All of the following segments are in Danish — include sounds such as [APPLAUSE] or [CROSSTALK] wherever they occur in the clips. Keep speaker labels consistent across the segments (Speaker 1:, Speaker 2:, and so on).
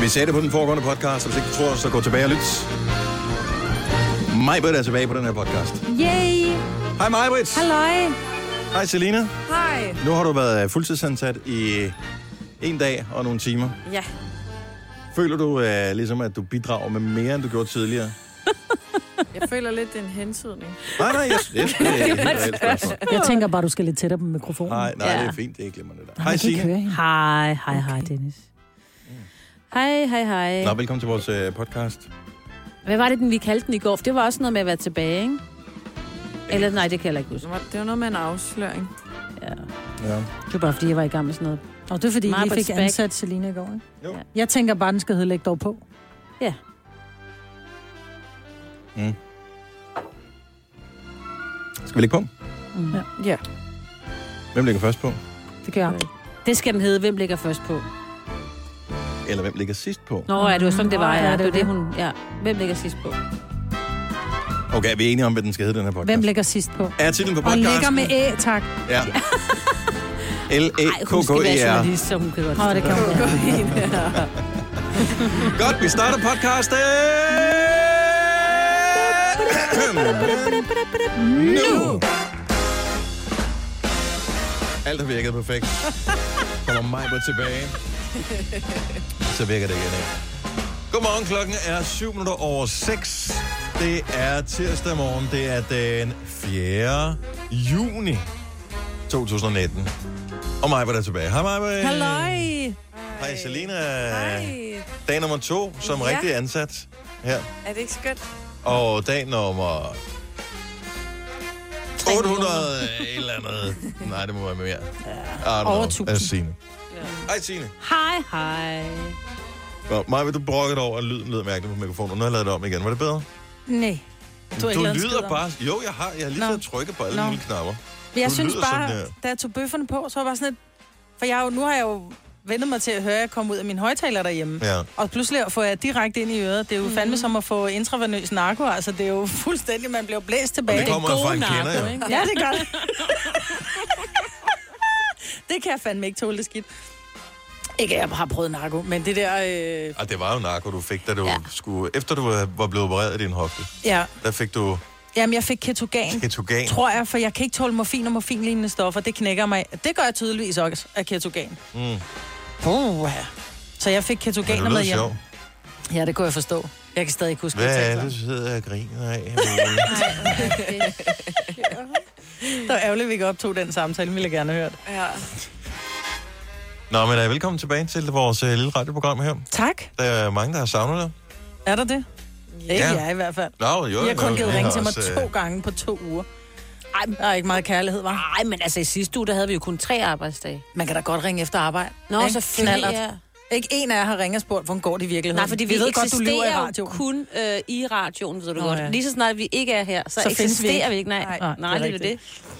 Speaker 1: Vi sagde det på den foregående podcast, og hvis ikke du tror det, så gå tilbage og lyt. Majbrit er tilbage på den her podcast.
Speaker 2: Yay!
Speaker 1: Hej Majbrit.
Speaker 2: Halløj!
Speaker 1: Hej Selina.
Speaker 3: Hej.
Speaker 1: Nu har du været fuldtidsansat i en dag og nogle timer.
Speaker 3: Ja.
Speaker 1: Føler du øh, ligesom, at du bidrager med mere, end du gjorde tidligere?
Speaker 3: Jeg føler lidt, det er en hentydning.
Speaker 1: Nej, nej, jeg, jeg, jeg, jeg, jeg, jeg, jeg, jeg
Speaker 4: Jeg [LAUGHS] tænker bare, du skal lidt tættere på mikrofonen.
Speaker 1: Nej, nej, det er
Speaker 3: Ja.
Speaker 1: fint. Det er glimrende der.
Speaker 4: Man
Speaker 1: Hej
Speaker 4: kan ikke
Speaker 1: Signe.
Speaker 4: høre hende.
Speaker 2: Hej, hej, hej,
Speaker 4: Okay.
Speaker 2: Dennis.
Speaker 3: Hej, hej, hej.
Speaker 1: Nå, velkommen til vores øh, podcast.
Speaker 2: Hvad var det, den, vi kaldte den i går? For det var også noget med at være tilbage, ikke? Eller nej, det kan jeg heller ikke huske.
Speaker 3: Det var- Det var noget med en afsløring.
Speaker 2: Ja.
Speaker 1: Ja.
Speaker 2: Det var bare, fordi jeg var i gang med sådan noget.
Speaker 4: Og det er fordi, vi
Speaker 2: Marbets
Speaker 4: fik
Speaker 2: back.
Speaker 4: ansat Selina i går,
Speaker 1: Jo.
Speaker 4: ikke? Jeg tænker bare, den skal hedde Læg dog på.
Speaker 1: Skal vi lægge på?
Speaker 3: Ja.
Speaker 1: Hvem ligger først på?
Speaker 4: Det gør jeg.
Speaker 2: Det skal den hedde, hvem ligger først på?
Speaker 1: Eller hvem ligger sidst på?
Speaker 2: Nå, ja, det var sådan, det var.
Speaker 4: Nå,
Speaker 2: Ja,
Speaker 4: ja,
Speaker 2: det var
Speaker 4: det
Speaker 2: det, hun... Ja. Hvem ligger sidst på?
Speaker 1: Okay, er vi enige om, hvad den skal hedde, den her podcast?
Speaker 4: Hvem lægger sidst på?
Speaker 1: er titlen på
Speaker 4: Og
Speaker 1: podcasten?
Speaker 4: ligger med æ, tak.
Speaker 1: Ja. l e
Speaker 2: Nej,
Speaker 1: k
Speaker 2: hun
Speaker 1: k
Speaker 2: skal være
Speaker 1: e r
Speaker 2: journalist, så hun kan godt
Speaker 4: Åh, det kan hun.
Speaker 3: Gå
Speaker 4: [LAUGHS]
Speaker 3: ind.
Speaker 1: Godt, vi starter podcasten! nu! Alt har virket perfekt. Kommer mig på tilbage. Så virker det igen. ikke? Godmorgen, klokken er 7 minutter over 6. Det er tirsdag morgen. Det er den 4. juni 2019. Og mig er tilbage. Hej, Maja.
Speaker 4: Halløj!
Speaker 1: Hej, Selina.
Speaker 3: Hej.
Speaker 1: Dag nummer to som ja.
Speaker 3: Ja.
Speaker 1: rigtig ansat her.
Speaker 3: Er det ikke skønt?
Speaker 1: Og dag nummer... 800 et eller andet. Nej, det må være mere. Ja.
Speaker 4: Over 1000.
Speaker 1: Signe. Hej, Signe.
Speaker 2: Hej, hej.
Speaker 1: Nå, Maja, du brokkede over, at lyden lød mærkeligt på mikrofonen. Nu har jeg lavet det om igen. Var det bedre?
Speaker 4: Nej.
Speaker 1: Du,
Speaker 4: ikke
Speaker 1: du
Speaker 4: lavet en skid
Speaker 1: lyder
Speaker 4: om
Speaker 1: bare... Jo, jeg har. Jeg har lige
Speaker 4: Nå.
Speaker 1: siddet og trykket på alle
Speaker 4: Nå.
Speaker 1: mulige knapper.
Speaker 4: Men jeg
Speaker 1: Du
Speaker 4: synes
Speaker 1: lyder
Speaker 4: bare,
Speaker 1: sådan der.
Speaker 4: da jeg tog bøfferne på, så var jeg bare sådan lidt... For jeg har jo, nu har jeg jo vendet mig til at høre, at jeg kom ud af min højtaler derhjemme.
Speaker 1: Ja.
Speaker 4: Og pludselig får jeg direkte ind i øret. Det er jo fandme som at få intravenøs narko. Altså, det er jo [LAUGHS] fuldstændig, man bliver blæst tilbage.
Speaker 1: det kommer jo fra en kender, jo.
Speaker 4: Ja, det gør det. det kan jeg fandme ikke tåle det skidt. Ikke, at jeg har prøvet narko, men det der... Øh,
Speaker 1: Og Ah, det var jo narko, du fik, da du ja.
Speaker 2: Ja.
Speaker 1: skulle... Efter du var blevet opereret i din hofte,
Speaker 4: ja,
Speaker 1: der fik du
Speaker 4: jamen, jeg fik ketogan,
Speaker 1: ketogan.
Speaker 4: tror jeg, for jeg kan ikke tåle morfin og morfinlignende stoffer. Det knækker mig. Det gør jeg tydeligvis også af ketogan.
Speaker 1: Mm.
Speaker 4: Puh, så jeg fik
Speaker 1: Men det
Speaker 4: ketoganer med
Speaker 1: lød
Speaker 4: hjem.
Speaker 1: sjovt.
Speaker 4: Ja, det kunne jeg forstå. Jeg kan stadig ikke huske
Speaker 1: Hvad
Speaker 4: jeg
Speaker 1: er det,
Speaker 4: talte
Speaker 1: du sidder og griner af? [LAUGHS]
Speaker 4: om. Det var ærgerligt, at vi ikke optog den samtale, ville jeg gerne have hørt.
Speaker 3: Ja.
Speaker 1: Nå, men uh, velkommen tilbage til vores uh, lille radioprogram her.
Speaker 4: Tak.
Speaker 1: Der er mange, der har savnet dig.
Speaker 4: Er der det? Ikke jeg i hvert fald.
Speaker 1: Nå, jo,
Speaker 4: I har kun
Speaker 1: jo,
Speaker 4: givet
Speaker 1: vi
Speaker 4: ringe
Speaker 1: har
Speaker 4: til mig
Speaker 1: også, øh,
Speaker 4: to gange på to uger. Ej, der er ikke meget kærlighed, var.
Speaker 2: Nej, men altså i sidste uge, der havde vi jo kun tre arbejdsdage.
Speaker 4: Man kan da godt ringe efter arbejde.
Speaker 2: Nå,
Speaker 4: Ikke?
Speaker 2: selvfølgelig,
Speaker 4: Knallert.
Speaker 2: ja.
Speaker 4: Ikke en af jer har ringet og spurgt, hvordan går det i virkeligheden.
Speaker 2: Nej, fordi vi,
Speaker 4: vi ved godt, du lever i
Speaker 2: eksisterer jo
Speaker 4: radioen.
Speaker 2: kun øh, i radioen, ved du
Speaker 4: Nå,
Speaker 2: godt.
Speaker 4: ja.
Speaker 2: Lige så snart vi ikke er her, så,
Speaker 4: Så
Speaker 2: så
Speaker 4: findes vi
Speaker 2: eksisterer
Speaker 4: ikke.
Speaker 2: vi ikke. Nej,
Speaker 4: Nej,
Speaker 2: nej, nej
Speaker 4: det er
Speaker 2: det er det.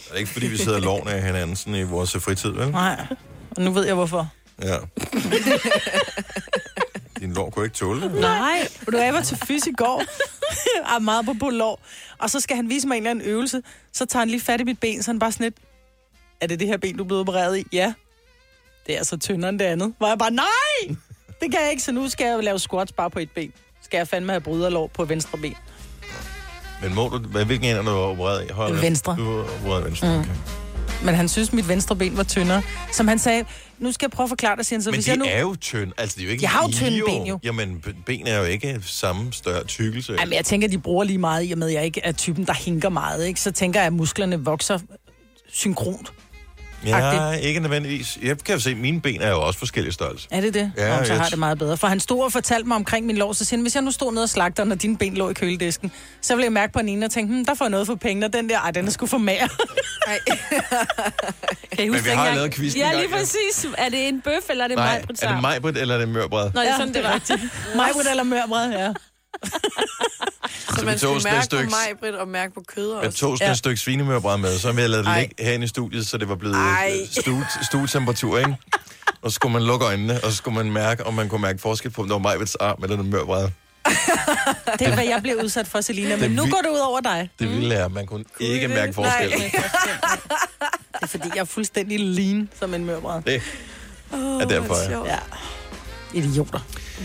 Speaker 1: Det er ikke, fordi vi sidder loven af hinanden sådan i vores øh, fritid, vel?
Speaker 4: Nej, og nu ved jeg hvorfor.
Speaker 1: Ja. Din lov kunne ikke tåle det.
Speaker 4: Nej, Ved du er jeg var til fys i går.
Speaker 2: [LAUGHS]
Speaker 4: Jeg er meget på lår. Og så skal han vise mig en eller anden øvelse. Så tager han lige fat i mit ben, så han bare sådan lidt, er det det her ben, du er blevet opereret i? Ja. Det er så tyndere end det andet. Var jeg bare, nej! Det kan jeg ikke, så nu skal jeg lave squats bare på et ben. Skal jeg fandme have bryderlår på venstre ben?
Speaker 1: Men må du, hvad, hvilken en er du opereret i? Højre?
Speaker 4: Venstre. Mm.
Speaker 1: Du er opereret i venstre, okay.
Speaker 4: Men han synes, mit venstre ben var tyndere. Som han sagde, nu skal jeg prøve at forklare dig, siger han så.
Speaker 1: Men
Speaker 4: hvis
Speaker 1: de
Speaker 4: jeg nu...
Speaker 1: er jo tynde. Altså, de er jo ikke
Speaker 4: Jeg har jo tynde ben, jo.
Speaker 1: Jamen, b- ben er jo ikke samme større tykkelse.
Speaker 4: Jamen, jeg tænker, de bruger lige meget, i og med, at jeg ikke er typen, der hinker meget. Ikke? Så tænker jeg, at musklerne vokser synkront.
Speaker 1: ja,
Speaker 4: agtigt.
Speaker 1: ikke nødvendigvis. Jeg kan jo se, at mine ben er jo også forskellige størrelser.
Speaker 4: Er det det?
Speaker 1: Ja,
Speaker 4: Jamen, så
Speaker 1: jeg
Speaker 4: har
Speaker 1: t-
Speaker 4: jeg det meget bedre. For han stod og fortalte mig omkring min lår, så siger han, hvis jeg nu stod nede og slagter, når dine ben lå i køledisken, så ville jeg mærke på den ene og tænke, hm, der får jeg noget for pengene, og den der, ej, den er sgu for [LAUGHS] mager.
Speaker 3: Ej.
Speaker 2: Kan I
Speaker 1: Men vi har
Speaker 2: dengang-
Speaker 1: lavet quizzen
Speaker 2: Ja,
Speaker 1: engang,
Speaker 2: lige
Speaker 1: ja.
Speaker 2: præcis. Er det en bøf, eller er det
Speaker 1: Nej,
Speaker 2: mig,
Speaker 1: er det majbrit, eller er det mørbræd?
Speaker 2: Nå, det er sådan, det var.
Speaker 4: Majbrit eller mørbred, ja.
Speaker 3: Så
Speaker 1: vi
Speaker 3: man
Speaker 1: tog
Speaker 3: skulle
Speaker 1: sådan et
Speaker 3: mærke
Speaker 1: stykke-
Speaker 3: på mig, Britt, og mærke på kød
Speaker 1: Jeg
Speaker 3: også.
Speaker 1: tog sådan et
Speaker 4: Ja.
Speaker 1: stykke svinemørbrad med, så ville jeg lade det
Speaker 4: Ej.
Speaker 1: ligge herinde i studiet, så det var blevet
Speaker 3: Ej.
Speaker 1: øh, stue, stuetemperatur, ikke? Og så skulle man lukke øjnene, og så skulle man mærke, om man kunne mærke forskel på, om det var Majvets arm eller den mørbræd.
Speaker 4: Det er, hvad jeg blev udsat for, Selina, men
Speaker 1: Det er
Speaker 4: nu
Speaker 1: vildt.
Speaker 4: går det ud over dig.
Speaker 1: Det ville jeg, man kunne ikke
Speaker 3: Mm. det?
Speaker 1: mærke forskel.
Speaker 3: Nej.
Speaker 4: Det er, fordi jeg er fuldstændig lean som en mørbred.
Speaker 1: Det er
Speaker 3: Åh, hvor
Speaker 1: derfor,
Speaker 3: er det
Speaker 1: ja.
Speaker 3: sjovt.
Speaker 4: Ja. Idioter.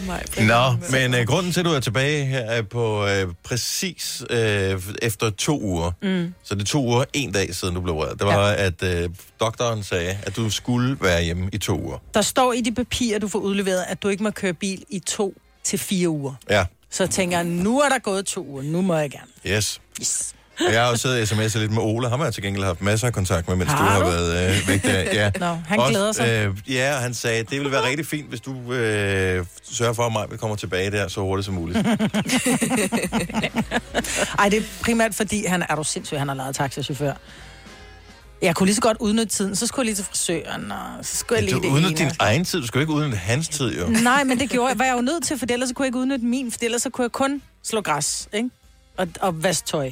Speaker 3: Nej,
Speaker 1: [LAUGHS] Nå, men øh, grunden til, at du er tilbage her, er på øh, præcis øh, efter to uger. Mm. Så det er to uger, en dag siden du blev rørt. Det var, ja. at øh, doktoren sagde, at du skulle være hjemme i to uger.
Speaker 4: Der står i de papirer, du får udleveret, at du ikke må køre bil i to til fire uger.
Speaker 1: Ja,
Speaker 4: Så tænker jeg, nu er der gået to uger, nu må jeg gerne.
Speaker 1: yes.
Speaker 4: Yes.
Speaker 1: Og jeg har jo siddet og sms'et lidt med Ole. Ham har jeg til gengæld haft masser af kontakt med, mens har
Speaker 4: Har
Speaker 1: du har
Speaker 4: du?
Speaker 1: været øh, væk der. Ja.
Speaker 4: Nå, han glæder sig.
Speaker 1: Øh, ja, og han sagde, det ville være rigtig fint, hvis du øh, sørger for, at mig kommer tilbage der så hurtigt som
Speaker 4: [LAUGHS]
Speaker 1: muligt.
Speaker 4: Ej, det er primært fordi, han er du sindssyg, han har lejet taxachauffør. Jeg kunne lige så godt udnytte tiden, så skulle jeg lige til frisøren, og så skulle jeg lige
Speaker 1: Du
Speaker 4: det
Speaker 1: udnytte din
Speaker 4: ene.
Speaker 1: egen tid. Du skal jo ikke udnytte hans tid, jo.
Speaker 4: Nej, men det gjorde jeg. Var jeg jo nødt til, for ellers så kunne jeg ikke udnytte min, for ellers så kunne jeg kun slå græs, ikke? Og, og vaske tøj.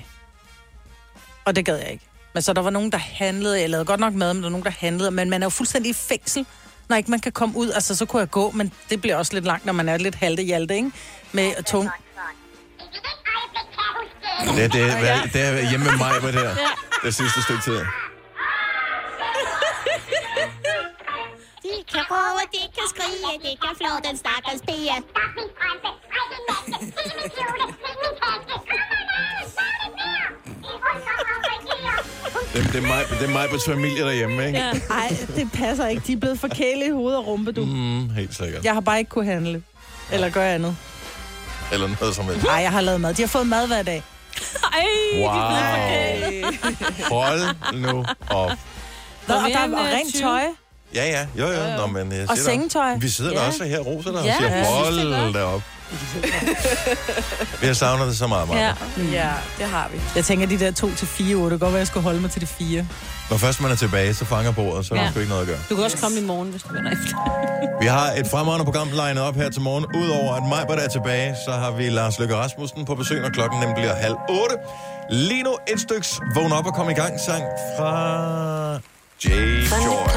Speaker 4: Og det gad jeg ikke. Men så der var nogen, der handlede. Jeg lavede godt nok mad, men der var nogen, der handlede. Men man er jo fuldstændig i fængsel, når ikke man kan komme ud. Altså, så kunne jeg gå, men det bliver også lidt langt, når man er lidt halte-hjalte, ikke? Med tung...
Speaker 1: Det er, det, hvad, det er hjemme med mig, hvad det her. Det sidste stykke tid.
Speaker 5: De kan råbe, de kan skrige, de kan flå den stakkels pige. Stop min strømpe, ej din næste, se min kjole, se min taske. Kom nu, lav det mere. Det er hun, som reagerer. Hun
Speaker 1: Det, det er mig, det er mig på familie derhjemme, ikke? Ja.
Speaker 4: Nej, det passer ikke. De er blevet forkælet i hovedet og rumpe, du. Mm.
Speaker 1: Mm, helt sikkert. Ja.
Speaker 4: Jeg har bare ikke kunne handle. Eller gøre andet.
Speaker 1: Eller noget som helst.
Speaker 4: Nej, jeg har lavet mad. De har fået mad hver dag.
Speaker 2: Ej,
Speaker 1: Wow. Hold nu op.
Speaker 4: Nå,
Speaker 2: Der er
Speaker 4: og der
Speaker 2: mere end, øh,
Speaker 4: er rent
Speaker 2: 20.
Speaker 4: tøj.
Speaker 1: Ja, ja. Jo, jo. Nå, men, jeg siger
Speaker 4: Og
Speaker 1: dig-
Speaker 4: sengetøj.
Speaker 1: Vi sidder ja.
Speaker 2: Ja.
Speaker 1: der også her og roser dig og
Speaker 2: Ja,
Speaker 1: siger,
Speaker 2: jeg synes, det er
Speaker 1: hold
Speaker 2: godt.
Speaker 1: da op. Vi har savnet det så meget, meget. Ja.
Speaker 2: Ja.
Speaker 3: Ja, det har vi.
Speaker 4: Jeg tænker, de der to til fire uger, det kan godt være, jeg skulle holde mig til de fire.
Speaker 1: Når først man er tilbage, så fanger bordet, så ja.
Speaker 2: Ja.
Speaker 1: har du ikke noget at gøre.
Speaker 2: Du kan også komme i morgen, hvis du vender efter.
Speaker 1: Vi har et fremragende program legnet op her til morgen. Udover at Majbert er tilbage, så har vi Lars Løkke Rasmussen på besøg, når klokken nemlig bliver halv otte. Lige nu et styks Vågn op og kom i gang sang fra J. Joy.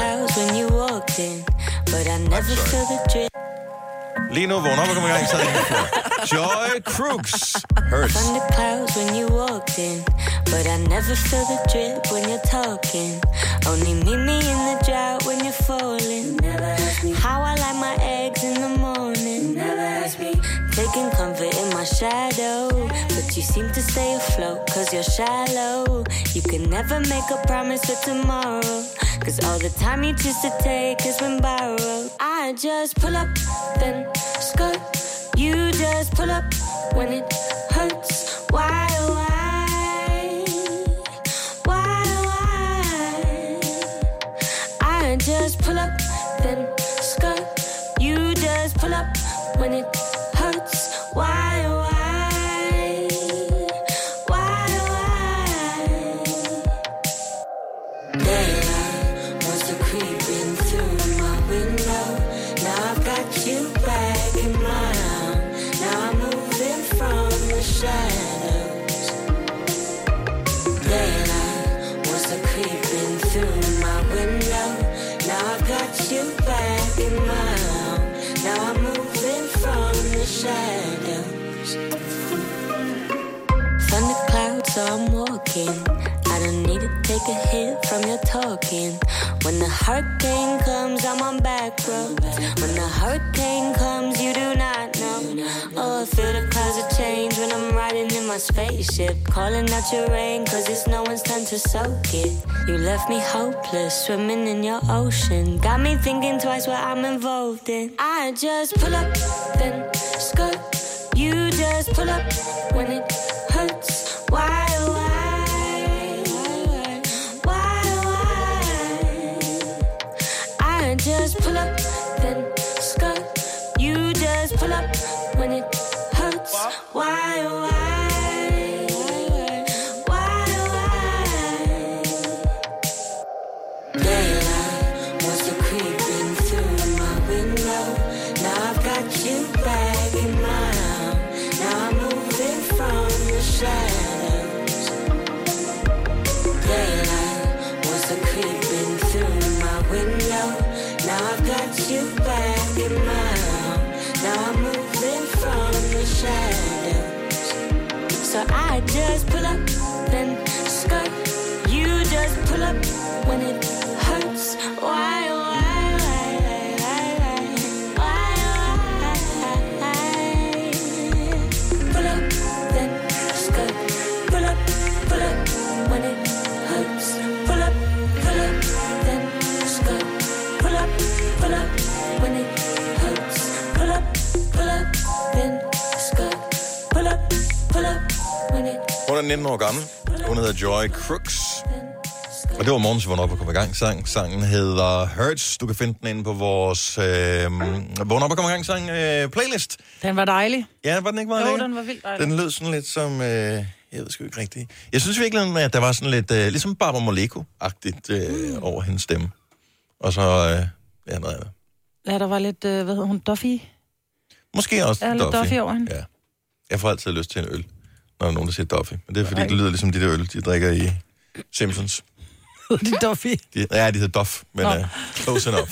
Speaker 1: Lige nu Vågn op og kom i gang sang fra Joy Crooks. Hurts.
Speaker 6: Thunder clouds when you walked in, but I never feel the drip when you're talking. Only meet me in the drought when you're falling. How I like my eggs in the morning. Taking comfort in my shadow, but you seem to stay afloat cause you're shallow. You can never make a promise for tomorrow, cause all the time you choose to take has been borrowed. I just pull up, then skirt. You just pull up when it hurts. Why, why, why, why? I just pull up, then skirt. You just pull up when it hurts. Why, why? Why, why? Daylight wants to creep in through my window. Now I've got you back in my arm. Now I'm moving from the shadows. Daylight wants to creep in through my window. Now I've got you back in my arm. Now I'm moving from the shadows. Thunder clouds, so I'm walking. I don't need to take a hit from your talking. When the hurricane comes, I'm on back roads. When the hurricane comes, you do not know. Oh, I feel the clouds of change when I'm riding in my spaceship. Calling out your rain, cause it's no one's time to soak it. You left me hopeless, swimming in your ocean. Got me thinking twice what I'm involved in. I just pull up, then skirt. You just pull up when it hurts. Why, why, why, why? I just pull up, then skirt. You just pull up when it hurts. Why, why, why, why? Daylight wants to creep in through my window. Now I've got you back in my arm. Now I'm moving from the shadows. Daylight wants to creep in through my window. Now I've got you back in my arm. Now I'm moving from the shadows. So I just pull up, then skirt. You just pull up when it hurts. Why, why, why, why, why, why, why, why?
Speaker 1: er 19 år gammel. Hun hedder Joy Crooks. Og det var morgens, hvor hun op og kom i gang sang. Sangen hedder Hurts. Du kan finde den inde på vores øh, vågn op og kom i gang sang øh, playlist.
Speaker 4: Den var dejlig.
Speaker 1: Ja, var den ikke meget
Speaker 4: Jo,
Speaker 1: lækker?
Speaker 4: den var vildt dejlig.
Speaker 1: Den lød sådan lidt som... Øh, jeg ved sgu ikke rigtigt. Jeg synes virkelig, at der var sådan lidt... Øh, ligesom Barbara Moleko-agtigt øh, mm. over hendes stemme. Og så... Øh, ja, noget andet.
Speaker 4: Ja, der var lidt, øh, hvad hedder hun, Duffy?
Speaker 1: Måske også
Speaker 4: Ja, lidt Duffy over hende.
Speaker 1: Ja. Jeg får altid lyst til en øl, når der er nogen, der siger Duffy. Men det er, fordi det lyder ligesom de der øl, de drikker i Simpsons.
Speaker 4: Lidt Duffy.
Speaker 1: De, ja, de hedder Duff, men
Speaker 4: Nå.
Speaker 1: uh, close enough.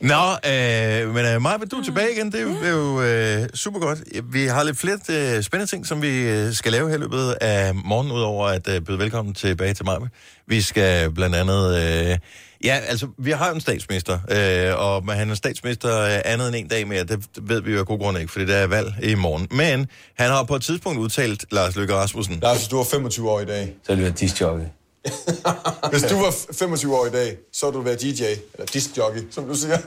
Speaker 1: Nå, øh, men øh, Maja, du er tilbage igen. Det er jo- det er jo øh, super godt. Vi har lidt flere øh, spændende ting, som vi øh, skal lave her i løbet af morgenen, udover at øh, byde velkommen tilbage til Maja. Vi skal blandt andet... Øh, ja, altså, vi har jo en statsminister, øh, og men han er statsminister øh, andet end en dag mere. Det ved vi jo af god grund ikke, fordi der er valg i morgen. Men han har på et tidspunkt udtalt, Lars Løkke Rasmussen,
Speaker 7: Lars, hvis altså, du var 25 år i dag.
Speaker 8: så ville jeg disjokke.
Speaker 7: [LAUGHS] Hvis du var f- 25 år i dag, så ville du være DJ, eller discjockey, som du siger.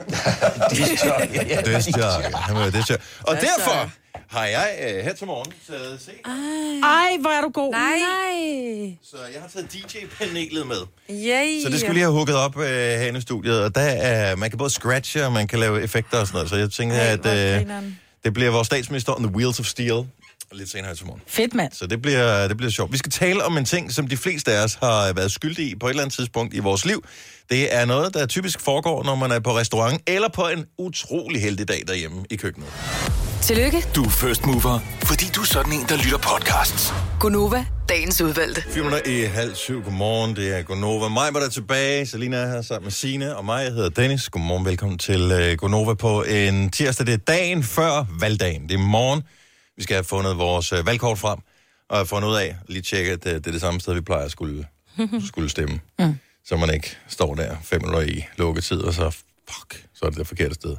Speaker 8: Disjokke, ja.
Speaker 1: Dødsjakke. Han var dødsjakke. Og derfor har jeg øh, her til morgen taget se.
Speaker 4: Ah. Ej, hvor er du god.
Speaker 3: Nej.
Speaker 1: Så jeg har taget DJ-panelet med.
Speaker 3: Yay.
Speaker 1: Så det skulle lige have hooket op øh, herinde i studiet. Og der er, man kan både scratche, og man kan lave effekter og sådan noget. Så jeg tænker,
Speaker 4: Ej,
Speaker 1: at
Speaker 4: hvor
Speaker 1: øh,
Speaker 4: grineren.
Speaker 1: det bliver vores statsminister on the wheels of steel. Lidt senere her til morgen.
Speaker 4: Fedt, mand.
Speaker 1: Så det bliver, det bliver sjovt. Vi skal tale om en ting, som de fleste af os har været skyldige i på et eller andet tidspunkt i vores liv. Det er noget, der typisk foregår, når man er på restaurant eller på en utrolig heldig dag derhjemme i køkkenet.
Speaker 9: Tillykke,
Speaker 10: Du er first mover, fordi du er sådan en, der lytter podcasts.
Speaker 9: Gunova, dagens udvalgte.
Speaker 1: 4 minutter i halv syv. Godmorgen, det er Gonova. Mig var der tilbage. Selina er her sammen med Sine og mig. Jeg hedder Dennis. Godmorgen, velkommen til øh, Gonova på en tirsdag. Det er dagen før valgdagen. Det er morgen. Vi skal have fundet vores øh, valgkort frem og have fundet ud af, lige tjekke, at øh, det er det samme sted, vi plejer at
Speaker 2: [LAUGHS]
Speaker 1: skulle, skulle stemme. Mm. Så man ikke står der fem minutter i lukketid, og så, fuck, så er det det forkerte sted.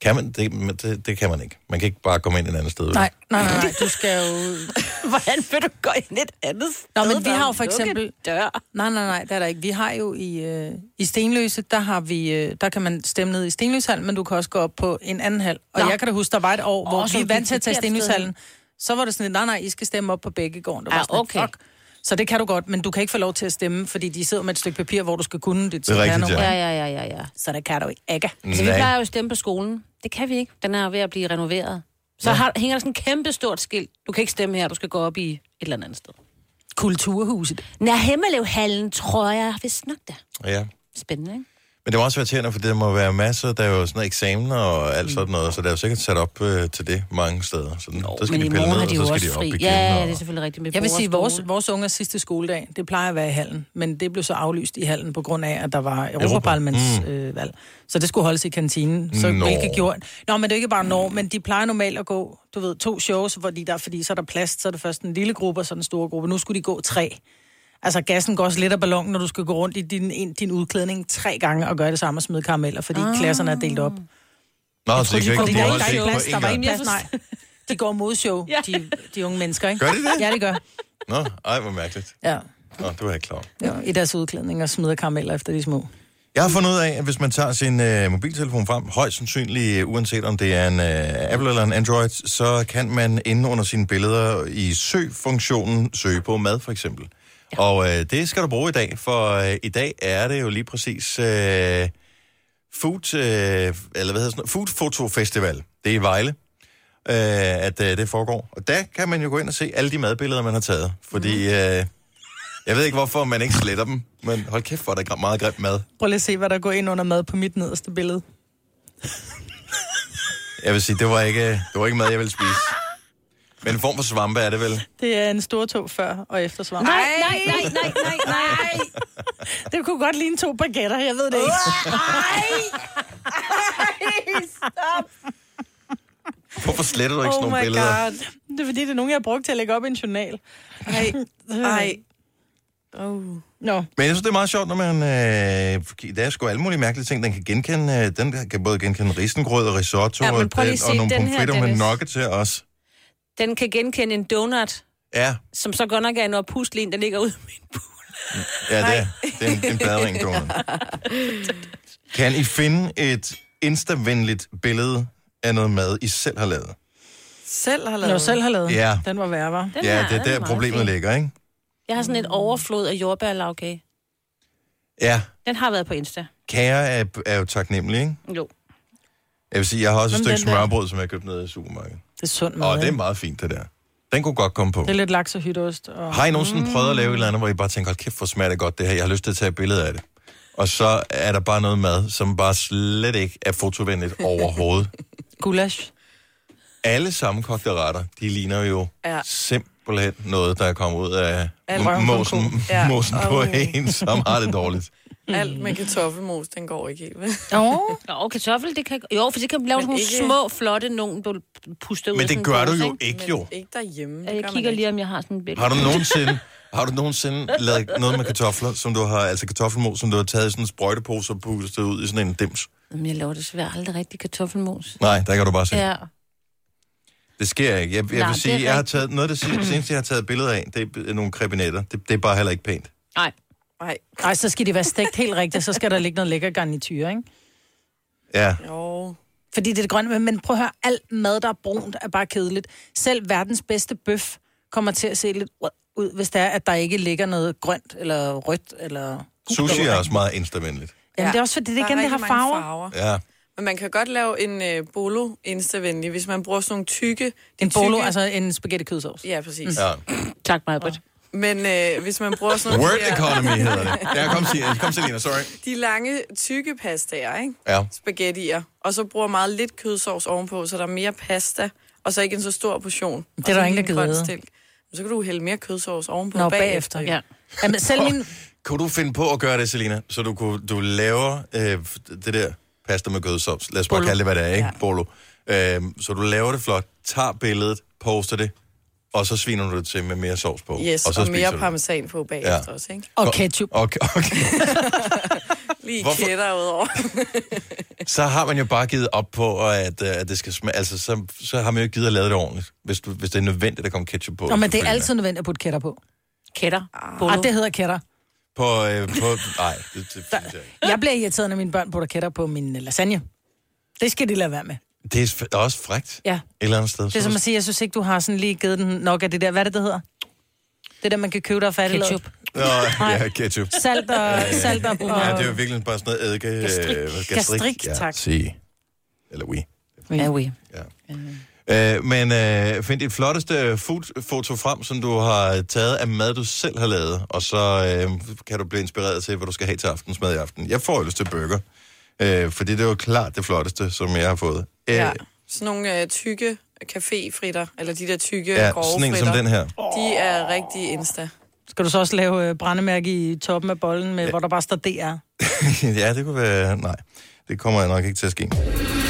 Speaker 1: Kan man? Det, men det, det kan man ikke. Man kan ikke bare komme ind et andet sted.
Speaker 4: Nej, nej, nej, nej, du skal jo...
Speaker 2: Hvordan vil du gå ind et andet sted?
Speaker 4: Nå, men vi
Speaker 2: der
Speaker 4: har jo
Speaker 2: er
Speaker 4: for
Speaker 2: lukket
Speaker 4: eksempel-
Speaker 2: Dør.
Speaker 4: Nej, nej, nej, det er der ikke. Vi har jo i, øh, i Stenløse, der, har vi, øh, der kan man stemme ned i Stenløshallen, men du kan også gå op på en anden hal. Og
Speaker 2: Nå.
Speaker 4: jeg kan da huske, der var et år, hvor
Speaker 2: Åh, så
Speaker 4: vi
Speaker 2: gik
Speaker 4: vandt til at
Speaker 2: det
Speaker 4: tage
Speaker 2: forkert
Speaker 4: Stenløshallen. Så var det sådan, lidt, nej, nej, I skal stemme op på begge gården. Det var
Speaker 2: Ah,
Speaker 4: sådan, lidt,
Speaker 2: okay.
Speaker 4: fuck. Så det kan du godt, men du kan ikke få lov til at stemme, fordi de sidder med et stykke papir, hvor du skal kunne dit
Speaker 1: Det er rigtigt,
Speaker 4: CPR-nummer.
Speaker 1: ja.
Speaker 2: Ja, ja, ja, ja, ja.
Speaker 4: Så det kan du ikke.
Speaker 2: Altså, vi plejer jo at stemme på skolen. Det kan vi ikke. Den er jo ved at blive renoveret. Så har, hænger der sådan et kæmpe stort skilt. Du kan ikke stemme her, du skal gå op i et eller andet sted.
Speaker 4: Kulturhuset.
Speaker 2: Nær Hemmelevhallen, tror jeg, hvis nok der.
Speaker 1: Ja.
Speaker 2: Spændende, ikke?
Speaker 1: Men det må også være irriterende, for der må være masser, der er jo sådan noget eksamener og
Speaker 2: Mm.
Speaker 1: alt sådan noget, så der er jo sikkert sat op øh, til det mange steder. Så Nå, der skal
Speaker 2: Men
Speaker 1: de
Speaker 2: i
Speaker 1: pille
Speaker 2: morgen
Speaker 1: ned,
Speaker 2: har
Speaker 1: og
Speaker 2: de jo
Speaker 1: så skal
Speaker 2: også
Speaker 1: de op
Speaker 2: fri.
Speaker 1: igen.
Speaker 2: Ja,
Speaker 1: og...
Speaker 2: det er selvfølgelig rigtigt. Med
Speaker 4: Jeg vil sige,
Speaker 2: borgerskole.
Speaker 4: vores, vores ungers sidste skoledag, det plejer at være i hallen, men det blev så aflyst i hallen på grund af, at der var Europaparlamentsvalg. Øh, valg. så det skulle holdes i kantinen, så
Speaker 1: Mm. Nå.
Speaker 4: Nå. hvilket gjorde... Nå, men det er jo ikke bare når, men de plejer normalt at gå, du ved, to shows, fordi, der, fordi så er der plads, så er det først en lille gruppe og så den store gruppe. Nu skulle de gå tre. Altså, gassen går også lidt af ballongen, når du skal gå rundt i din, en- din udklædning tre gange og gøre det samme og smide karameller, fordi ah. klasserne er delt op.
Speaker 1: Nå, så
Speaker 4: Tror
Speaker 1: det
Speaker 4: de,
Speaker 1: kan
Speaker 4: fordi
Speaker 1: ikke, de
Speaker 4: der,
Speaker 1: har
Speaker 4: ikke-
Speaker 1: også
Speaker 4: der, er ikke
Speaker 1: ikke
Speaker 4: plads,
Speaker 1: på
Speaker 4: der
Speaker 1: en
Speaker 4: var ikke
Speaker 1: gang.
Speaker 4: plads, nej. De går modshow, ja. de, de unge mennesker, ikke?
Speaker 1: Gør de det?
Speaker 4: Ja, det gør.
Speaker 1: Nå, ej, hvor mærkeligt.
Speaker 4: Ja.
Speaker 1: Nå, det var jeg ikke klar over.
Speaker 4: Ja, i deres udklædning og smider karameller efter de små.
Speaker 1: Jeg har fundet ud af, at hvis man tager sin øh, mobiltelefon frem, højst sandsynligt, øh, uanset om det er en øh, Apple eller en Android, så kan man inde under sine billeder i søgfunktionen søge på mad, for eksempel. Ja. Og øh, det skal du bruge i dag, for øh, i dag er det jo lige præcis øh, food, øh, eller hvad hedder sådan noget, food Photo Festival. Det er i Vejle, øh, at øh, det foregår. Og der kan man jo gå ind og se alle de madbilleder, man har taget. Fordi øh, jeg ved ikke, hvorfor man ikke sletter dem, men hold kæft, hvor er der gr- meget grim mad.
Speaker 4: Prøv lige at se, hvad der går ind under mad på mit nederste billede.
Speaker 1: Jeg vil sige, det var ikke, det var ikke mad, jeg ville spise. Men en form for svampe er det vel?
Speaker 4: Det er en stor tog før og efter svamp.
Speaker 2: Nej, nej, nej, nej, nej, nej.
Speaker 4: Det kunne godt ligne to baguetter, jeg ved det ikke.
Speaker 1: Hvorfor sletter du ikke
Speaker 2: Oh
Speaker 1: sådan
Speaker 4: oh my
Speaker 1: nogle billeder?
Speaker 4: god. Det er fordi, det er nogen, jeg har brugt til at lægge op i en journal. Nej.
Speaker 3: Ej. Oh.
Speaker 4: Nå,
Speaker 1: Men jeg synes, det er meget sjovt, når man... Øh, der er sgu alle mulige mærkelige ting, den kan genkende. Øh, den der kan både genkende risengrød og risotto
Speaker 2: Ja,
Speaker 1: ja,
Speaker 2: men
Speaker 1: og,
Speaker 2: prøv lige
Speaker 1: den,
Speaker 2: at
Speaker 1: og
Speaker 2: se
Speaker 1: nogle
Speaker 2: den her,
Speaker 1: pomfritter med
Speaker 2: Dennis.
Speaker 1: nokke til os.
Speaker 2: Den kan genkende en donut,
Speaker 1: Ja,
Speaker 2: som så godt nok er en oppustelig en, der ligger ude med en pool.
Speaker 1: ja det, er, det er en, en badring, donut.
Speaker 2: [LAUGHS]
Speaker 1: Kan I finde et instavenligt billede af noget mad, I selv har lavet?
Speaker 4: Selv har
Speaker 2: lavet.
Speaker 4: Nå, selv har lavet.
Speaker 1: Ja.
Speaker 4: Den var værre, var.
Speaker 1: ja, det er der problemet ligger, ikke?
Speaker 2: Jeg har sådan et overflod af jordbærlavkage.
Speaker 1: Ja,
Speaker 2: Den har været på Insta.
Speaker 1: kager er, er jo taknemmelig, ikke?
Speaker 2: Jo.
Speaker 1: Jeg vil sige, jeg har også et
Speaker 4: Jamen,
Speaker 1: stykke
Speaker 4: den der.
Speaker 1: smørbrød, som jeg købte nede i supermarkedet.
Speaker 4: Det er sundt mad,
Speaker 1: Og det er
Speaker 4: ikke?
Speaker 1: meget fint, det der. Den kunne godt komme på.
Speaker 4: Det er lidt laks og hytteost. Og...
Speaker 1: Har I nogensinde mm. prøvet at lave et eller andet, hvor I bare tænker, hold kæft, hvor smager det godt det her, jeg har lyst til at tage et billede af det. Og så er der bare noget mad, som bare slet ikke er fotovenligt overhovedet.
Speaker 4: Gulasch.
Speaker 1: Alle sammenkogte retter, de ligner jo
Speaker 4: Ja.
Speaker 1: ja. simpelthen noget, der er kommet ud af
Speaker 3: Af
Speaker 1: m-
Speaker 3: røven på en
Speaker 1: måsen,
Speaker 3: ko. Ja.
Speaker 1: måsen på
Speaker 3: Åh.
Speaker 1: en, som har det dårligt.
Speaker 3: Alt med kartoffelmos, den går ikke
Speaker 1: [LAUGHS]
Speaker 3: helt, vel?
Speaker 2: [LAUGHS]
Speaker 4: Jo.
Speaker 2: Og kartoffel, det kan... Jo, for det kan lave
Speaker 3: Men
Speaker 2: sådan nogle
Speaker 3: ikke-
Speaker 2: små, flotte nogen, du puster ud
Speaker 1: Men
Speaker 2: af sådan en
Speaker 1: det gør du
Speaker 2: pose,
Speaker 1: jo ikke, jo.
Speaker 3: Ikke
Speaker 4: Øh,
Speaker 3: derhjemme.
Speaker 2: Jeg kigger lige, om jeg har sådan en billede.
Speaker 1: Har du nogensinde, har du nogensinde lavet noget med kartofler, som du har, altså kartoffelmos, som du har taget i sådan en sprøjtepose og pustet ud i sådan en dims?
Speaker 2: Jamen, jeg laver desværre aldrig rigtig kartoffelmos.
Speaker 1: Nej, der kan du bare se.
Speaker 2: Ja.
Speaker 1: Det sker ikke. Jeg, jeg
Speaker 2: Nej,
Speaker 1: vil
Speaker 2: det er
Speaker 1: sige, jeg har
Speaker 2: rigtigt.
Speaker 1: taget, noget af det sen- seneste, jeg har taget billeder af, det er nogle krebinetter. Det, det er bare heller ikke pænt.
Speaker 2: Nej.
Speaker 3: Nej.
Speaker 4: Nej, så skal de være stegt helt rigtigt, så skal der ligge noget lækker garnityr, ikke?
Speaker 1: Ja.
Speaker 3: Jo.
Speaker 4: Fordi det er det grønne, men- men prøv at høre, alt mad, der er brunt, er bare kedeligt. Selv verdens bedste bøf kommer til at se lidt ud, hvis det er, at der ikke ligger noget grønt eller rødt eller...
Speaker 1: Sushi er også meget instavenligt.
Speaker 4: Jamen, det er også fordi, det
Speaker 3: Der er
Speaker 4: igen, det har
Speaker 3: rigtig mange
Speaker 4: farver.
Speaker 3: farver.
Speaker 1: Ja.
Speaker 3: Men man kan godt lave en øh, bolo instavenlig, hvis man bruger sådan nogle tykke... de
Speaker 4: En bolo,
Speaker 3: tykke-
Speaker 4: altså en spaghetti kødsovs.
Speaker 3: Ja, præcis.
Speaker 1: ja.
Speaker 2: Tak, Majbert.
Speaker 3: Men øh, hvis man bruger sådan nogle...
Speaker 1: Word economy hedder det. Ja, kom, Selina. Kom, Selina, sorry.
Speaker 3: de lange, tykke pastaer, ikke?
Speaker 1: Ja.
Speaker 3: Spaghettier. Og så bruger meget lidt kødsovs ovenpå, så der er mere pasta, og så ikke en så stor portion.
Speaker 4: Det er der ingen, der gider æde.
Speaker 3: Men så kan du hælde mere kødsovs ovenpå
Speaker 4: Nå,
Speaker 3: bagefter.
Speaker 4: bagefter.
Speaker 3: jo.
Speaker 4: Ja. Jamen, selv min...
Speaker 1: Kunne du finde på at gøre det, Selina? Så du, kunne, du laver øh, det der pasta med kødsovs. Lad os bare
Speaker 4: Bolo.
Speaker 1: kalde det, hvad det er, ikke? Ja. Bolo. Øh, så du laver det flot, tager billedet, poster det, og så sviner du det til med mere sovs på.
Speaker 3: Yes, og,
Speaker 1: så
Speaker 3: og
Speaker 1: spiser
Speaker 3: mere
Speaker 1: du det.
Speaker 3: parmesan på bagefter
Speaker 1: Ja.
Speaker 3: ja. også, ikke?
Speaker 4: Og ketchup.
Speaker 1: Okay, okay.
Speaker 3: Lige
Speaker 1: Hvorfor-
Speaker 3: Hvorfor? kætter
Speaker 1: [LAUGHS]
Speaker 3: udover.
Speaker 1: så har man jo bare givet op på, øh, at, øh, at det skal smage. Altså, så, så har man jo ikke gidet at lave det ordentligt, hvis, du, hvis det er nødvendigt, at der kommer ketchup på.
Speaker 4: Nå, men det er
Speaker 1: efterfølgende.
Speaker 4: altid nødvendigt at putte kætter på.
Speaker 2: Kætter.
Speaker 4: Ah, det hedder kætter.
Speaker 1: På, øh, på, nej, det, det findes jeg ikke.
Speaker 4: Jeg bliver irriteret, når mine børn putter kætter på min øh, lasagne. Det skal de lade være med.
Speaker 1: Det er f- også frægt.
Speaker 4: Ja.
Speaker 1: Et eller andet sted.
Speaker 4: Det er som at sige, jeg synes ikke, du har sådan lige givet den nok af det der... Hvad er det, det hedder? Det der, man kan købe der er færdiglavet.
Speaker 2: Ketchup.
Speaker 4: [LAUGHS]
Speaker 1: Nå, ja, ketchup.
Speaker 4: Salt og... Salt og...
Speaker 1: Ja, det er jo virkelig bare sådan noget eddike... øh,
Speaker 4: Gastrik. Gastrik,
Speaker 1: ja,
Speaker 4: tak.
Speaker 1: sige. Eller oui.
Speaker 2: Ja, oui.
Speaker 4: Mm.
Speaker 1: Øh, men øh, find dit flotteste food- foto frem, som du har taget af mad, du selv har lavet, og så øh, kan du blive inspireret til, hvad du skal have til aftensmad i aften. Jeg får jo lyst til burger, øh, fordi det er jo klart det flotteste, som jeg har fået. Øh,
Speaker 3: Ja. Sådan nogle øh, tykke caféfritter, eller de der tykke,
Speaker 1: ja,
Speaker 3: grove
Speaker 1: sådan en som
Speaker 3: fritter.
Speaker 1: den her.
Speaker 3: De er rigtig insta.
Speaker 4: Skal du så også lave øh, brændemærke i toppen af bollen, med, hvor der bare står DR?
Speaker 1: [LAUGHS] ja, det kunne være... Nej, det kommer jeg nok ikke til at ske.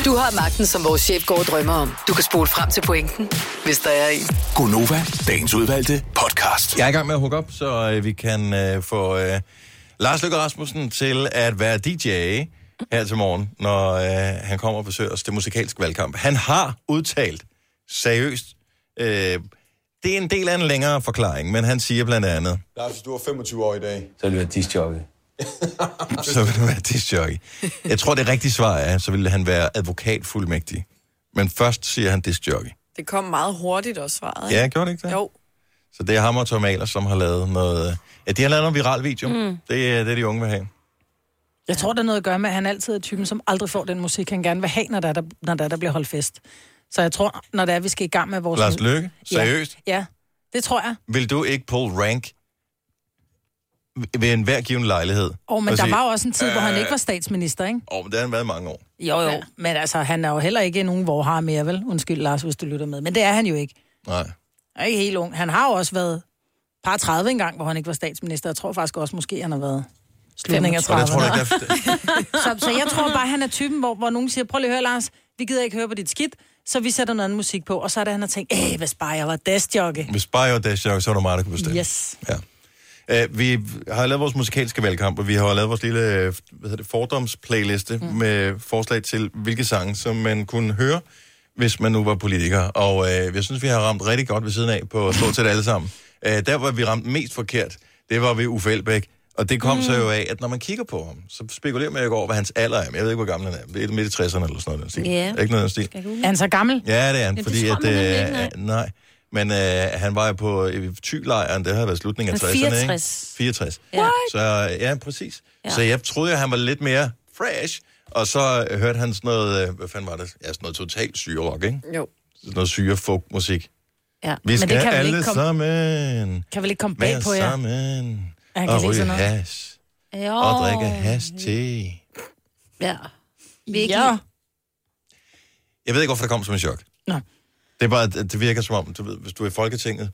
Speaker 9: Du har magten, som vores chef går og drømmer om. Du kan spole frem til pointen, hvis der er en.
Speaker 10: Gonova, dagens udvalgte podcast.
Speaker 1: Jeg er i gang med at hugge op, så øh, vi kan øh, få øh, Lars Løkke Rasmussen til at være DJ her til morgen, når øh, han kommer og besøger os til musikalsk valgkamp. Han har udtalt seriøst, øh, det er en del af en længere forklaring, men han siger blandt andet,
Speaker 7: Lars, hvis altså, du var 25 år i dag,
Speaker 8: Så vil det være disjobbet.
Speaker 1: så vil du være disjockey. Jeg tror, det rigtige svar er, så ville han være advokatfuldmægtig. Men først siger han disjockey.
Speaker 3: Det kom meget hurtigt også, svaret. ikke?
Speaker 1: Ja, gjorde det ikke det?
Speaker 3: Jo,
Speaker 1: Så det er ham og Tom Ahlers, som har lavet noget... øh, Ja, de har lavet noget viral video. Mm. Det er det, de unge vil have.
Speaker 4: Jeg tror, der er noget at gøre med, at han altid er typen, som aldrig får den musik, han gerne vil have, når der, er der, når der, er, der bliver holdt fest. Så jeg tror, når det er, vi skal i gang med vores...
Speaker 1: Lars Løkke, seriøst?
Speaker 4: Ja, ja, det tror jeg.
Speaker 1: vil du ikke pull rank ved enhver given lejlighed?
Speaker 4: Og, men
Speaker 1: Og
Speaker 4: der
Speaker 1: sige,
Speaker 4: var jo også en tid, hvor han
Speaker 1: øh,
Speaker 4: ikke var statsminister, ikke?
Speaker 1: Åh, oh, men det har han været i mange år.
Speaker 4: Jo, jo. Ja. Men altså, han er jo heller ikke nogen vorhar mere, vel? Undskyld, Lars, hvis du lytter med. Men det er han jo ikke.
Speaker 1: Nej.
Speaker 4: Han er ikke helt ung. Han har jo også været par 30 engang, hvor han ikke var statsminister. Jeg tror faktisk også, måske han har været slutningen af
Speaker 1: Og det
Speaker 4: 30.
Speaker 1: tror du ikke, der...
Speaker 4: [LAUGHS] Så, så jeg tror bare, han er typen, hvor, hvor nogen siger, prøv lige at høre, Lars, vi gider ikke høre på dit skidt, så vi sætter noget andet musik på. Og så er det, han har tænkt, æh, hvis bare jeg var deskjokke.
Speaker 1: Hvis bare jeg var dash, så var der meget, der kunne bestemme.
Speaker 4: Yes.
Speaker 1: Ja. Uh, vi har lavet vores musikalske valgkamp, og vi har lavet vores lille øh, hvad hedder det, fordomsplayliste mm. med forslag til, hvilke sange, som man kunne høre, hvis man nu var politiker. Og uh, jeg synes, vi har ramt rigtig godt ved siden af på stort set alle sammen. Uh, der, hvor vi ramte mest forkert, det var ved Uffe Elbæk Og det kom mm. så jo af, at når man kigger på ham, så spekulerer man jo ikke over, hvad hans alder er. Men Jeg ved ikke, hvor gammel han er. Det er midt i 60'erne eller sådan noget. den stil.
Speaker 4: Ja.
Speaker 1: Ikke noget af den stil.
Speaker 4: Er han så gammel?
Speaker 1: Ja, det er han,
Speaker 4: Jamen, det
Speaker 1: fordi
Speaker 4: tror
Speaker 1: at...
Speaker 4: man nemlig
Speaker 1: øh,
Speaker 4: ikke, nej.
Speaker 1: nej. Men øh, han var jo på øh, Thy-lejren, det har været slutningen af
Speaker 4: Han er
Speaker 1: 60'erne, ikke?
Speaker 4: 64.
Speaker 1: 64.
Speaker 4: Ja. What?
Speaker 1: Så øh, ja, præcis.
Speaker 4: Ja.
Speaker 1: Ja. Så jeg troede, at han var lidt mere fresh, og så øh, hørte han sådan noget, øh, hvad fanden var det? Ja, sådan noget totalt syre-rock, ikke?
Speaker 3: Jo.
Speaker 1: Sådan noget syre-folk-musik.
Speaker 2: Ja.
Speaker 1: Vi skal
Speaker 4: vel
Speaker 1: alle
Speaker 4: ikke komme,
Speaker 1: sammen
Speaker 4: kan vel ikke komme bag
Speaker 1: være
Speaker 4: på jer?
Speaker 1: sammen
Speaker 4: At han kan
Speaker 1: og
Speaker 4: lide
Speaker 1: ryge
Speaker 4: sådan noget.
Speaker 1: hash
Speaker 2: Jo.
Speaker 1: og drikke hash te.
Speaker 2: Ja. Vi er ikke
Speaker 4: Ja.
Speaker 1: Jeg ved ikke, hvorfor det kom som en chok.
Speaker 4: Nå.
Speaker 1: Det er bare, at det virker som om, du ved, hvis du er i Folketinget,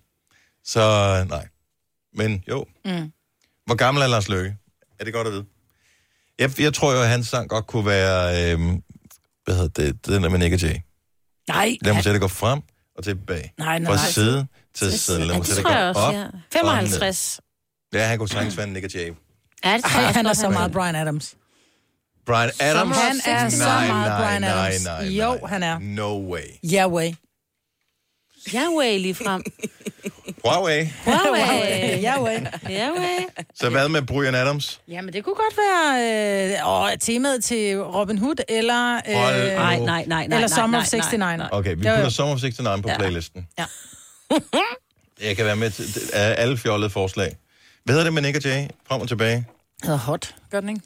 Speaker 1: så nej. Men jo.
Speaker 4: Mm.
Speaker 1: Hvor gammel er Lars Løkke? Er det godt at vide? Jeg, jeg tror jo, at hans sang godt kunne være, øhm, hvad hedder det, den der med Nick Jay.
Speaker 4: Nej.
Speaker 1: Lad mig se, det går frem og tilbage.
Speaker 4: Nej, nej,
Speaker 1: Fra
Speaker 4: nej.
Speaker 1: side til side. Lad
Speaker 2: Ja,
Speaker 1: mig se,
Speaker 2: det
Speaker 1: det
Speaker 2: tror
Speaker 1: går
Speaker 2: jeg også,
Speaker 1: op
Speaker 2: ja.
Speaker 1: og ned.
Speaker 2: 55.
Speaker 1: Ja, han kunne sagtens være en Nick Jay.
Speaker 2: Ja, det tror
Speaker 4: Ej,
Speaker 2: jeg
Speaker 4: han er
Speaker 2: også,
Speaker 4: så meget Brian Adams.
Speaker 1: Brian Adams?
Speaker 4: Han er så
Speaker 1: Nej,
Speaker 4: meget
Speaker 1: nej,
Speaker 4: Bryan Adams.
Speaker 1: Nej, nej, nej.
Speaker 4: Jo, han er.
Speaker 1: No way.
Speaker 4: Yeah way.
Speaker 2: Yahweh lige frem.
Speaker 1: Huawei.
Speaker 2: Huawei.
Speaker 4: Yeah way.
Speaker 2: Yahweh.
Speaker 1: Så hvad med Brian Adams?
Speaker 4: Jamen, det kunne godt være øh, åh, temaet til Robin Hood, eller... Øh,
Speaker 1: Hold nu.
Speaker 2: Nej, nej, nej, nej.
Speaker 4: Eller
Speaker 2: nej,
Speaker 4: Summer
Speaker 2: nej,
Speaker 4: of 69.
Speaker 2: nej, nej.
Speaker 1: Okay, vi
Speaker 4: Jo, jo.
Speaker 1: putter Summer of 69 på ja. playlisten.
Speaker 4: Ja.
Speaker 1: [LAUGHS] Jeg kan være med til det er alle fjollede forslag. Hvad hedder det med Nick og Jay? Frem og tilbage?
Speaker 4: hedder Hot. Gør den ikke?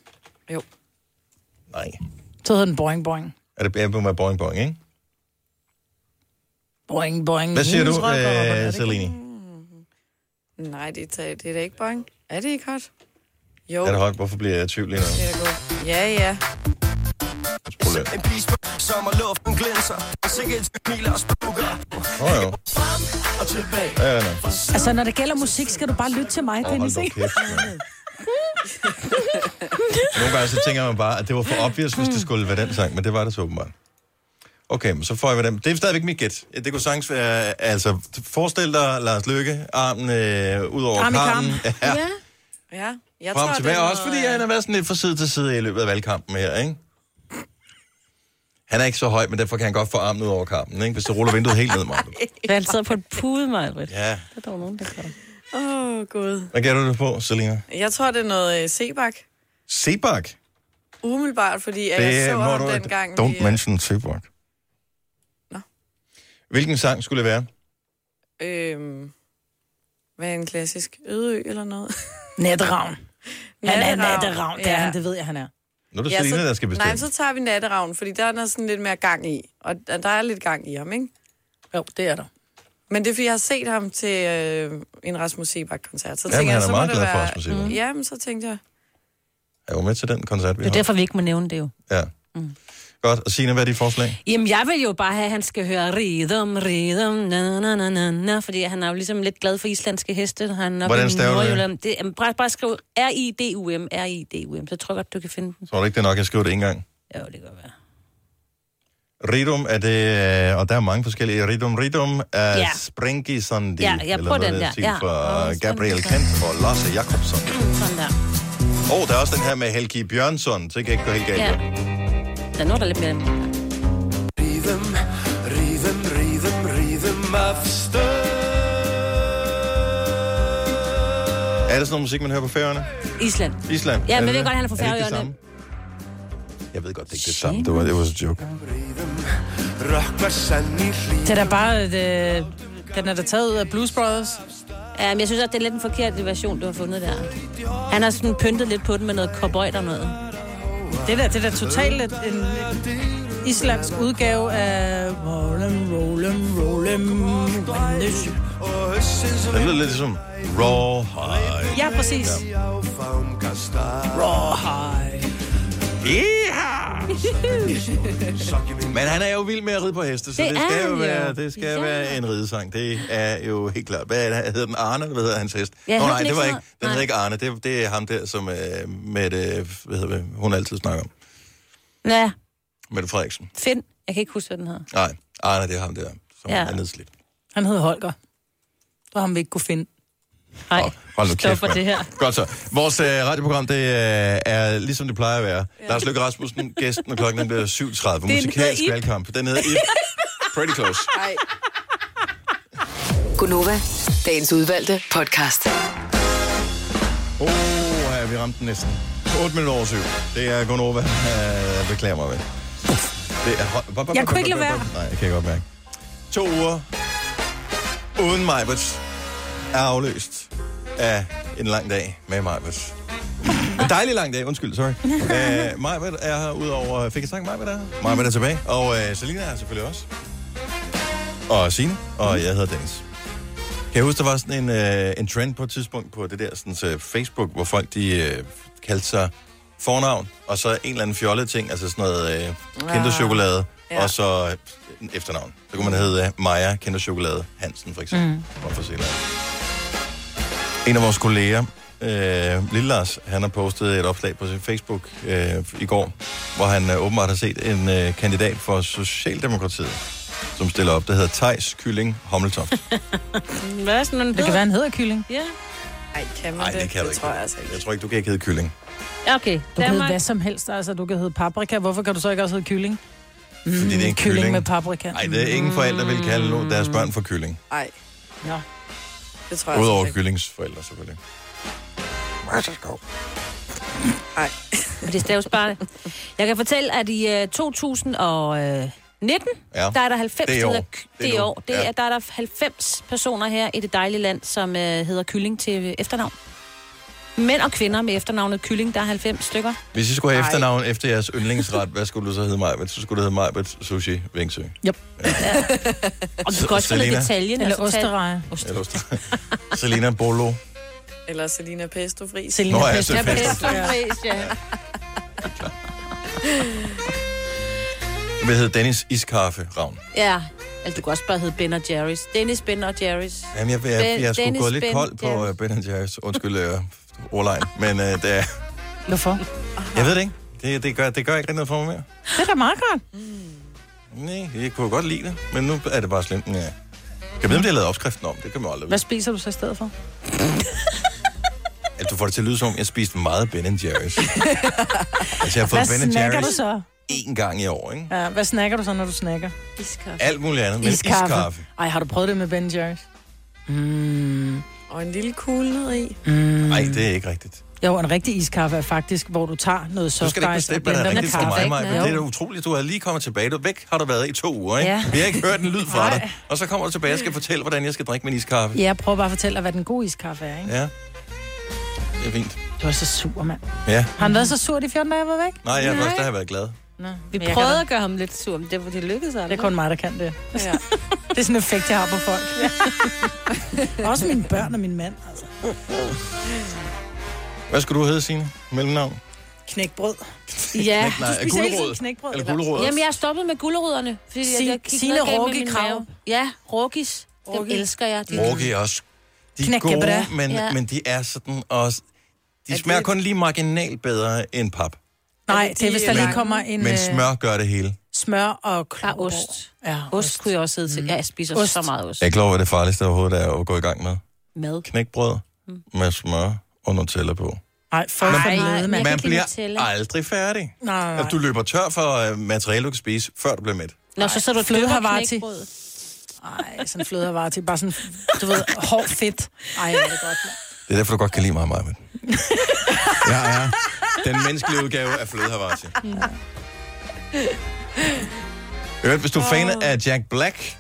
Speaker 1: Nej.
Speaker 4: Så hedder den Boing Boing.
Speaker 1: Er det Bambo med Boing Boing, ikke?
Speaker 4: Boing Boing.
Speaker 1: Hvad siger du,
Speaker 4: Hendes røv går op og ned.
Speaker 1: øh,
Speaker 4: Er det ikke-
Speaker 1: Selini?
Speaker 3: Nej, det er, det er da ikke boing. Er det ikke hot? Jo,
Speaker 1: Er det højt? Hvorfor bliver jeg i tvivl lige nu?
Speaker 3: det er da godt. Ja, ja.
Speaker 1: Prøv lige.
Speaker 10: Sommerluften glinser, og sikkert smiler og spukker.
Speaker 1: Åh oh, jo.
Speaker 10: Og tilbage.
Speaker 1: Ja, ja, nej.
Speaker 4: Altså, når det gælder musik, skal du bare lytte til mig,
Speaker 1: Åh,
Speaker 4: Dennis,
Speaker 1: hold
Speaker 4: ikke?
Speaker 1: nu kæft, mand. Nogle gange så tænker man bare, at det var for obvious, hvis det skulle være den sang, men det var det så åbenbart. Okay, men så får jeg den. Det er stadigvæk mit gæt. Det kunne sagtens være, altså, forestil dig Lars Løkke, armen øh, ud over
Speaker 4: Arm i
Speaker 1: karmen. [LAUGHS] Ja,
Speaker 2: Ja.
Speaker 3: ja. Jeg
Speaker 1: frem og tilbage.
Speaker 3: det er
Speaker 1: Også fordi
Speaker 3: noget-
Speaker 1: han har været sådan lidt fra side til side i løbet af valgkampen her, ikke? Han er ikke så høj, men derfor kan han godt få armen ud over kampen, ikke? Hvis du ruller vinduet helt ned, Martin.
Speaker 2: Det er altid på et pude, Majbrit. Ja.
Speaker 1: Ja.
Speaker 2: Der er dog nogen, der gør.
Speaker 3: Åh, oh, gud.
Speaker 1: Hvad gætter du det på, Selina?
Speaker 3: Jeg tror, det er noget øh, sebak.
Speaker 1: Sebak?
Speaker 3: Umiddelbart, fordi at jeg
Speaker 1: Det
Speaker 3: så
Speaker 1: må
Speaker 3: ham
Speaker 1: du...
Speaker 3: dengang.
Speaker 1: Don't
Speaker 3: vi, øh,
Speaker 1: mention Sebak.
Speaker 3: Nå.
Speaker 1: Hvilken sang skulle det være?
Speaker 3: Øhm, hvad er en klassisk ødeø eller noget?
Speaker 4: Natteravn. Han er
Speaker 3: Natteravn.
Speaker 4: natteravn. Det er
Speaker 3: Ja.
Speaker 4: han, det ved jeg, han er.
Speaker 1: Nu er det Selina, der skal bestemme.
Speaker 3: Nej, så tager vi natteravn, fordi der er der sådan lidt mere gang i. Og der der er lidt gang i ham, ikke?
Speaker 4: Jo, det er der.
Speaker 3: Men det er, fordi jeg har set ham til øh, en Rasmus Sebak-koncert. Så
Speaker 1: Jamen,
Speaker 3: tænker
Speaker 1: han
Speaker 3: jeg,
Speaker 1: er
Speaker 3: så
Speaker 1: meget
Speaker 3: må
Speaker 1: glad
Speaker 3: det
Speaker 1: for
Speaker 3: være... Mm.
Speaker 1: Rasmus Seebach.
Speaker 3: Ja, men så tænkte jeg...
Speaker 1: Jeg var med til den koncert, vi
Speaker 2: Det er Mm.
Speaker 1: har.
Speaker 2: derfor, vi ikke må nævne det jo.
Speaker 1: Ja. Godt. Og Signe, hvad er dit forslag?
Speaker 2: Jamen, jeg vil jo bare have, at han skal høre rhythm, rhythm, na, na, na, na, na, fordi han er jo ligesom lidt glad for islandske heste. Han er
Speaker 1: Hvordan staver du det?
Speaker 2: du det? Jamen, bare, bare skriv R-I-D-U-M, R-I-D-U-M, så tror jeg godt, du kan finde den.
Speaker 1: Tror du ikke, det er nok, jeg skriver det en gang?
Speaker 2: Jo, det kan godt være.
Speaker 1: Ridum er det, øh, og der er mange forskellige. Ridum Ridum er ja.
Speaker 2: Ja.
Speaker 1: Springi Sandi.
Speaker 2: Ja, jeg prøver den der,
Speaker 1: Ja.
Speaker 2: ja.
Speaker 1: Fra
Speaker 2: Og
Speaker 1: Gabriel
Speaker 2: Sprengi
Speaker 1: Kent og Lasse Jakobsen.
Speaker 2: Sådan der.
Speaker 1: Og oh, der er også den her med Helgi Bjørnsson, så det kan ikke gå helt galt.
Speaker 2: Ja.
Speaker 1: Ja.
Speaker 2: Der er noget, der er lidt mere...
Speaker 10: Rhythm, rhythm, rhythm, rhythm of
Speaker 1: Er det sådan noget musik, man hører på færøerne?
Speaker 2: Island.
Speaker 1: Island?
Speaker 2: Ja,
Speaker 1: er
Speaker 2: men jeg ved
Speaker 1: det?
Speaker 2: godt, han er fra
Speaker 1: det ikke det
Speaker 2: Færøerne.
Speaker 1: samme? Jeg ved godt, det er ikke det samme. Det var, det var en joke.
Speaker 10: Rocker sand i
Speaker 4: Det er da bare... øh, Det, den er da taget ud af Blues Brothers.
Speaker 2: Ja, men jeg synes, at det er lidt en forkert version, du har fundet der. Han har sådan pyntet lidt på den med noget cowboy og noget.
Speaker 4: Det der, det der totalt et- en, en islandsk udgave af... Rollem, rollem, rollem.
Speaker 1: Det lyder lidt som Raw High.
Speaker 4: Ja, præcis.
Speaker 1: Men han er jo vild med at ride på heste, så det,
Speaker 2: Det
Speaker 1: det
Speaker 2: er
Speaker 1: skal
Speaker 2: han
Speaker 1: jo
Speaker 2: jo.
Speaker 1: være, det skal
Speaker 2: Ja.
Speaker 1: være en ridesang. Det er jo helt klart. Hvad er det? hedder den? Arne, eller hvad hedder hans hest?
Speaker 2: Ja,
Speaker 1: Nå,
Speaker 2: hed
Speaker 1: nej,
Speaker 2: den
Speaker 1: det
Speaker 2: ikke
Speaker 1: var
Speaker 2: sådan
Speaker 1: ikke.
Speaker 2: noget?
Speaker 1: Den hedder
Speaker 2: Nej.
Speaker 1: ikke Arne. Det, det er ham der, som øh, Mette, hvad hedder det, hun altid snakker om.
Speaker 2: Ja,
Speaker 1: Mette Frederiksen.
Speaker 2: Finn. Jeg kan ikke huske, hvad den hedder.
Speaker 1: Nej, Arne, det er ham der, som ja.
Speaker 2: Ja.
Speaker 1: er nedslidt.
Speaker 4: Han hed Holger. Det var ham, vi ikke kunne finde.
Speaker 2: Nej,
Speaker 1: Hold nu
Speaker 2: stop
Speaker 1: kæft,
Speaker 2: for
Speaker 1: mand.
Speaker 2: det her.
Speaker 1: Godt så. Vores øh, radioprogram, det øh, er ligesom det plejer at være. Ja. Lars Løkke Rasmussen, gæsten, og klokken den bliver 7.30. Musikalsk
Speaker 2: hedder Ib.
Speaker 1: valgkamp. Den hedder Ip. Pretty close.
Speaker 3: Ej,
Speaker 9: Gunova, dagens udvalgte podcast.
Speaker 1: Oh, Ja, vi ramte den næsten. 8 minutter over syv. Det er Gonova. Uh, beklager mig, vel. Det er... hot- bop, bop,
Speaker 2: Jeg
Speaker 1: bop,
Speaker 2: kunne
Speaker 1: bop,
Speaker 2: ikke lade
Speaker 1: bop,
Speaker 2: være.
Speaker 1: bop. Nej, jeg kan jeg godt mærke. To uger uden Majbets er afløst af en lang dag med Majbets. En dejlig lang dag, undskyld,
Speaker 2: [LAUGHS]
Speaker 1: sorry. Uh, Majbet er her udover... Fik jeg sagt Majbet er her? Majbet er tilbage, og uh, Selina er her selvfølgelig også. Og Signe,
Speaker 2: Mm.
Speaker 1: og jeg hedder Dennis. Kan jeg huske, der var sådan en, øh, en trend på et tidspunkt på det der sådan, så Facebook, hvor folk de øh, kaldte sig fornavn, og så en eller anden fjollet ting, altså sådan noget øh, kinderchokolade,
Speaker 3: Ja.
Speaker 1: ja. og så øh, efternavn. Så kunne man hedde øh, Maja Kinderchokolade Hansen, for eksempel. Mm. Hvorfor se noget. En af vores kolleger, øh, Lille Lars, han har postet et opslag på sin Facebook øh, i går, hvor han øh, åbenbart har set en øh, kandidat for Socialdemokratiet, som stiller op, der hedder Tejs Kylling Hommeltoft.
Speaker 2: Hvad er sådan en
Speaker 4: Det kan være, han hedder kylling.
Speaker 2: Ja,
Speaker 3: Ej, kan man
Speaker 1: Nej,
Speaker 3: det?
Speaker 1: det kan du
Speaker 3: det
Speaker 1: ikke.
Speaker 3: tror jeg altså ikke. Mm,
Speaker 1: Jeg tror ikke, du kan ikke hedde kylling.
Speaker 2: Ja, okay.
Speaker 4: Du kan hedde hvad som helst, altså du kan hedde paprika. Hvorfor kan du så ikke også hedde kylling?
Speaker 1: Fordi det er en
Speaker 4: Kylling,
Speaker 1: kylling.
Speaker 4: med paprika.
Speaker 1: Nej, det er ingen forældre, vil kalde lo- deres
Speaker 3: Mm.
Speaker 1: børn for kylling.
Speaker 3: Ej,
Speaker 4: Nå.
Speaker 3: det tror jeg
Speaker 1: Udover
Speaker 3: altså ikke.
Speaker 1: kyllings forældre, selvfølgelig.
Speaker 3: Ej.
Speaker 2: Men det staves bare... Jeg kan fortælle, at i øh, 2019,
Speaker 1: Ja.
Speaker 2: øh, der er der 90
Speaker 1: Det er i år.
Speaker 2: hedder- Det er i
Speaker 1: nu.
Speaker 2: år. Det
Speaker 1: Ja.
Speaker 2: er, der er der 90 personer her i det dejlige land, som øh, hedder Kylling til efternavn. Mænd og kvinder med efternavnet Kylling, der er 90 stykker.
Speaker 1: Hvis I skulle have
Speaker 3: Ej.
Speaker 1: efternavn efter jeres yndlingsret, hvad skulle du så hedde Majbet? Så skulle du hedde Majbet Sushi Vingsø.
Speaker 2: Og du kan også få lidt
Speaker 1: Selena.
Speaker 2: detaljen.
Speaker 4: Eller
Speaker 2: altså, tag-
Speaker 4: ostereje.
Speaker 1: Eller [LAUGHS] Selena Bolo.
Speaker 3: Eller Selina Pesto Fri.
Speaker 4: Selina
Speaker 1: Nå, ja,
Speaker 4: Pesto.
Speaker 2: Ja,
Speaker 1: selvfølgelig.
Speaker 2: pesto fris, ja.
Speaker 1: Hvad hedder Dennis Iskaffe Ravn?
Speaker 2: Ja, altså du kan også bare hedde Ben og Jerry's. Dennis, Ben og Jerry's.
Speaker 1: Jamen, jeg, jeg, jeg, jeg skulle
Speaker 2: Dennis
Speaker 1: gå lidt
Speaker 2: Ben
Speaker 1: kold på
Speaker 2: Jerry's.
Speaker 1: uh, Ben Jerry's. Undskyld, uh, ordlejen. Men uh, det er,
Speaker 4: Hvorfor?
Speaker 1: jeg ved det ikke. Det, det, gør, det gør ikke rigtig noget for mig mere.
Speaker 4: Det er da meget godt.
Speaker 1: Nej, jeg kunne godt lide det, men nu er det bare slemt. Ja. Jeg ved, om de har lavet opskriften om. Det kan man aldrig
Speaker 4: Hvad
Speaker 1: vide.
Speaker 4: spiser du så i stedet for?
Speaker 1: At du får det til at lyde som, om, jeg spiste meget Ben
Speaker 4: [LAUGHS]
Speaker 1: Jerry's. altså, jeg har
Speaker 4: Hvad
Speaker 1: fået Ben
Speaker 4: snakker du
Speaker 1: Jerry's
Speaker 4: så?
Speaker 1: én gang i år, ikke?
Speaker 4: Ja, hvad snakker du så, når du snakker?
Speaker 2: Iskaffe.
Speaker 1: Alt muligt andet, men iskaffe. iskaffe.
Speaker 4: Ej, har du prøvet det med Ben Jerry's?
Speaker 3: Og en lille kugle ned i.
Speaker 1: Nej, det er ikke rigtigt.
Speaker 4: Jo, en rigtig iskaffe er faktisk, hvor du tager noget
Speaker 1: Du skal da ikke
Speaker 4: softdice
Speaker 1: bestemme, hvad der er
Speaker 4: blender med
Speaker 1: rigtigt for
Speaker 4: kaffe.
Speaker 1: mig,
Speaker 2: ikke?
Speaker 1: Maja. men
Speaker 2: Jo.
Speaker 1: Det er da utroligt, du er lige kommet tilbage. Du væk har du været i to uger, ikke?
Speaker 4: Ja.
Speaker 1: Vi har ikke hørt en lyd fra dig. Og så kommer du tilbage og skal fortælle, hvordan jeg skal drikke min iskaffe.
Speaker 4: Ja, prøv bare at fortælle dig, hvad den gode iskaffe er, ikke?
Speaker 1: Ja. Det er fint.
Speaker 4: Du er så sur, mand.
Speaker 1: Ja.
Speaker 4: Har han været så sur de 14 dage, jeg var væk?
Speaker 1: Nej, jeg har faktisk der har jeg været glad.
Speaker 4: Nå,
Speaker 2: Vi prøvede at gøre ham lidt sur, men det, det lykkedes aldrig.
Speaker 4: Det er kun mig, der kan det.
Speaker 3: Ja.
Speaker 4: [LAUGHS] Det er sådan en effekt, jeg har på [LAUGHS] folk. Også mine børn og min mand, altså.
Speaker 1: Hvad skulle du hedde, Signe? Mellemnavn?
Speaker 4: Knækbrød.
Speaker 2: Ja.
Speaker 1: Nej,
Speaker 4: spiser hele tiden knækbrød,
Speaker 1: Eller
Speaker 4: eller?
Speaker 1: gulerod.
Speaker 2: Jamen, jeg har stoppet med gulerødderne, fordi
Speaker 4: Si-
Speaker 2: jeg, jeg gik
Speaker 4: Signe
Speaker 2: noget galt med
Speaker 4: Rocky
Speaker 2: min
Speaker 4: Krav.
Speaker 2: mave. Ja, Rokis. Dem
Speaker 4: Rocky.
Speaker 2: elsker jeg. De
Speaker 1: Morgi er også. De er
Speaker 4: Knækkebrød.
Speaker 1: gode, men,
Speaker 2: Ja.
Speaker 1: ja. men de er sådan også... De smager kun lige marginalt bedre end pap.
Speaker 4: Nej,
Speaker 3: det
Speaker 4: det er, hvis der
Speaker 3: de,
Speaker 4: lige
Speaker 3: øh,
Speaker 4: kommer en
Speaker 1: Men
Speaker 4: øh,
Speaker 1: smør gør det hele.
Speaker 4: smør og klor.
Speaker 2: Bare ost.
Speaker 4: Ja,
Speaker 2: Ost kunne jeg også sidde til. Ja, jeg spiser
Speaker 4: Ost.
Speaker 2: så meget Mm. ost.
Speaker 1: Jeg er klar over, hvad det farligste overhovedet er at gå i gang med.
Speaker 2: Mad.
Speaker 1: Knækbrød
Speaker 2: Mm.
Speaker 1: med smør og Nutella på.
Speaker 4: Nej, for
Speaker 2: Ej,
Speaker 4: forlede,
Speaker 2: men- kan
Speaker 4: mand.
Speaker 1: Man
Speaker 2: ikke lide
Speaker 1: bliver
Speaker 2: Nutella.
Speaker 1: aldrig færdig.
Speaker 4: Nej,
Speaker 1: At du løber tør for øh, materiale, du kan spise, før du bliver mæt.
Speaker 2: Nå, så sidder du og
Speaker 4: fløde
Speaker 2: fløde
Speaker 4: har
Speaker 2: har
Speaker 4: varer til. Nej, sådan flødehavare til. Bare sådan, du ved, hård fedt. Ej, hvor er det godt, mand.
Speaker 1: Det er derfor, du godt kan lide mig, [LAUGHS] Maja. Jeg er den menneskelige udgave af fløde Havarti. Øvrigt, hvis du er fan af Jack Black,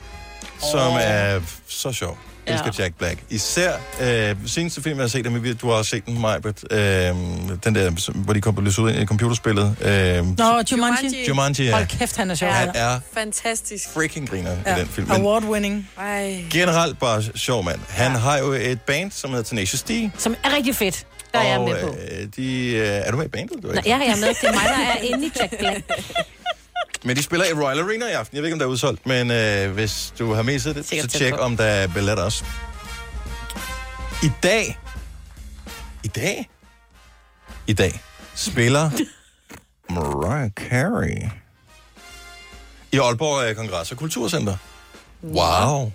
Speaker 1: som er så sjov. Jeg elsker
Speaker 2: Ja.
Speaker 1: Jack Black. Især øh, seneste film, jeg har set, men du har også set den, Majbert. Øh, den der, som- hvor de kom på løs ud ind i computerspillet. Øh,
Speaker 4: Nå, Jumanji.
Speaker 3: Jumanji.
Speaker 1: Jumanji er,
Speaker 4: Hold kæft, han er sjov.
Speaker 1: han
Speaker 4: Ja.
Speaker 1: er
Speaker 3: Fantastisk.
Speaker 1: freaking griner i den film. Men
Speaker 4: Award winning.
Speaker 3: Ej.
Speaker 1: generelt bare sjov mand. Han har jo et band, som hedder Tenacious D.
Speaker 2: Som er rigtig fedt. Der er jeg
Speaker 1: og,
Speaker 2: med på.
Speaker 1: Øh, de, øh, er du med i bandet? Du er
Speaker 2: Nå,
Speaker 1: ikke?
Speaker 2: jeg er med. Det er mig, der er inde i Jack Black.
Speaker 1: Men de spiller i Royal Arena i aften. Jeg ved ikke, om der er udsolgt, men øh, hvis du har misset det,
Speaker 2: Sikkert
Speaker 1: så
Speaker 2: tæt
Speaker 1: tjek,
Speaker 2: på.
Speaker 1: om der er billetter også. I dag... I dag? I dag spiller Mariah Carey i Aalborg øh, Kongress- og Kulturcenter. Wow.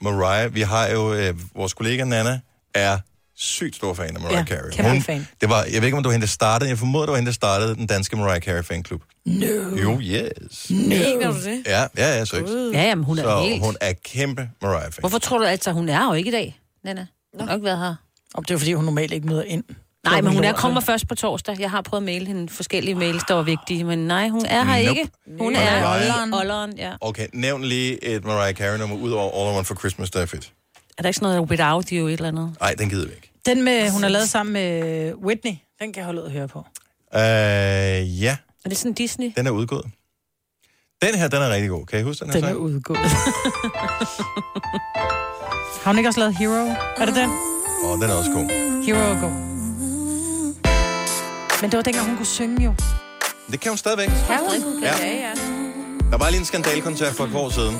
Speaker 1: Mariah, vi har jo... Øh, vores kollega Nana er sygt stor fan af Mariah
Speaker 4: Ja,
Speaker 1: Carey.
Speaker 4: kæmpe fan.
Speaker 1: Det var, jeg ved ikke, om du var hende, der startede. Jeg formoder, det var hende, der startede den danske Mariah Carey fanklub. No. Jo, yes.
Speaker 3: Mener du det?
Speaker 1: Ja, ja, ja, seriøst.
Speaker 2: Ja, jamen, hun er
Speaker 1: Så
Speaker 2: helt...
Speaker 1: hun er kæmpe Mariah fan.
Speaker 2: Hvorfor tror du altså, hun er jo ikke i dag, Nana? Hun har nok været her.
Speaker 4: Og det er jo, fordi hun normalt ikke møder ind.
Speaker 2: Nej, men hun er
Speaker 4: lort,
Speaker 2: kommer
Speaker 4: så.
Speaker 2: først på torsdag. Jeg har prøvet at maile hende forskellige mails, der var vigtige, men nej, hun er her
Speaker 1: Nope.
Speaker 2: ikke. Hun
Speaker 1: Nej.
Speaker 2: er
Speaker 1: Olleren.
Speaker 2: i Olleren, ja.
Speaker 1: Okay, nævn lige et Mariah Carey-nummer ud over All I Want for Christmas, der er fedt.
Speaker 2: Er der ikke sådan noget without you et eller andet?
Speaker 1: Nej, den gider vi ikke.
Speaker 4: Den med, hun har lavet sammen med Whitney, den kan jeg holde ud at høre på.
Speaker 1: Øh, ja,
Speaker 2: Er det sådan Disney?
Speaker 1: den er udgået. Den her, den er rigtig god. Kan I huske den her
Speaker 4: Den er
Speaker 1: sang?
Speaker 4: udgået. [LAUGHS] har hun ikke også lavet Hero? Er det den?
Speaker 1: Åh, oh, den er også god.
Speaker 4: Hero er god. Men det var dengang, hun kunne synge jo.
Speaker 1: Det kan hun stadigvæk.
Speaker 3: Jeg ved ikke, hun kan.
Speaker 1: Ja.
Speaker 3: Ja, ja.
Speaker 1: Der var lige en skandalkoncert for et par år siden.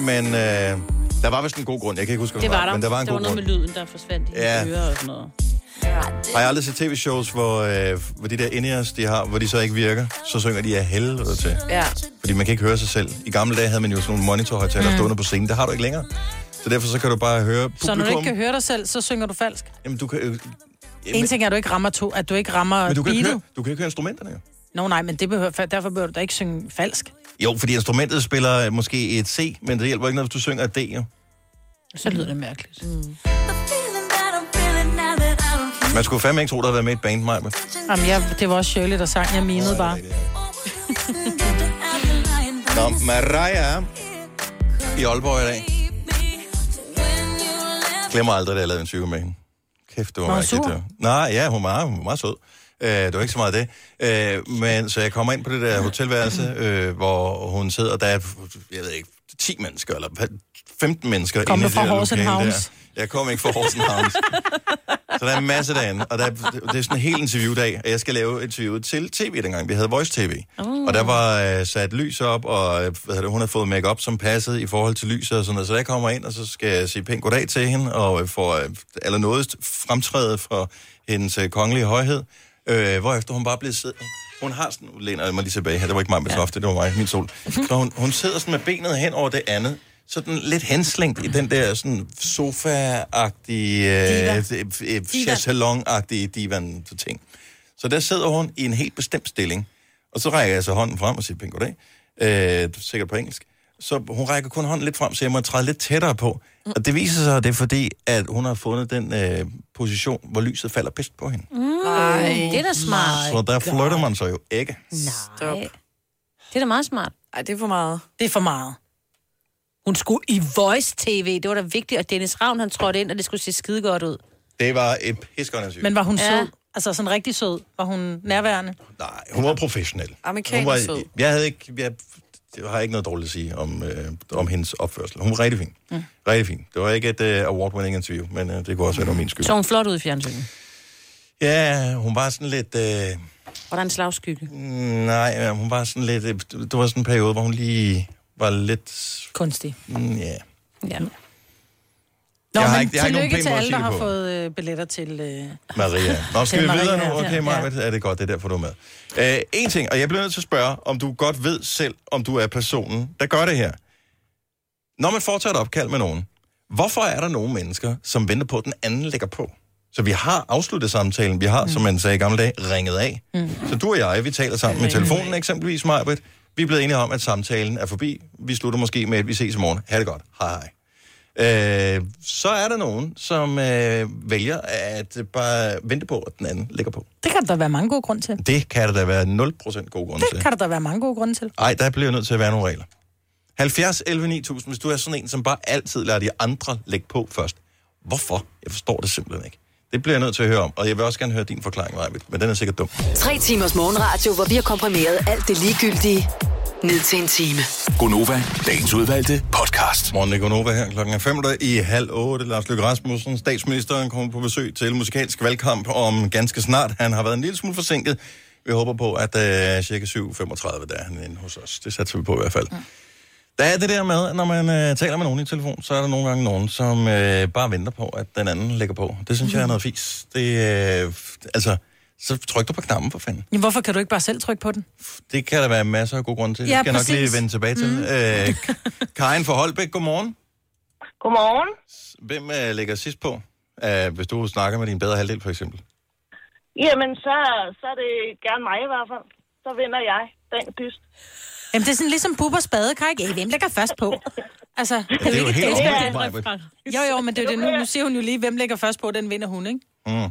Speaker 1: Men øh, der var vist en god grund. Jeg kan ikke huske, hvad
Speaker 2: Det
Speaker 1: den
Speaker 2: var der.
Speaker 1: Men der var en
Speaker 2: der
Speaker 1: god
Speaker 2: var noget
Speaker 1: grund.
Speaker 2: med lyden, der forsvandt i
Speaker 1: Ja.
Speaker 2: ja. ører og sådan noget.
Speaker 1: Har jeg aldrig set tv-shows, hvor, øh, hvor de der in de har, hvor de så ikke virker, så synger de af helvede til.
Speaker 3: ja.
Speaker 1: Fordi man kan ikke høre sig selv. I gamle dage havde man jo sådan nogle monitorhøjtaler mm. stående på scenen. Det har du ikke længere. Så derfor så kan du bare høre publikum.
Speaker 4: Så når du ikke kan høre dig selv, så synger du falsk.
Speaker 1: Jamen, du kan, øh,
Speaker 4: En ting er, at du ikke rammer to, at du ikke rammer
Speaker 1: men du kan, ikke høre,
Speaker 4: beatet.
Speaker 1: du kan ikke høre instrumenterne jo.
Speaker 4: Nå nej, men det behøver, derfor behøver du da ikke synge falsk.
Speaker 1: Jo, fordi instrumentet spiller øh, måske et C, men det hjælper ikke noget, hvis du synger et D jo.
Speaker 2: Så lyder det mærkeligt.
Speaker 1: Man skulle fandme ikke tro, der havde været med i et band, Maja.
Speaker 4: Jamen,
Speaker 6: [LAUGHS]
Speaker 4: jeg, det var også Shirley, der sang. Jeg mimede bare.
Speaker 1: Nå, Mariah i Aalborg i dag. Glemmer aldrig, at jeg lavede en psyko med hende. Kæft, det var
Speaker 4: Var hun
Speaker 1: mærkeligt.
Speaker 4: sur?
Speaker 1: det var. Nej, ja, hun var meget, hun var meget sød. Øh, det var ikke så meget det. Øh, men så jeg kommer ind på det der hotelværelse, øh, hvor hun sidder, og der er, jeg ved ikke, 10 mennesker, eller 15 mennesker
Speaker 4: Kom
Speaker 1: inde i
Speaker 4: du fra
Speaker 1: det der
Speaker 4: Horsens
Speaker 1: lokale
Speaker 4: Havns?
Speaker 1: Der. Jeg kom ikke fra Horsens Havns. Så der er en masse derinde, og der, det er sådan en hel interviewdag, og jeg skal lave et interview til tv dengang. Vi havde Voice TV, oh. og der var øh, sat lys op, og øh, hvad hedder det, hun havde fået makeup som passede i forhold til lyset og sådan noget. Så jeg kommer ind, og så skal jeg sige pænt goddag til hende, og øh, får øh, allernådest fremtræde fra hendes øh, kongelige højhed, øh, hvorefter hun bare blev siddende. Hun har sådan, nu læner jeg mig lige tilbage her, det var ikke mig med tofte, det var mig, min sol. Så hun, hun sidder sådan med benet hen over det andet, sådan lidt henslængt i den der sådan sofa-agtige, øh, øh, øh, chaiselong-agtige divan-ting. Så der sidder hun i en helt bestemt stilling, og så rækker jeg så hånden frem og siger, pænt goddag, øh, sikkert på engelsk. Så hun rækker kun hånden lidt frem, så jeg må træde lidt tættere på. Og det viser sig, at det er fordi, at hun har fundet den øh, position, hvor lyset falder bedst på hende.
Speaker 3: Ej,
Speaker 2: Det er da smart.
Speaker 1: Så der flytter man sig jo ikke.
Speaker 3: stop.
Speaker 2: Det er da meget smart.
Speaker 3: Ej, det er for meget.
Speaker 4: Det er for meget.
Speaker 2: Hun skulle i Voice TV. Det var da vigtigt, og Dennis Ravn han trådte ind, og det skulle se skide godt ud.
Speaker 1: Det var et pisseundersøg.
Speaker 4: Men var hun
Speaker 2: Ja.
Speaker 4: ja. sød? Altså sådan rigtig sød? Var hun nærværende?
Speaker 1: Nej, hun var professionel.
Speaker 3: Amerikaner
Speaker 1: Hun var-
Speaker 3: sød.
Speaker 1: Jeg havde ikke... Jeg, jeg har ikke noget dårligt at sige om, øh, om hendes opførsel. Hun var rigtig fin. Mm. Rigtig fin. Det var ikke et øh, award-winning interview, men øh, det kunne også være noget af min skyld.
Speaker 2: Så hun flot ud i fjernsynet.
Speaker 1: Ja, hun var sådan lidt... Øh,
Speaker 2: Og der er en slagskygge.
Speaker 1: nej, ja, hun var sådan lidt... Øh, det var sådan en periode, hvor hun lige var lidt...
Speaker 2: Kunstig.
Speaker 1: Mm, ja.
Speaker 2: Ja.
Speaker 4: Nå,
Speaker 1: Jeg har
Speaker 4: men
Speaker 1: ikke- jeg har ikke nogen
Speaker 4: tillykke
Speaker 1: pæn
Speaker 4: til
Speaker 1: måde at
Speaker 4: alle,
Speaker 1: sige
Speaker 4: der
Speaker 1: det på.
Speaker 4: har fået øh, billetter til... Øh...
Speaker 1: Maria. [LAUGHS] Nå, skal vi
Speaker 4: Det er
Speaker 1: videre nu?
Speaker 4: Maria,
Speaker 1: Okay,
Speaker 4: ja.
Speaker 1: Maja, ja. er det godt, det er derfor, du er med. Øh, en ting, og jeg bliver nødt til at spørge, om du godt ved selv, om du er personen, der gør det her. Når man foretager et opkald med nogen, hvorfor er der nogle mennesker, som venter på, at den anden lægger på? Så vi har afsluttet samtalen. Vi har, mm. som man sagde i gamle dage, ringet af. Mm. Så du og jeg, vi taler sammen med telefonen eksempelvis, Majbrit. Vi er blevet enige om, at samtalen er forbi. Vi slutter måske med, at vi ses i morgen. Ha' det godt. Hej hej. Øh, så er der nogen, som øh, vælger at bare vente på, at den anden ligger på.
Speaker 4: Det kan der være mange gode grunde til.
Speaker 1: Det kan der da være 0% god grund
Speaker 4: Det
Speaker 1: til.
Speaker 4: kan der da være mange gode grunde til.
Speaker 1: Ej, der bliver nødt til at være nogle regler. 70 11 9000, hvis du er sådan en, som bare altid lader de andre lægge på først. Hvorfor? Jeg forstår det simpelthen ikke. Det bliver jeg nødt til at høre om, og jeg vil også gerne høre din forklaring, Maja, men den er sikkert dum.
Speaker 9: Tre timers morgenradio, hvor vi har komprimeret alt det ligegyldige ned til en time.
Speaker 10: Gonova, dagens udvalgte podcast.
Speaker 1: Morgen Nico Nova her klokken er 5 i halv 8. Lars Løkke Rasmussen, statsministeren, kommer på besøg til musikalsk valgkamp om ganske snart. Han har været en lille smule forsinket. Vi håber på, at øh, cirka 7.35, der er han inde hos os. Det satser vi på i hvert fald. Mm. Der er det der med, at når man øh, taler med nogen i telefon, så er der nogle gange nogen, som øh, bare venter på, at den anden lægger på. Det synes mm. jeg er noget fis. Det, øh, f- altså, så tryk du på knappen for fanden.
Speaker 4: Jamen, hvorfor kan du ikke bare selv trykke på den?
Speaker 1: Det kan der være masser af gode grunde til. Det
Speaker 4: Ja,
Speaker 1: skal jeg nok lige
Speaker 4: præcis.
Speaker 1: vende tilbage til. Mm. Øh, K- Karin fra Holbæk, godmorgen.
Speaker 11: Godmorgen.
Speaker 1: Hvem øh, ligger sidst på? Uh, hvis du snakker med din bedre halvdel, for eksempel.
Speaker 11: Jamen, så, så er det gerne mig i hvert fald. Så vinder jeg den dyst.
Speaker 4: Jamen, det er sådan ligesom Bubber spade, kan ikke? Ja, hvem lægger først på? Altså, ja,
Speaker 1: det er jo helt omvendt, Maj-Brit.
Speaker 4: Jo, jo, men det er jo det nu. Nu siger hun jo lige, hvem lægger først på, den vinder hun, ikke?
Speaker 1: Mm.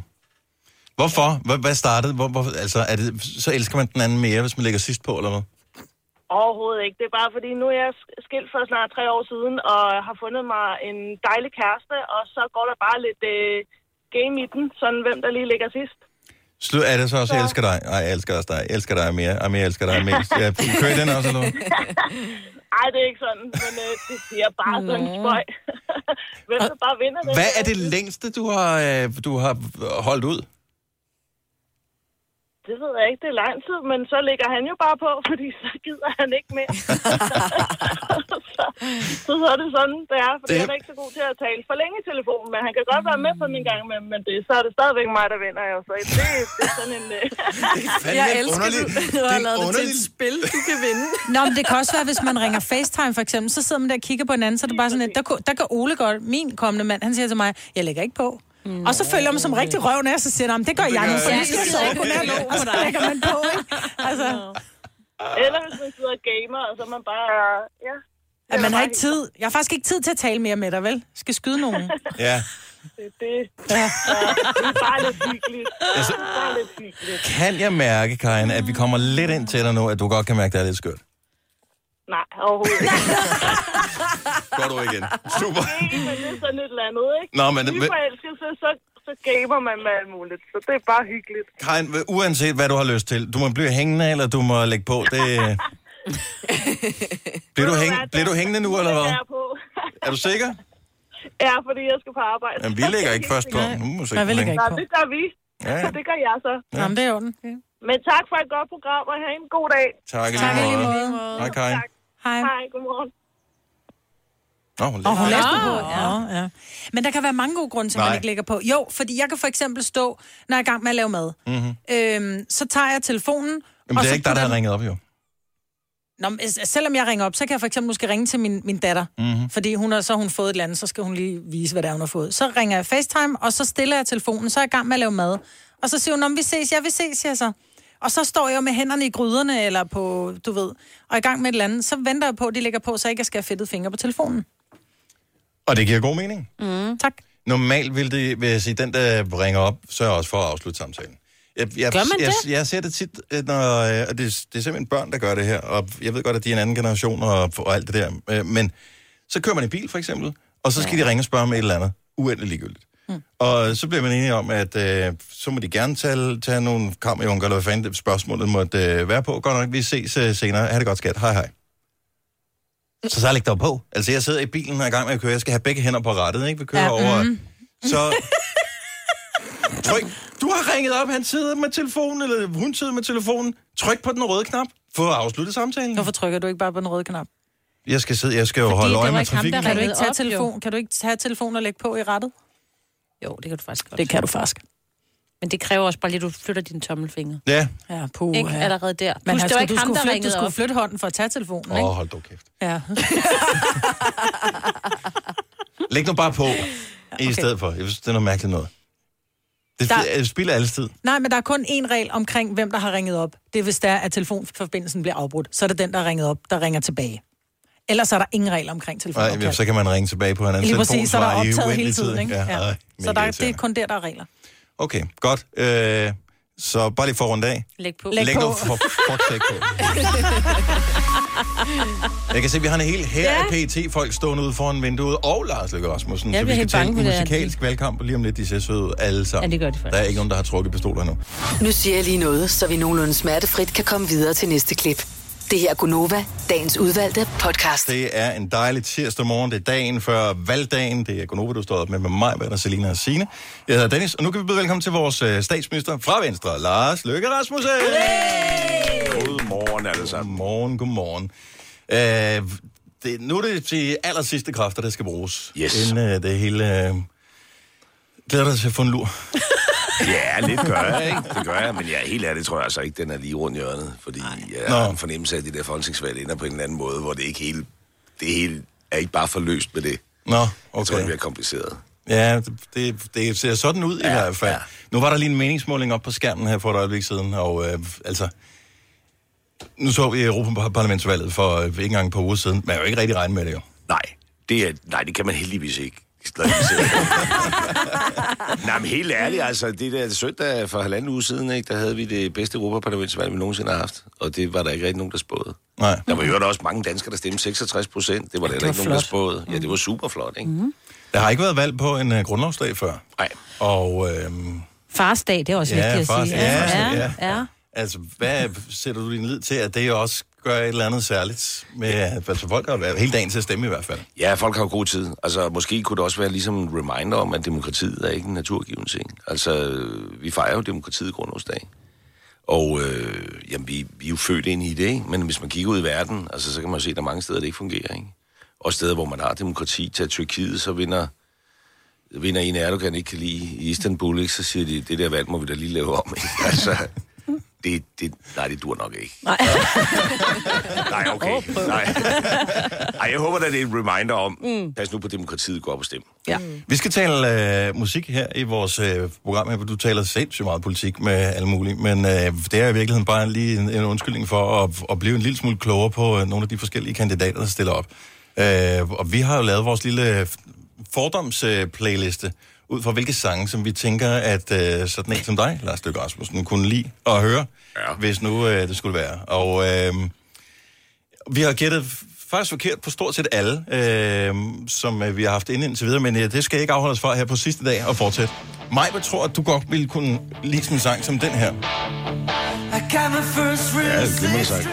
Speaker 1: Hvorfor? Hvad, hvad startede? Hvor, hvor, altså, er det, så elsker man den anden mere, hvis man ligger sidst på, eller hvad?
Speaker 11: Overhovedet ikke. Det er bare fordi, nu er jeg sk- skilt for snart tre år siden, og har fundet mig en dejlig kæreste, og så går der bare lidt øh, game i den, sådan hvem der lige ligger sidst.
Speaker 1: Slu, er det så også, jeg elsker dig? Nej, jeg elsker også dig. Jeg elsker dig mere. Jamen, jeg elsker dig mest. Ja, kører I den også, eller hvad?
Speaker 11: Ej, det er ikke sådan, men øh, det siger bare sådan en spøj. [LAUGHS] hvem der bare vinder det.
Speaker 1: Hvad er det længste, du har, øh, du har holdt ud?
Speaker 11: Det ved jeg ikke, det er lang tid, men så ligger han jo bare på, [LAUGHS] fordi så gider han ikke mere. så, så, så er det sådan, det er, fordi
Speaker 1: Det-
Speaker 11: det... han er ikke så god til at tale for længe i telefonen, men han kan godt være med på den en gang, men, men det, så er det stadigvæk mig, der vinder jo. Så det, det er sådan en... øh,
Speaker 1: fandme Jeg en elsker, underlig- du- du har det [LAUGHS] er en lavet det til et underlig-
Speaker 4: spil, du kan vinde. Nå, men det kan også være, hvis man ringer FaceTime for eksempel, så sidder man der og kigger på hinanden, så er det bare sådan, at der, ku- der kan Ole godt, min kommende mand, han siger til mig, jeg lægger ikke på. Mm. Og så følger man som rigtig røven af, så siger han, det gør jeg nu, for jeg skal sove på nat. Og så lægger man på, ikke? Altså,
Speaker 11: Eller hvis man sidder og gamer, og så er man bare... Ja,
Speaker 4: at man har ikke tid. Jeg har faktisk ikke tid til at tale mere med dig, vel? Skal skyde nogen.
Speaker 1: Ja.
Speaker 11: det, det, ja. det er bare lidt hyggeligt.
Speaker 1: Altså-
Speaker 11: Det er bare lidt hyggeligt.
Speaker 1: Kan jeg mærke, Karin, at vi kommer lidt ind til dig nu, at du godt kan mærke, at det er lidt skørt?
Speaker 11: Nej, overhovedet ikke.
Speaker 1: Godt du igen. Super.
Speaker 11: Ikke, men det er sådan et eller andet, ikke?
Speaker 1: Nå, men-
Speaker 11: Lige forelskelse, så, så gamer man med alt muligt, så det er bare hyggeligt.
Speaker 1: Karin, uanset hvad du har lyst til, du må blive hængende, eller du må lægge på. Det... Bliver du, hæng... Bliver du hængende nu, eller hvad?
Speaker 11: Jeg er på. [LAUGHS]
Speaker 1: Er du sikker?
Speaker 11: Ja, fordi jeg skal på arbejde.
Speaker 1: Jamen, vi lægger ikke først på. Nu må vi se,
Speaker 4: Nej, vi
Speaker 1: hvor
Speaker 4: lægger
Speaker 1: længe.
Speaker 11: Nej, det gør vi.
Speaker 1: Ja, ja.
Speaker 11: Så det gør jeg så.
Speaker 1: Ja.
Speaker 4: Nå, men det er i orden.
Speaker 11: Men tak for et godt program, og have en god dag.
Speaker 1: Tak i lige måde. Hej, Karin.
Speaker 4: Hej.
Speaker 11: Hej, godmorgen.
Speaker 1: Nå, hun
Speaker 4: Og hun
Speaker 1: lægger.
Speaker 4: læste på. Ja. Ja. Men der kan være mange gode grunde til, at man
Speaker 1: Nej.
Speaker 4: ikke lægger på. Jo, fordi jeg kan for eksempel stå, når jeg er i gang med at lave mad.
Speaker 1: Mhm.
Speaker 4: Øhm, så tager jeg telefonen.
Speaker 1: Jamen, det
Speaker 4: så
Speaker 1: er ikke dig, der har ringet op, jo.
Speaker 4: Nå, men, s- selvom jeg ringer op, så kan jeg for eksempel måske ringe til min, min datter.
Speaker 1: Mhm.
Speaker 4: Fordi hun har, så har hun fået et eller andet, så skal hun lige vise, hvad det er, hun har fået. Så ringer jeg FaceTime, og så stiller jeg telefonen, så er jeg i gang med at lave mad. Og så siger hun, om vi ses, ja, vi ses, siger jeg så. Og så står jeg jo med hænderne i gryderne, eller på, du ved, og i gang med et eller andet. Så venter jeg på, at de lægger på, så jeg ikke skal have fedtet fingre på telefonen.
Speaker 1: Og det giver god mening.
Speaker 4: Mm. Tak.
Speaker 1: Normalt vil, det, vil jeg sige, den, der ringer op, sørger også for at afslutte samtalen. Jeg, jeg,
Speaker 2: Gør man
Speaker 1: jeg,
Speaker 2: det?
Speaker 1: jeg, jeg ser det tit, øh, når, øh, og det, er- det er simpelthen børn, der gør det her, og jeg ved godt, at de er en anden generation og, og alt det der, øh, men så kører man i bil for eksempel, og så skal ja. de ringe og spørge om et eller andet, uendelig ligegyldigt. Mm. Og så bliver man enige om, at øh, så må de gerne tage, tage nogle kammerjunker, eller hvad fanden det spørgsmålet måtte øh, være på. Godt nok, vi ses øh, senere. Ha' det godt, skat. Hej, hej. Så så læg dig på. Altså, jeg sidder i bilen og er i gang med at køre. Jeg skal have begge hænder på rattet, ikke? Vi kører ja, over... Mm. Så...
Speaker 4: [LAUGHS]
Speaker 1: Tryk. Du har ringet op, han sidder med telefonen, eller hun sidder med telefonen. Tryk på den røde knap for at afslutte samtalen.
Speaker 4: Hvorfor trykker du ikke bare på den røde knap?
Speaker 1: Jeg skal, sidde, jeg skal jo holde øje med trafikken.
Speaker 4: Kan du ikke tage
Speaker 2: op, jo.
Speaker 4: telefon? Kan du ikke tage telefon og lægge på i rettet?
Speaker 2: [LAUGHS] Jo, det kan du faktisk godt.
Speaker 4: Det kan du faktisk.
Speaker 2: Men det kræver også bare lige, at du flytter dine tommelfinger.
Speaker 1: Ja.
Speaker 4: Ja, puh.
Speaker 2: Ikke allerede der.
Speaker 4: Men
Speaker 2: Husk,
Speaker 4: han
Speaker 2: det var
Speaker 4: skulle,
Speaker 2: ikke
Speaker 4: du,
Speaker 2: ham,
Speaker 4: skulle
Speaker 2: der
Speaker 4: flytte, du
Speaker 2: ringede
Speaker 4: skulle
Speaker 2: op.
Speaker 4: flytte hånden for at tage telefonen,
Speaker 1: Åh,
Speaker 4: ikke?
Speaker 1: oh, hold dog kæft.
Speaker 4: Ja.
Speaker 1: Læg nu bare på okay. i stedet for. Jeg synes, det er noget mærkeligt noget. Det
Speaker 4: Der-
Speaker 1: der... spilder alles tid.
Speaker 4: Nej, men der er kun én regel omkring, hvem der har ringet op. Det er, hvis der er, at telefonforbindelsen bliver afbrudt. Så er det den, der har ringet op, der ringer tilbage. Ellers er der ingen regel omkring
Speaker 1: Nej,
Speaker 4: telefonopkald.
Speaker 1: jamen, så kan man ringe tilbage på hinandens
Speaker 4: Lige
Speaker 1: telefon.
Speaker 4: præcis, så er der
Speaker 1: i
Speaker 4: optaget hele
Speaker 1: uendelig
Speaker 4: tiden.
Speaker 1: tid.
Speaker 4: Ikke?
Speaker 1: Ja, ja.
Speaker 4: Så der, er- det er kun der, der er regler.
Speaker 1: Okay, godt. Øh, så bare lige for rundt af.
Speaker 2: Læg på.
Speaker 1: Læg, Læg nu for, for tæk på. Jeg kan se, at vi har en hel her af PT-folk stående ude foran vinduet, og Lars Løkke Rasmussen,
Speaker 2: Jeg
Speaker 1: så vi
Speaker 2: bliver
Speaker 1: skal
Speaker 2: helt
Speaker 1: til
Speaker 2: bange
Speaker 1: en
Speaker 2: for det her.
Speaker 1: musikalsk valgkamp lige om lidt. De ser søde ud, alle sammen.
Speaker 9: Ja, det gør de
Speaker 1: Der er
Speaker 9: faktisk.
Speaker 1: ikke nogen, der har trukket pistoler endnu.
Speaker 9: Nu siger jeg lige noget, så vi nogenlunde smertefrit kan komme videre til næste klip. Det her er Gunova, dagens udvalgte podcast.
Speaker 1: Det er en dejlig tirsdag morgen. Det er dagen før valgdagen. Det er Gunova, du står op med, med mig, Hvad der Selina og Signe. Jeg hedder Dennis, og nu kan vi byde velkommen til vores øh, statsminister fra Venstre, Lars Løkke Rasmussen. Godmorgen, alle sammen. Godmorgen, godmorgen. Øh, det, nu er det de aller sidste kræfter, der skal bruges.
Speaker 10: Yes.
Speaker 1: Inden øh, det hele... Øh, glæder dig til at få en lur.
Speaker 10: Ja, lidt gør jeg, ikke? Det gør jeg, men jeg er helt ærlig, tror jeg altså ikke, den er lige rundt hjørnet. Fordi jeg har
Speaker 1: Nå.
Speaker 10: en fornemmelse af, at det der folketingsvalg ender på en eller anden måde, hvor det ikke hele, det hele er ikke bare forløst med det.
Speaker 1: Nå, okay.
Speaker 10: Jeg tror, det bliver kompliceret.
Speaker 1: Ja, det- det, det ser sådan ud ja, i hvert fald. Ja. Nu var der lige en meningsmåling op på skærmen her for et øjeblik siden, og øh, altså... Nu så vi Europaparlamentsvalget for øh, ikke engang på uger siden. Man har jo ikke rigtig regnet med det, jo.
Speaker 10: Nej, det er, nej, det kan man heldigvis ikke.
Speaker 1: [LAUGHS]
Speaker 10: Nej, men helt ærligt, altså, det der søndag for halvanden uge siden, ikke, der havde vi det bedste Europaparlamentsvalg, vi nogensinde har haft. Og det var der ikke rigtig nogen, der spåede.
Speaker 1: Nej.
Speaker 10: Der var jo også mange danskere, der stemte 66 procent. Det var
Speaker 1: Det
Speaker 10: der heller ikke
Speaker 1: var
Speaker 10: nogen, der
Speaker 1: flot.
Speaker 10: spåede. Ja, det var super flot, ikke?
Speaker 2: Mm.
Speaker 1: Der har ikke været valg på en uh, grundlovsdag før.
Speaker 10: Nej.
Speaker 1: Og øhm,
Speaker 2: Farsdag, det er også
Speaker 1: Ja,
Speaker 2: vigtigt at
Speaker 1: fars-
Speaker 2: sige.
Speaker 1: ja,
Speaker 2: ja.
Speaker 1: ja.
Speaker 2: ja.
Speaker 1: altså, hvad sætter du din lid til, at det også gør et eller andet særligt? Med, altså, folk har været hele dagen til at stemme i hvert fald.
Speaker 10: Ja, folk har jo god tid. Altså, måske kunne det også være ligesom en reminder om, at demokratiet er ikke en naturgiven ting. Altså, øh, vi fejrer jo demokratiet i grundlovsdag. Og øh, jamen, vi, vi er jo født ind i det, ikke? Men hvis man kigger ud i verden, altså, så kan man jo se, at der er mange steder, det ikke fungerer, ikke? Og steder, hvor man har demokrati. Til Tyrkiet, så vinder, vinder en Erdogan ikke kan lide i Istanbul, ikke? Så siger de, det der valg må vi da lige lave om, ikke? Altså, det, det, nej, det dur nok ikke.
Speaker 2: Nej.
Speaker 10: nej, okay.
Speaker 4: [LAUGHS]
Speaker 10: Nej. Ej, jeg håber da, det er en reminder om, mm. pas nu på demokratiet, gå op og stem.
Speaker 2: Ja.
Speaker 1: Vi skal tale øh, musik her i vores øh, program her, hvor du taler sindssygt meget politik med alle mulige, men øh, det er i virkeligheden bare lige en, en undskyldning for at, at blive en lille smule klogere på øh, nogle af de forskellige kandidater, der stiller op. Øh, og vi har jo lavet vores lille øh, fordoms-playliste øh, playliste ud fra hvilke sange, som vi tænker, at øh, sådan en som dig, Lars Løkke Rasmussen, kunne lide at høre, ja. hvis nu øh, det skulle være. Og øh, vi har gættet faktisk forkert på stort set alle, øh, som øh, vi har haft inde indtil videre, men øh, det skal ikke afholde os fra her på sidste dag og fortsætte. Maj, jeg tror, at du godt ville kunne lide sådan en sang som den her.
Speaker 10: Ja, glimrende sang.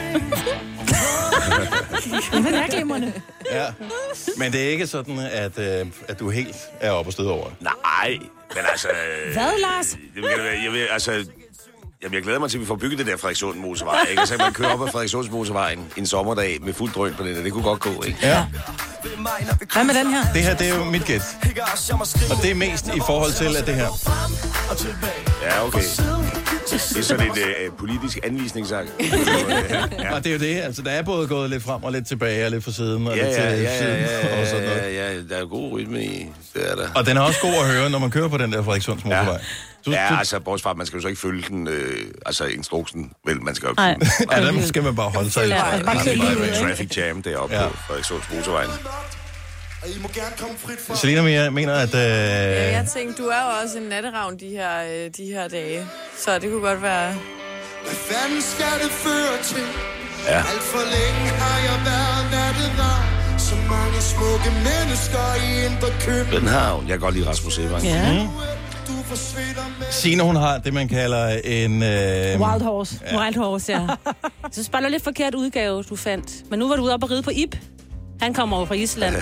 Speaker 4: Den er glimrende.
Speaker 1: Ja. Men det er ikke sådan, at, øh, at du helt er oppe og støde over.
Speaker 10: Nej, men altså... øh,
Speaker 4: Hvad, Lars?
Speaker 10: Jeg, jeg, jeg, vil- altså, jamen, jeg glæder mig til, at vi får bygget det der Frederikssund motorvej, ikke? Og så kan man køre op ad Frederikssunds motorvejen en sommerdag med fuld drøn på den, og det kunne godt gå, ikke?
Speaker 1: Ja.
Speaker 4: Hvad med den her?
Speaker 1: Det her, det er jo mit gæt. Og det er mest i forhold til, at det her...
Speaker 10: Ja, okay. Det er sådan en øh, politisk
Speaker 1: [LAUGHS]
Speaker 10: anvisningssang. Ja.
Speaker 1: Og det er jo det, altså der er både gået lidt frem og lidt tilbage og lidt for siden og
Speaker 10: Ja,
Speaker 1: lidt til
Speaker 10: ja, ja, ja,
Speaker 1: siden og
Speaker 10: ja,
Speaker 1: sådan noget.
Speaker 10: ja, ja, ja, der er jo god rytme i, det er der.
Speaker 1: Og den er også god at høre, når man kører på den der Frederikssunds motorvej. Du-
Speaker 10: ja,
Speaker 1: du-
Speaker 10: altså, bortset fra, at man skal jo så ikke følge den, øh, altså instruksen, vel, man skal jo...
Speaker 1: Nej. Ja, dem skal man bare holde sig i.
Speaker 10: Ja,
Speaker 1: Ja,
Speaker 10: der
Speaker 1: bare køre lige ud,
Speaker 10: er en
Speaker 1: ikke?
Speaker 10: traffic jam deroppe ja.
Speaker 1: Ja.
Speaker 10: på Frederikssunds motorvejen.
Speaker 1: Selina Mia mener, at...
Speaker 3: Ja,
Speaker 1: Øh,
Speaker 3: jeg tænkte, du er jo også en natteravn de her, øh, de her dage. Så det kunne godt være... Hvad fanden skal det føre til?
Speaker 10: Ja.
Speaker 12: Alt for længe har jeg været nattevagt. Så mange smukke mennesker i indre køb.
Speaker 10: København. Jeg kan godt lide Rasmus Evang.
Speaker 1: Ja.
Speaker 12: Du forsvinder med
Speaker 1: Signe, hun har det, man kalder en... Øh,
Speaker 2: Wild Horse. Ja. Wild Horse, ja. Jeg synes bare, det var lidt forkert udgave, du fandt. Men nu var du ude op og ride på Ib. Han kommer over fra Island.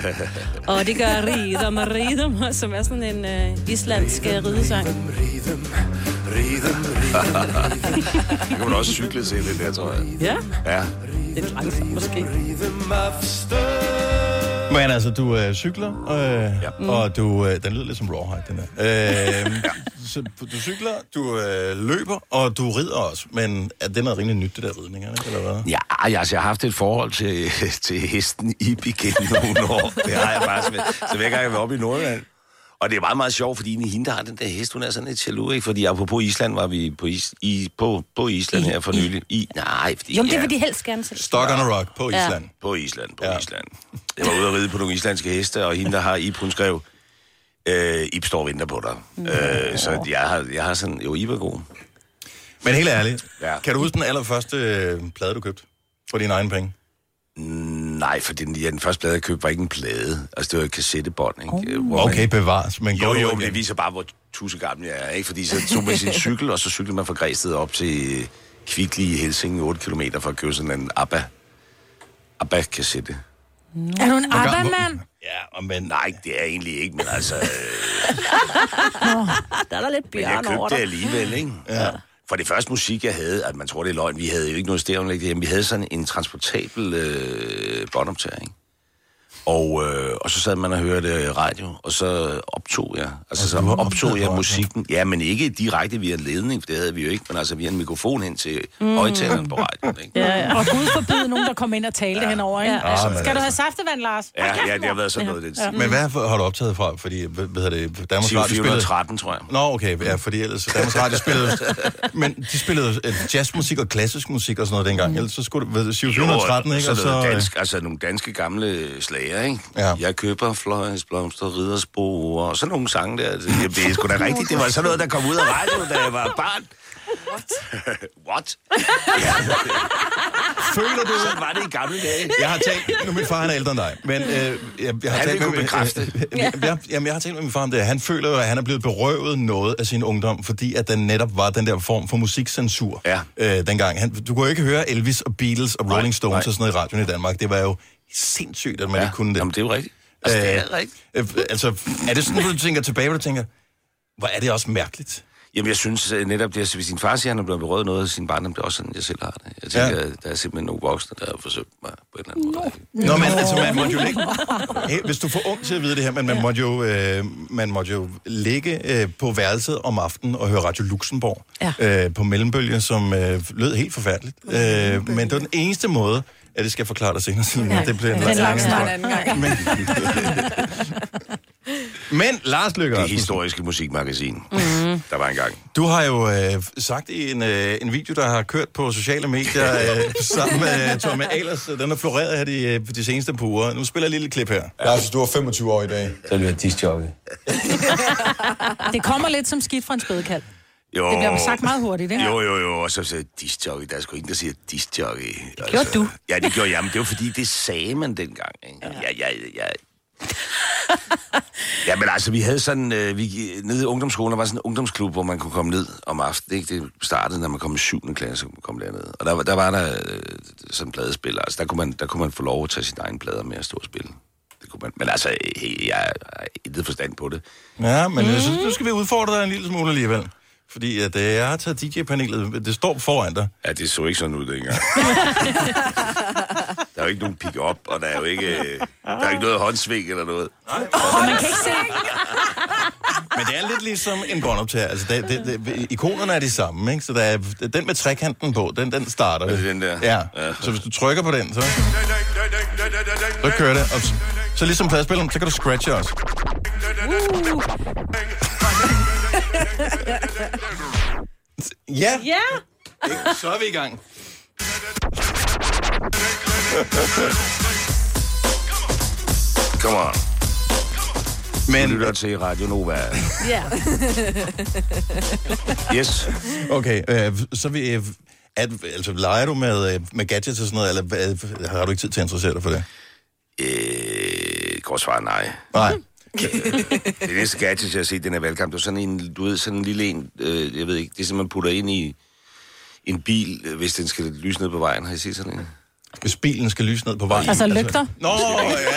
Speaker 2: Og det gør Ridom og Ridom, som er sådan en øh, islandsk øh, ridesang.
Speaker 10: Rhythm, [LAUGHS] Det kan man også cykle til, det der, tror jeg.
Speaker 2: Ja.
Speaker 10: Ja.
Speaker 2: Lidt langsomt, måske.
Speaker 1: Men altså, du øh, cykler, øh, ja. og du... Øh, den lyder lidt som Rawhide, den der.
Speaker 10: [LAUGHS]
Speaker 1: Øh, ja. Så du du cykler, du øh, løber, og du rider også. Men er det noget rimelig nyt, det der ridning, er det ikke, eller hvad?
Speaker 10: Ja, jeg, altså, jeg har haft et forhold til, [LAUGHS] til hesten i igennem nogle år. Det har jeg faktisk. Med. Så hver gang jeg har været oppe i Nordjylland. Og det er meget, meget sjovt, fordi egentlig hende, der har den der hest, hun er sådan lidt jaloux, ikke? Fordi apropos Island var vi på, is, i, på, på Island her for nylig. I, nej, fordi...
Speaker 2: Jo, men det
Speaker 10: ja.
Speaker 2: vil de helst gerne selv.
Speaker 1: Stock on a rock på
Speaker 2: Ja.
Speaker 1: Island.
Speaker 10: På Island, på ja. Island. Jeg var ude og ride på nogle islandske heste, og hende, der har Ip, hun skrev, øh, Ip står og venter på dig. Øh, så jeg har, jeg har sådan, jo, Ip er god.
Speaker 1: Men helt ærligt,
Speaker 10: Ja.
Speaker 1: kan du huske den allerførste øh, plade, du købte? For dine egne penge?
Speaker 10: Nej, for den, ja, den første plade, jeg købte, var ikke en plade. Altså, det var et kassettebånd, ikke? Oh.
Speaker 1: Okay, bevares, men
Speaker 10: jo,
Speaker 1: godt
Speaker 10: jo,
Speaker 1: ord
Speaker 10: men det viser bare, hvor tussegammel jeg er, ikke? Fordi så tog man sin cykel, og så cyklede man fra Græsted op til Kvickly i Helsing, 8 km fra at købe sådan en ABBA. ABBA-kassette.
Speaker 4: Er du en
Speaker 10: Hvor gammel-
Speaker 4: arbejdsmand?
Speaker 10: Ja, men... Nej, det er egentlig ikke, men altså... øh,
Speaker 2: Der er der lidt
Speaker 10: Men jeg
Speaker 2: bjørn over
Speaker 10: købte det
Speaker 2: dig.
Speaker 10: alligevel, ikke? Ja. For det første musik, jeg havde, at man tror, det er løgn, vi havde jo ikke noget stereoanlæg derhjemme. Vi havde sådan en transportabel øh, båndoptagning. Og, øh, og så sad man og hørte øh, radio, og så optog jeg. Altså, så optog jeg musikken. Ja, men ikke direkte via en ledning, for det havde vi jo ikke, men altså via en mikrofon hen til
Speaker 4: Mm.
Speaker 10: mm. højtaleren på radioen, ikke?
Speaker 4: Ja, ja. Og Gud forbyde nogen, der kommer ind og talte ja. henover, ikke?
Speaker 1: Ja.
Speaker 4: Ja.
Speaker 1: Ah,
Speaker 4: Ja.
Speaker 1: men
Speaker 4: Skal du have saftevand, Lars?
Speaker 10: Ja, ja, det har været sådan noget, det
Speaker 4: Ja.
Speaker 1: Men hvad har du optaget fra? Fordi, hvad hvad hedder det? Danmarks
Speaker 10: Til
Speaker 1: Radio spillede...
Speaker 10: 413, tror jeg.
Speaker 1: Nå, okay, ja, fordi ellers Danmarks Radio
Speaker 10: [LAUGHS]
Speaker 1: spillede... men de spillede øh, jazzmusik og klassisk musik og sådan noget dengang. Ellers så skulle det... 713, ikke?
Speaker 10: Jo,
Speaker 1: Og så...
Speaker 10: sådan noget
Speaker 1: øh,
Speaker 10: dansk, altså nogle danske gamle slager, der, ikke? Ja. Jeg køber fløjens blomster, riddersbo og sådan nogle sange der. Det, jamen, det er
Speaker 1: [LAUGHS]
Speaker 10: sgu da rigtigt. Det var sådan noget, der kom ud af radioen, da jeg var barn. What? [LAUGHS] What?
Speaker 1: [LAUGHS] Føler du...
Speaker 10: Sådan var det i gamle dage.
Speaker 1: øh, Jeg har talt... Nu, min far han er ældre end dig, men øh, jeg, jeg, har
Speaker 10: Han vil
Speaker 1: talt med,
Speaker 10: kunne bekræfte.
Speaker 1: [LAUGHS] øh, øh, jeg, jeg, jamen, jeg har talt med min far om det. Han føler jo, at han er blevet berøvet noget af sin ungdom, fordi at den netop var den der form for musikcensur ja. øh, dengang. Han, du kunne jo ikke høre Elvis og Beatles og Rolling Stones og sådan noget i radioen i Danmark. Det var jo sindssygt, at man ja. ikke kunne det. Jamen,
Speaker 10: det er jo rigtigt.
Speaker 1: Altså,
Speaker 10: det er rigtigt.
Speaker 1: Øh, altså, er det sådan, du tænker tilbage, hvor du tænker, hvor er det også mærkeligt?
Speaker 10: Jamen, jeg synes øh, netop, det er, hvis din far siger, at han er blevet berøvet noget af sin barndom, det er også sådan, jeg selv har det. Jeg tænker, ja. der er simpelthen nogle voksne, der har forsøgt mig på en eller anden måde.
Speaker 1: Nå, men altså, man måtte jo lægge... Hey, hvis du får ung til at vide det her, men man måtte jo, øh, man måtte jo ligge øh, på værelset om aftenen og høre Radio Luxembourg ja. øh, på mellembølgen, som øh, lød helt forfærdeligt. Øh, men det var den eneste måde, at det skal jeg forklare dig senere, Selina.
Speaker 3: Ja.
Speaker 1: Det bliver en
Speaker 3: Det er en lang
Speaker 1: lang
Speaker 3: snak en
Speaker 1: snak.
Speaker 3: anden gang.
Speaker 1: Men, [LAUGHS] men Lars Løkke
Speaker 10: Det historiske musikmagasin,
Speaker 1: Mhm.
Speaker 10: der var engang.
Speaker 1: Du har jo øh, sagt i en, øh, en video, der har kørt på sociale medier øh, sammen med øh, Tommy Ahlers, øh, den har floreret her de, øh, de seneste par uger. Nu spiller jeg et lille klip her.
Speaker 7: Lars, hvis altså, du var 25 år i dag...
Speaker 8: Så ville jeg disjokke.
Speaker 4: Det kommer lidt som skidt fra en spædekald.
Speaker 10: Jo.
Speaker 4: Det bliver sagt meget hurtigt, ikke?
Speaker 10: Jo, jo, jo. Og så sagde jeg, disjockey. Der er sgu ingen, der siger disjockey. Det
Speaker 4: gjorde du.
Speaker 10: Ja, det gjorde jeg. Men det var fordi, det sagde man dengang. Ikke? Ja, ja, ja. ja. ja, men altså, vi havde sådan... Øh, vi, nede i ungdomsskolen, der var sådan en ungdomsklub, hvor man kunne komme ned om aftenen. Ikke? Det startede, når man kom i 7. klasse, kunne man komme derned. Og der, var- der var der øh, sådan en pladespiller. Altså, der kunne, man, der kunne man få lov at tage sine egne plader med og stå og spille. Det kunne man. Men altså, øh, jeg har intet forstand på det.
Speaker 1: Ja, men jeg synes, nu skal vi udfordre dig en lille smule alligevel. Fordi at, øh, jeg har taget DJ-panelet, det står foran dig.
Speaker 10: Ja, det så ikke sådan ud dengang. Der er jo ikke nogen pick-up, og der er jo ikke, øh, der er ikke noget håndsving eller noget.
Speaker 4: Og man kan ikke se...
Speaker 1: Men det er lidt ligesom en båndoptager. Altså, det, det, det, ikonerne er de samme, ikke? Så der er, den med trekanten på, den, den starter. Er det
Speaker 10: den der?
Speaker 1: Ja. ja. Så hvis du trykker på den, så... Så kører det. Og så, så ligesom pladespilleren, så kan du scratche også. Ja.
Speaker 2: Ja.
Speaker 1: Så er vi i gang.
Speaker 10: Come on. Men... Du lytter til Radio Nova.
Speaker 2: Ja.
Speaker 10: [LAUGHS] Yes.
Speaker 1: Okay, øh, så vi... Øh, at, altså, leger du med, øh, med gadgets og sådan noget, eller hvad- har du ikke tid til at interessere dig for det?
Speaker 10: Øh, godt svar er nej.
Speaker 1: Nej.
Speaker 10: Det næste gadget, jeg har set i den her valgkamp, det var sådan en, du ved, sådan en lille en, øh, jeg ved ikke, det er sådan, man putter ind i en bil, øh, hvis den skal lyse ned på vejen. Har I set sådan en?
Speaker 1: Hvis bilen skal lyse ned på vejen.
Speaker 4: Altså lygter?
Speaker 1: Nå, ja, ja.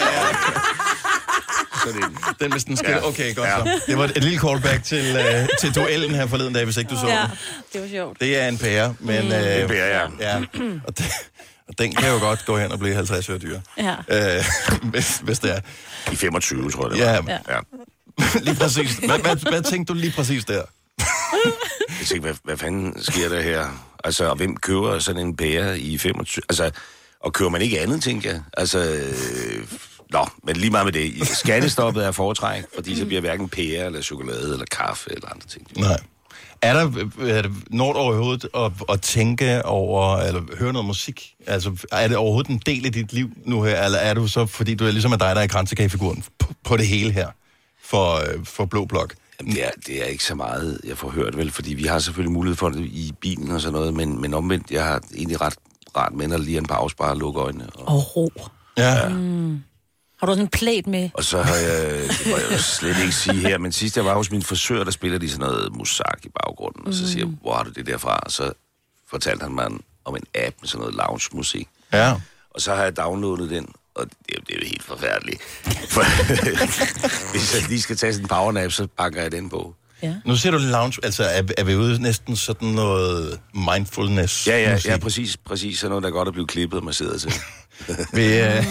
Speaker 10: Sådan.
Speaker 1: Den, hvis den skal...
Speaker 10: Ja.
Speaker 1: Okay, godt
Speaker 10: Ja.
Speaker 1: så. Det var et lille callback til, øh, til duellen her forleden dag, hvis ikke du så
Speaker 2: ja.
Speaker 1: den.
Speaker 2: Det var sjovt.
Speaker 1: Det er en pære, men...
Speaker 2: Mm.
Speaker 1: Øh,
Speaker 2: Det er en
Speaker 10: pære,
Speaker 1: ja.
Speaker 10: ja.
Speaker 1: Og, den, og den kan jo godt gå hen og blive 50 øre dyr.
Speaker 2: Ja.
Speaker 1: Øh, [LAUGHS] hvis, hvis det er.
Speaker 10: I 25, tror jeg, det
Speaker 1: Ja,
Speaker 10: var.
Speaker 1: ja.
Speaker 10: ja.
Speaker 1: lige præcis. Hvad, hvad, hvad tænkte du lige præcis der?
Speaker 10: Jeg tænkte, hvad, hvad fanden sker der her? Altså, og hvem køber sådan en pære i 25? Altså, og køber man ikke andet, tænker jeg? Altså, øh, nå, men lige meget med det. Skattestoppet er foretræk, fordi så bliver hverken pære, eller chokolade, eller kaffe, eller andre ting.
Speaker 1: Nej. Er der, øh, er det, når du overhovedet at, at tænke over, eller høre noget musik? Altså, er det overhovedet en del af dit liv nu her, eller er du så, fordi du er ligesom er dig, der er kransekagefiguren på, på det hele her, for, øh, for Blå Blok?
Speaker 10: Jamen, det er, det er ikke så meget, jeg får hørt, vel? Fordi vi har selvfølgelig mulighed for det i bilen og sådan noget, men, men omvendt, jeg har egentlig ret rart med, når der lige er en pause, bare at lukke øjnene. Og,
Speaker 2: Og ro.
Speaker 1: Ja.
Speaker 2: Mm. Har du sådan en plæt med?
Speaker 10: og så har jeg, det må jeg jo slet ikke sige her, men sidst jeg var hos min frisør, der spiller de sådan noget musak i baggrunden, og så siger jeg, hvor har du det derfra? Og så fortalte han mig om en app med sådan noget lounge-musik.
Speaker 1: Ja.
Speaker 10: Og så har jeg downloadet den, og det, er- det er jo helt forfærdeligt. For, [LAUGHS] hvis jeg lige skal tage sådan en powernap, så pakker jeg den på.
Speaker 1: Nu ser du lounge, altså er, er vi ude næsten sådan noget mindfulness?
Speaker 10: Ja, ja,
Speaker 1: musik?
Speaker 10: ja, præcis, præcis. Sådan noget, der er godt at blive klippet og
Speaker 1: [LAUGHS]
Speaker 10: masseret til.
Speaker 1: Vi, øh,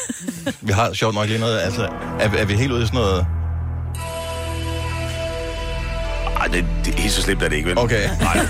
Speaker 1: [LAUGHS] vi har sjovt nok lige noget, altså er, er vi helt ude i sådan noget...
Speaker 10: Nej, det, det, helt så slemt er det ikke, vel?
Speaker 1: Okay.
Speaker 10: Nej.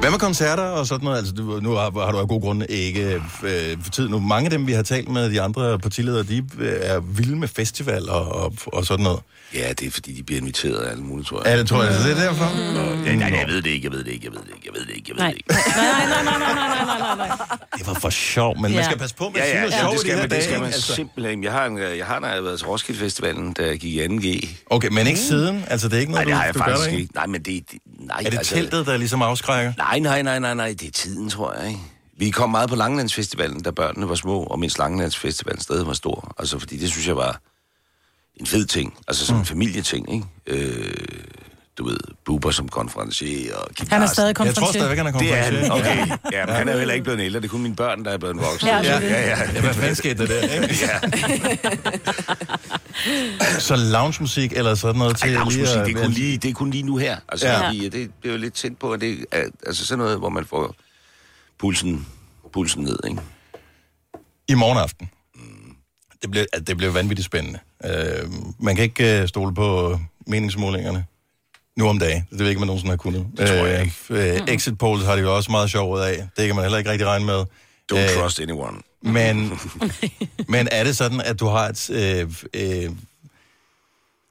Speaker 1: Hvad med koncerter og sådan noget? Altså, du, nu har, har du af gode grunde ikke øh, for tid nu. Mange af dem, vi har talt med, de andre partiledere, de øh, er vilde med festival og, og, og sådan noget.
Speaker 10: Ja, det er fordi, de bliver inviteret af alle mulige, tror jeg.
Speaker 1: Ja, det tror jeg, det er derfor.
Speaker 10: Nå, ja, nej, jeg ved ved det ikke, jeg ved det ikke, jeg ved det ikke, jeg ved det ikke, jeg ved
Speaker 2: Nej.
Speaker 10: det ikke.
Speaker 2: Nej, nej, nej, nej, nej, nej, nej, nej.
Speaker 1: Det var for sjov, men ja. man skal passe på med at sige noget sjovt
Speaker 10: det
Speaker 1: i
Speaker 10: skal
Speaker 1: de her
Speaker 10: man, det
Speaker 1: dage,
Speaker 10: skal man
Speaker 1: ikke? Altså.
Speaker 10: simpelthen. Jeg har, en, øh, jeg har, da jeg været til Roskilde Festivalen, da jeg gik i 2G.
Speaker 1: Okay, men ikke siden? Altså, det er ikke noget,
Speaker 10: nej, det har
Speaker 1: du-
Speaker 10: jeg
Speaker 1: du gør
Speaker 10: faktisk
Speaker 1: det,
Speaker 10: ikke. Nej, men det, det nej, altså-
Speaker 1: Er det teltet, der ligesom afskrækker?
Speaker 10: Nej, nej, nej, nej, nej, det er tiden, tror jeg, ikke? Vi kom meget på Langelandsfestivalen, da børnene var små, og mens Langelandsfestivalen stadig var stor. Altså, fordi det synes jeg var en fed ting. Altså,
Speaker 1: Mm.
Speaker 10: som en familieting, ikke? Øh, du ved, Bubber som konferencier og Kim
Speaker 4: Han er
Speaker 10: Larsen.
Speaker 4: stadig Jeg tror konferencier. stadigvæk, han er
Speaker 10: Det
Speaker 1: [LAUGHS]
Speaker 10: er han,
Speaker 4: konferencier.
Speaker 10: okay. Ja, men han er jo heller ikke blevet en ældre. Det er kun mine børn, der er blevet voksne.
Speaker 1: Ja, det er
Speaker 10: ja,
Speaker 1: det.
Speaker 10: ja.
Speaker 1: Ja, hvad fanden skete der der, ikke?
Speaker 10: ja.
Speaker 1: Så loungemusik eller sådan noget til
Speaker 10: Ej, loungemusik,
Speaker 1: at-
Speaker 10: det er kun lige, det er kun lige nu her. Altså,
Speaker 1: Ja.
Speaker 10: ja. fordi, øh, det, det er jo lidt tæt på, at det er altså sådan noget, hvor man får pulsen, pulsen ned, ikke?
Speaker 1: i morgen aften. Det blev, at det blev vanvittigt spændende. Øh, man kan ikke øh, stole på meningsmålingerne nu om dagen. Det ved jeg ikke, om man nogensinde har kunnet. Det tror jeg ikke. Øh, exit polls har det jo også meget sjovt af. Det kan man heller ikke rigtig regne med. Øh,
Speaker 10: Don't trust anyone.
Speaker 1: Men, men er det sådan, at du har et, øh, øh,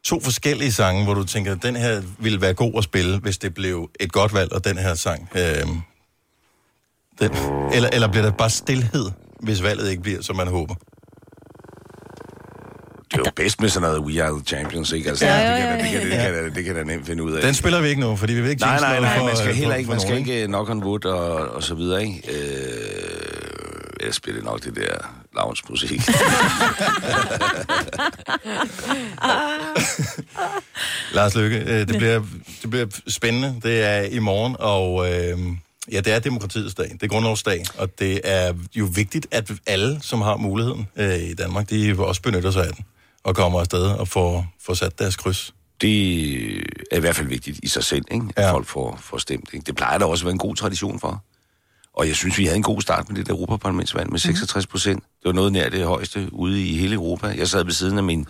Speaker 1: to forskellige sange, hvor du tænker, at den her ville være god at spille, hvis det blev et godt valg, og den her sang... Øh, den, eller, eller bliver der bare stillhed, hvis valget ikke bliver, som man håber?
Speaker 10: Det er jo bedst med sådan noget We Are The Champions, ikke? Altså,
Speaker 1: Ja,
Speaker 10: det,
Speaker 1: ja,
Speaker 10: kan,
Speaker 1: ja,
Speaker 10: da- det, kan, det,
Speaker 1: ja.
Speaker 10: kan, da- det kan da nemt finde ud af.
Speaker 1: Den spiller vi ikke nu, fordi vi vil ikke
Speaker 10: Nej,
Speaker 1: jinx
Speaker 10: nej,
Speaker 1: noget
Speaker 10: nej, man
Speaker 1: for-
Speaker 10: skal
Speaker 1: for-
Speaker 10: heller ikke,
Speaker 1: for
Speaker 10: man skal
Speaker 1: nogen,
Speaker 10: ikke øh, knock on wood og, og så videre, ikke? Øh, jeg spiller nok det der lounge-musik.
Speaker 1: [LAUGHS] Lars Lykke, øh, det, bliver, det bliver spændende. Det er i morgen, og øh, ja, det er demokratiets dag. Det er grundlovsdag, og det er jo vigtigt, at alle, som har muligheden øh, i Danmark, de også benytter sig af den og kommer afsted og får, får sat deres kryds.
Speaker 10: Det er i hvert fald vigtigt i sig selv, ikke? at ja. folk får, får stemt. Ikke? Det plejer der også at være en god tradition for. Og jeg synes, vi havde en god start med det der Europaparlamentsvalg med 66 procent. Det var noget nær det højeste ude i hele Europa. Jeg sad ved siden af mine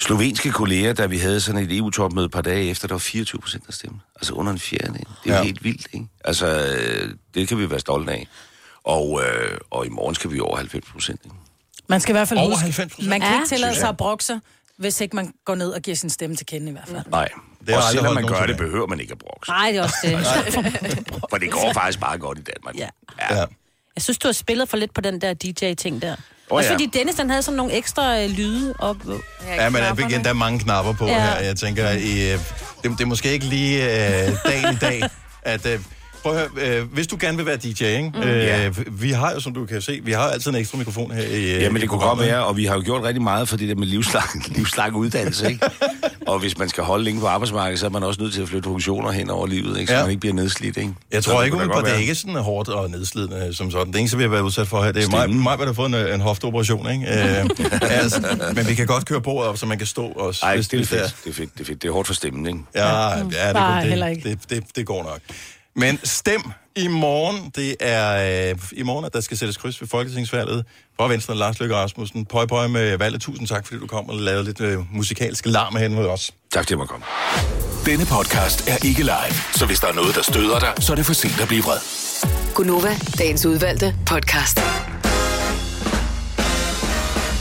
Speaker 10: slovenske kolleger, da vi havde sådan et EU-topmøde et par dage efter, der var 24 procent af stemmen. Altså under en fjerdedel. Det er jo
Speaker 1: Ja.
Speaker 10: helt vildt, ikke? Altså, øh, det kan vi være stolte af. Og, øh, og i morgen skal vi over 90 procent.
Speaker 4: Man skal i hvert fald
Speaker 10: Over
Speaker 4: huske,
Speaker 10: 90%.
Speaker 4: man kan
Speaker 10: Ja.
Speaker 4: ikke tillade
Speaker 10: Synes
Speaker 4: sig
Speaker 10: jeg.
Speaker 4: at brokke sig, hvis ikke man går ned og giver sin stemme til kende i hvert fald.
Speaker 10: Nej.
Speaker 1: Det
Speaker 10: Det
Speaker 1: har
Speaker 10: og
Speaker 1: aldrig
Speaker 10: selvom
Speaker 1: holdt
Speaker 10: man gør
Speaker 1: nogen
Speaker 10: det, behøver man ikke at brokke sig.
Speaker 2: Nej, det er også det.
Speaker 10: For det går faktisk bare godt i Danmark.
Speaker 2: Ja.
Speaker 10: ja.
Speaker 2: Jeg synes, du har spillet for lidt på den der DJ-ting der.
Speaker 1: Åh,
Speaker 2: Også
Speaker 1: ja.
Speaker 2: fordi Dennis, han havde sådan nogle ekstra øh, lyde op.
Speaker 1: Ja, men jeg igen, der er mange knapper på
Speaker 2: Ja.
Speaker 1: ja. her. Jeg tænker, i, øh, det, det er måske ikke lige øh, dagen i dag, at... Øh, Prøv at høre, øh, hvis du gerne vil være DJ, ikke? Mm.
Speaker 10: Ja.
Speaker 1: Øh, vi har jo, som du kan se, vi har jo altid en ekstra mikrofon her i øh,
Speaker 10: Jamen,
Speaker 1: i
Speaker 10: det kunne godt
Speaker 1: programmet.
Speaker 10: være, og vi har jo gjort rigtig meget for det der med livslang, [LAUGHS] livslang uddannelse,
Speaker 1: [LAUGHS]
Speaker 10: ikke? Og hvis man skal holde længe på arbejdsmarkedet, så er man også nødt til at flytte funktioner hen over livet, ikke? Så
Speaker 1: Ja.
Speaker 10: ja. man ikke bliver nedslidt, ikke?
Speaker 1: Jeg
Speaker 10: Så
Speaker 1: tror
Speaker 10: det
Speaker 1: ikke,
Speaker 10: kunne da
Speaker 1: at det er
Speaker 10: godt
Speaker 1: ikke sådan hårdt og nedslidende som sådan. Det eneste, vi har været udsat for her, det er mig,
Speaker 10: Stemmen.
Speaker 1: mig der har fået en, øh, en hofteoperation,
Speaker 10: [LAUGHS]
Speaker 1: ikke? Øh, altså, men vi kan godt køre bordet op, så man kan stå og...
Speaker 10: være. Ej, det er fedt. Det er fedt. Det er fedt. Det er hårdt for stemmen, ikke?
Speaker 1: Ja, ja, det,
Speaker 10: Bare
Speaker 1: går-
Speaker 10: heller
Speaker 1: det, det, det, det går nok. Men stem i morgen. Det er øh, i morgen, at der skal sættes kryds ved Folketingsvalget. Fra Venstre, Lars Løkke Rasmussen. Pøj, pøj med valget. Tusind tak, fordi du kom og lavede lidt øh, musikalsk larm hen mod os.
Speaker 10: Tak, fordi jeg måtte komme.
Speaker 13: Denne podcast er ikke live, så hvis der er noget, der støder dig, så er det for sent at blive vred.
Speaker 9: Gunova, dagens udvalgte podcast.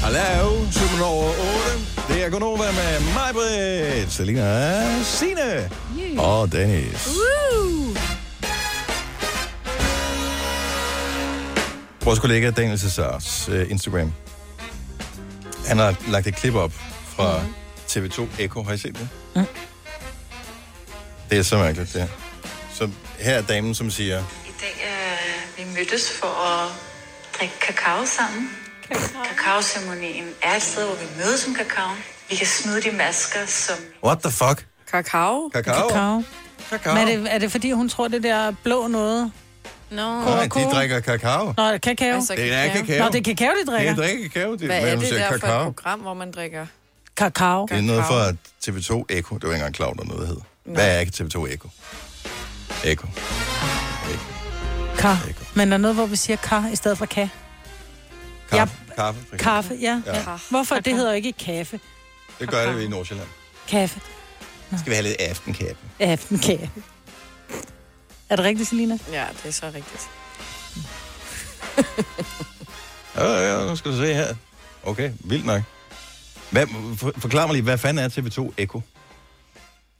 Speaker 1: Hallo, 7 over 8. Det er Gunova med mig, Britt, Selina, Signe og Dennis.
Speaker 2: Woo!
Speaker 1: Vores kollega Daniel Cesars øh, Instagram. Han har lagt et klip op fra TV2 Echo. Har I set det?
Speaker 4: Mm.
Speaker 1: Det er så mærkeligt, det her. Så her er damen, som siger,
Speaker 14: I dag øh, vi mødtes for at drikke kakao sammen. Kakaoceremonien er et sted, hvor vi mødes om kakao. Vi kan smide de masker, som...
Speaker 1: What the fuck?
Speaker 4: Kakao.
Speaker 1: Kakao.
Speaker 4: Kakao.
Speaker 1: Kakao.
Speaker 4: Men er det, er det fordi, hun tror, det der blå noget?
Speaker 2: No.
Speaker 1: Nej, de drikker kakao.
Speaker 4: Nå, det er kakao.
Speaker 1: Altså, Det er kakao. kakao.
Speaker 4: Nå, det er kakao, de drikker.
Speaker 1: Det er drikker kakao, de-
Speaker 3: Hvad
Speaker 1: men
Speaker 3: er
Speaker 1: hun
Speaker 3: det
Speaker 1: siger
Speaker 3: der for
Speaker 1: kakao.
Speaker 3: et program, hvor man drikker?
Speaker 4: Kakao.
Speaker 1: Det er noget fra TV2 Echo. Det var ikke engang klar, der noget hed. Hvad er TV2 Echo? Echo.
Speaker 4: Ka. Men der er noget, hvor vi siger ka i stedet for ka.
Speaker 1: Kaffe. Kaffe. for eksempel.
Speaker 4: Kaffe, ja.
Speaker 1: Ja.
Speaker 4: ja. Hvorfor? Det hedder jo ikke kaffe.
Speaker 1: Det gør det i Nordsjælland.
Speaker 4: Kaffe.
Speaker 1: Skal vi have lidt aftenkaffe?
Speaker 4: Aftenkage. Er det rigtigt, Selina?
Speaker 3: Ja, det er så rigtigt.
Speaker 1: Ja, ja, nu skal du se her. Okay, vildt nok. Hvad, for, forklar mig lige, hvad fanden er TV2 Echo?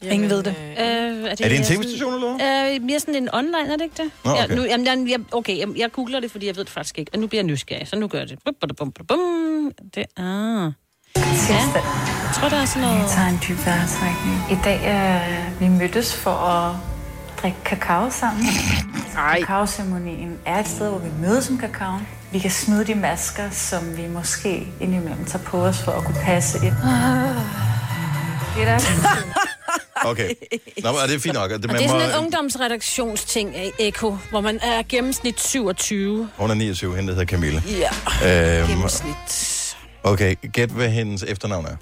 Speaker 4: Ingen ved det.
Speaker 2: Øh, er,
Speaker 1: det en tv-station,
Speaker 2: eller hvad? Øh, mere sådan en online, er det ikke det?
Speaker 1: Nå, okay.
Speaker 2: Ja, nu, jamen, jeg, jeg, okay, jeg, jeg googler det, fordi jeg ved det faktisk ikke. Og nu bliver jeg nysgerrig, så nu gør jeg det. Bum, bada, bum, bada, bum. Det er... Ja, jeg tror, der er sådan noget...
Speaker 14: Jeg tager en dyb vejrtrækning. I dag øh, vi mødtes for at drikke kakao sammen. Ej. Kakaoceremonien er et sted, hvor vi mødes om kakaoen. Vi kan smide de masker, som vi måske indimellem tager på os for at kunne passe ind. Det er der.
Speaker 1: Okay. Nå, men er det er fint nok. Det,
Speaker 2: Og det er sådan en ungdomsredaktionsting af Eko, hvor man er gennemsnit 27.
Speaker 1: Hun er 29, hende hedder Camille.
Speaker 2: Ja.
Speaker 1: Øhm,
Speaker 2: Gennemsnit.
Speaker 1: okay, gæt hvad hendes efternavn er.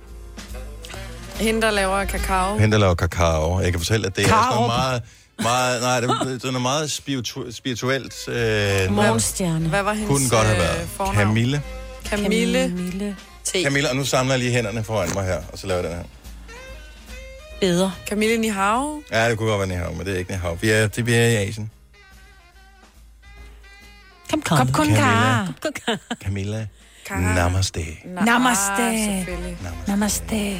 Speaker 3: Hende, der laver kakao.
Speaker 1: Hende, der laver kakao. Jeg kan fortælle, at det er sådan
Speaker 3: Karup.
Speaker 1: noget meget... meget nej, det, det er noget meget spiritu, spirituelt. Øh,
Speaker 2: Morgenstjerne.
Speaker 3: Hvad var hendes
Speaker 1: Kunne den godt have
Speaker 3: øh,
Speaker 1: været.
Speaker 3: fornavn?
Speaker 1: Camille.
Speaker 3: Camille.
Speaker 2: Camille.
Speaker 3: T.
Speaker 1: Camille, og nu samler jeg lige hænderne foran mig her, og så laver jeg den her.
Speaker 2: Bedre.
Speaker 3: Camille Nihau.
Speaker 1: Ja, det kunne godt være Nihau, men det er ikke Nihau. Vi er, det vi er i Asien.
Speaker 2: Kom, kom.
Speaker 4: Kom, kun
Speaker 1: Camilla.
Speaker 4: Camilla.
Speaker 1: Camilla, namaste.
Speaker 4: Namaste.
Speaker 3: ah, selvfølgelig.
Speaker 4: Namaste.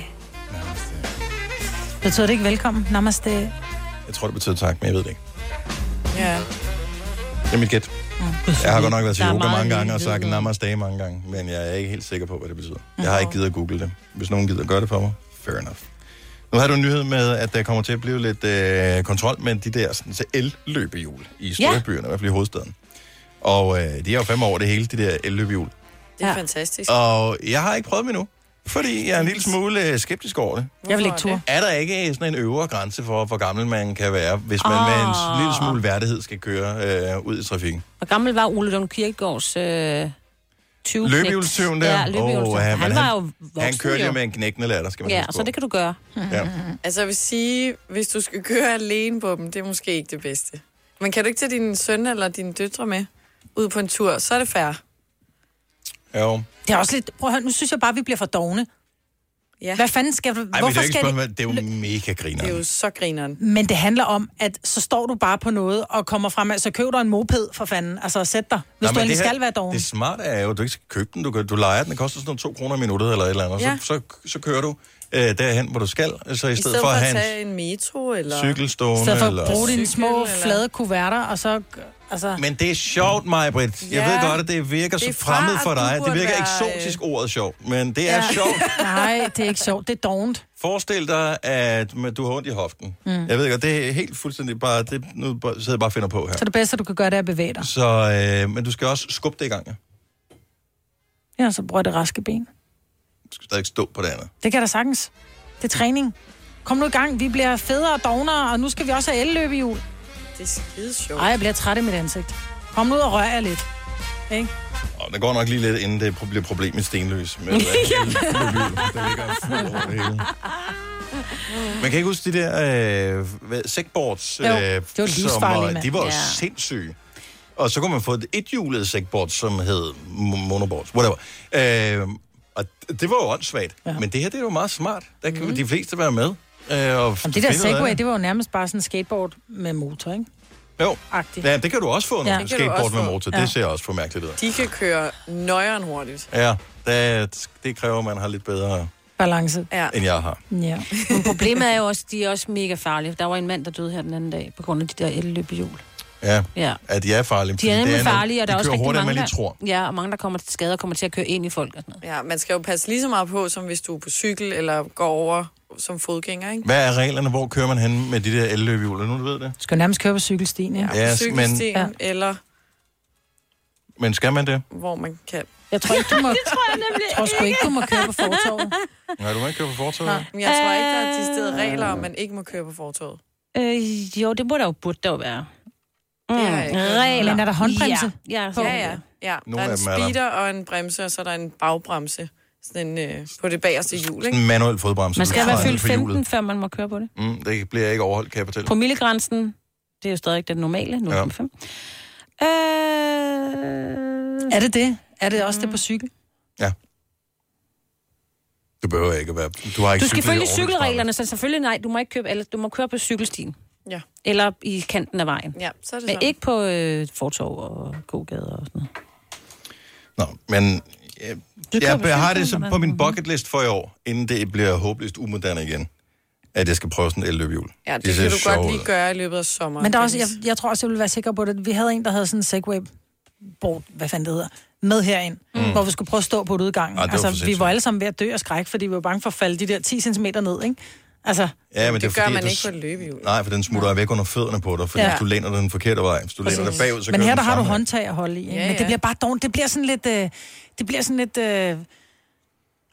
Speaker 4: Betyder det ikke velkommen? Namaste.
Speaker 1: Jeg tror, det betyder tak, men jeg ved det ikke.
Speaker 3: Ja.
Speaker 1: Det er mit gæt. Jeg har godt nok været til
Speaker 4: Der er
Speaker 1: yoga
Speaker 4: meget
Speaker 1: mange gange og
Speaker 4: lille
Speaker 1: sagt
Speaker 4: ved.
Speaker 1: namaste mange gange, men jeg er ikke helt sikker på, hvad det betyder. Jeg har ikke givet at google det. Hvis nogen gider at gøre det for mig, fair enough. Nu har du en nyhed med, at der kommer til at blive lidt øh, kontrol med de der sådan, så el-løbehjul i store
Speaker 3: Ja.
Speaker 1: byerne, i hvert fald i hovedstaden. Og øh, de er jo fem år over det hele, de der el-løbehjul.
Speaker 3: Det er ja. fantastisk.
Speaker 1: Og jeg har ikke prøvet dem endnu, fordi jeg er en lille smule øh, skeptisk over det.
Speaker 4: Jeg vil ikke turde.
Speaker 1: Er der ikke øh, sådan en øvre grænse for, hvor gammel man kan være, hvis man oh. med
Speaker 4: Ah.
Speaker 1: en lille smule værdighed skal køre øh, ud i trafikken?
Speaker 2: Hvor gammel var Ole Lund Kirkegaards øh, 20
Speaker 1: Løbehjulstyven der?
Speaker 2: Ja, løbehjulstyven.
Speaker 1: Åh,
Speaker 2: han,
Speaker 1: men
Speaker 2: var jo voksen,
Speaker 1: Han kørte jo
Speaker 2: jo
Speaker 1: med en knækkende latter, skal man
Speaker 2: Ja,
Speaker 1: huske
Speaker 2: så
Speaker 1: på.
Speaker 2: det kan du gøre.
Speaker 1: Ja.
Speaker 3: Altså, jeg vil sige, hvis du skal køre alene på dem, det er måske ikke det bedste. Men kan du ikke tage din søn eller dine døtre med ud på en tur, så er det fair.
Speaker 1: Jo.
Speaker 4: Det er også lidt... Prøv at høre, nu synes jeg bare, vi bliver for dogne.
Speaker 3: Ja.
Speaker 4: Hvad fanden skal du...
Speaker 1: Ej, men det
Speaker 4: hvorfor
Speaker 1: er jo ikke
Speaker 4: skal det...
Speaker 1: spørgsmål, det er jo mega griner.
Speaker 3: Det er jo så grineren.
Speaker 4: Men det handler om, at så står du bare på noget og kommer frem, så køb dig en moped for fanden, altså og sæt dig, hvis du endelig skal være doven.
Speaker 1: Det smarte er jo, at du ikke skal købe den. Du, kan, du lejer den, den koster sådan nogle 2 kroner i minuttet eller et eller andet.
Speaker 3: Ja.
Speaker 1: Ja. Så, så, så kører du øh, derhen, hvor du skal. Så i stedet,
Speaker 3: I stedet
Speaker 1: for at have
Speaker 3: tage
Speaker 1: en...
Speaker 3: en metro eller...
Speaker 1: cykel stående,
Speaker 4: I stedet for
Speaker 1: eller-
Speaker 4: at bruge dine
Speaker 3: Cykel,
Speaker 4: små
Speaker 3: eller-
Speaker 4: flade kuverter, og så... Altså,
Speaker 1: Men det er sjovt, Majbrit. Jeg
Speaker 4: Ja.
Speaker 1: ved godt, at det virker
Speaker 4: Det
Speaker 1: så
Speaker 4: er fra,
Speaker 1: fremmed for
Speaker 4: at du
Speaker 1: dig. Det
Speaker 4: burde
Speaker 1: virker
Speaker 4: være, øh,
Speaker 1: eksotisk ordet sjovt, men det er ja. sjovt.
Speaker 4: Nej, det er ikke sjovt, det er dovent.
Speaker 1: Forestil dig, at man- du har ondt i hoften. Mm.
Speaker 4: Mm.
Speaker 1: Jeg ved godt, det er helt fuldstændig bare... Det, nu bare- sidder jeg bare og finder på her.
Speaker 4: Så det bedste, du kan gøre, det er at bevæge dig.
Speaker 1: Så, øh, men du skal også skubbe det i gang, ja.
Speaker 4: Ja, så bruger det raske ben.
Speaker 1: Du skal stadig stå på det andet.
Speaker 4: Det kan da sagtens. Det er træning. Kom nu i gang, vi bliver federe og dognere, og nu skal vi også have elløbehjul.
Speaker 3: Det er skide sjovt.
Speaker 4: Ej, jeg bliver træt i mit ansigt. Kom nu ud og rør jer lidt. Ikke?
Speaker 1: Og der går nok lige lidt, inden det pro- bliver problem med stenløs. øh, Med, Man kan ikke huske de der øh, hvad- segboards,
Speaker 4: Jo, det var
Speaker 1: som
Speaker 4: livsfarlige,
Speaker 1: var,
Speaker 4: mand.
Speaker 1: de var jo
Speaker 4: Ja.
Speaker 1: sindssyge. Og så kunne man få et ethjulet segboard, som hed mo- monoboards, whatever. Øh, og d- det var jo åndssvagt. Ja. Men det her, det er jo meget smart. Der kan mm. de fleste være med. Øh, og
Speaker 4: Jamen,
Speaker 1: finde
Speaker 4: det
Speaker 1: ud
Speaker 4: der
Speaker 1: af
Speaker 4: Segway, det var jo nærmest bare sådan en skateboard med motor, ikke?
Speaker 1: Jo,
Speaker 4: Agtigt.
Speaker 1: ja, det kan du også få,
Speaker 4: Ja.
Speaker 1: ja.
Speaker 4: Det kan du
Speaker 1: skateboard
Speaker 4: også
Speaker 1: med
Speaker 4: få.
Speaker 1: motor.
Speaker 4: Ja.
Speaker 1: Det ser også for mærkeligt ud.
Speaker 3: De kan køre nøjeren hurtigt.
Speaker 1: Ja, det, det kræver, at man har lidt bedre,
Speaker 4: Balance.
Speaker 3: Ja.
Speaker 1: end jeg har.
Speaker 4: Ja.
Speaker 2: [LAUGHS] Men problemet er jo også, de er også mega farlige. Der var en mand, der døde her den anden dag, på grund af de der elløbehjul.
Speaker 1: Ja,
Speaker 2: Ja.
Speaker 1: at de er farlige.
Speaker 2: De er
Speaker 1: fordi
Speaker 2: nemlig
Speaker 1: nogle-
Speaker 2: farlige, og der
Speaker 1: de
Speaker 2: er også
Speaker 1: kører
Speaker 2: rigtig
Speaker 1: hurtigere,
Speaker 2: mange,
Speaker 1: end man lige tror.
Speaker 2: der- Ja, og mange, der kommer til skade og kommer til at køre ind i folk og sådan noget.
Speaker 3: Ja, man skal jo passe lige så meget på, som hvis du er på cykel eller går over som fodgænger, ikke?
Speaker 1: Hvad er reglerne? Hvor kører man hen med de der elløbehjul? Er der nogen, der ved det?
Speaker 4: Du skal jo nærmest køre på cykelstien, ja.
Speaker 1: Ja,
Speaker 3: Yes,
Speaker 1: men-
Speaker 3: Cykelstien,
Speaker 1: Ja.
Speaker 3: ja. eller
Speaker 1: Men skal man det?
Speaker 3: hvor man kan.
Speaker 4: Jeg tror ikke,
Speaker 1: [LAUGHS]
Speaker 4: du må... det tror jeg nemlig Jeg tror sgu ikke, du må køre på fortorvet.
Speaker 1: Nej, du må ikke køre på fortovet.
Speaker 3: Men jeg tror ikke, der er deciderede regler om, man ikke må køre på fortovet.
Speaker 2: Øh, jo, det burde der jo, burde der jo være. Mm.
Speaker 3: Det har jeg ikke.
Speaker 2: Regler.
Speaker 3: Men er der håndbremse
Speaker 2: Ja, ja,
Speaker 3: Ja, ja. ja.
Speaker 1: Nogle
Speaker 3: der er
Speaker 1: af
Speaker 3: en
Speaker 1: dem er der.
Speaker 3: speeder og en bremse, og så er der en bagbremse sådan en, øh, på det bagerste hjul,
Speaker 1: En
Speaker 3: ikke?
Speaker 1: Mm, manuel fodbremse.
Speaker 2: Man
Speaker 1: du
Speaker 2: skal
Speaker 1: træder
Speaker 2: være
Speaker 1: ned
Speaker 2: fyldt
Speaker 1: på hjulet.
Speaker 2: 15, før man må køre på det.
Speaker 1: Mm, det bliver ikke overholdt, kan jeg fortælle.
Speaker 2: På millegrænsen, det er jo stadig den normale, 0,5.
Speaker 1: Ja.
Speaker 2: Øh...
Speaker 4: Er det det? Er det også det
Speaker 1: Mm.
Speaker 4: på cykel?
Speaker 1: Du behøver ikke at være... Du har ikke
Speaker 2: Du skal
Speaker 1: cyklet i
Speaker 2: følge
Speaker 1: Aarhus,
Speaker 2: cykelreglerne, så selvfølgelig nej, du må ikke købe, eller du må køre på cykelstien.
Speaker 3: Ja.
Speaker 2: Eller i kanten af vejen.
Speaker 3: Ja, så er det
Speaker 2: Men
Speaker 3: sådan.
Speaker 2: ikke på øh, fortov og gågader og sådan noget.
Speaker 1: Men jeg,
Speaker 2: kører på
Speaker 1: jeg har det
Speaker 2: cykelstien,
Speaker 1: som på
Speaker 2: eller hvad? Mm.
Speaker 1: min bucket list for i år, inden det bliver håbløst umoderne igen. at jeg skal prøve sådan et elløbehjul.
Speaker 3: Ja, det,
Speaker 1: De
Speaker 3: det
Speaker 1: ser
Speaker 3: kan du
Speaker 1: sjove
Speaker 3: godt
Speaker 1: ud.
Speaker 3: lige gøre i løbet af sommeren.
Speaker 4: Men der er også, jeg, jeg tror også, jeg ville være sikker på det. Vi havde en, der havde sådan en segway board, hvad fanden det hedder, med herind, mm. hvor vi skulle prøve at stå på et udgang.
Speaker 1: Ej, Ah, det var for
Speaker 4: altså, vi
Speaker 1: sindssygt.
Speaker 4: var alle sammen ved at dø af skræk, fordi vi var bange for at falde de der 10 cm ned, ikke? Altså,
Speaker 1: Ja, men det, det er, fordi, du...
Speaker 3: et løbehjul.
Speaker 1: Nej, for den smutter væk under fødderne på dig, fordi
Speaker 4: Ja.
Speaker 1: ja. hvis du læner den forkerte vej, hvis du Præcis. læner dig bagud, så
Speaker 4: Men
Speaker 1: kører
Speaker 4: her
Speaker 1: den
Speaker 4: der har du
Speaker 1: fremad.
Speaker 4: håndtag at holde i, ikke?
Speaker 3: Ja,
Speaker 4: Ja, Men
Speaker 3: ja.
Speaker 4: det bliver bare dovent. Det bliver sådan lidt... Øh, det bliver sådan lidt... Øh...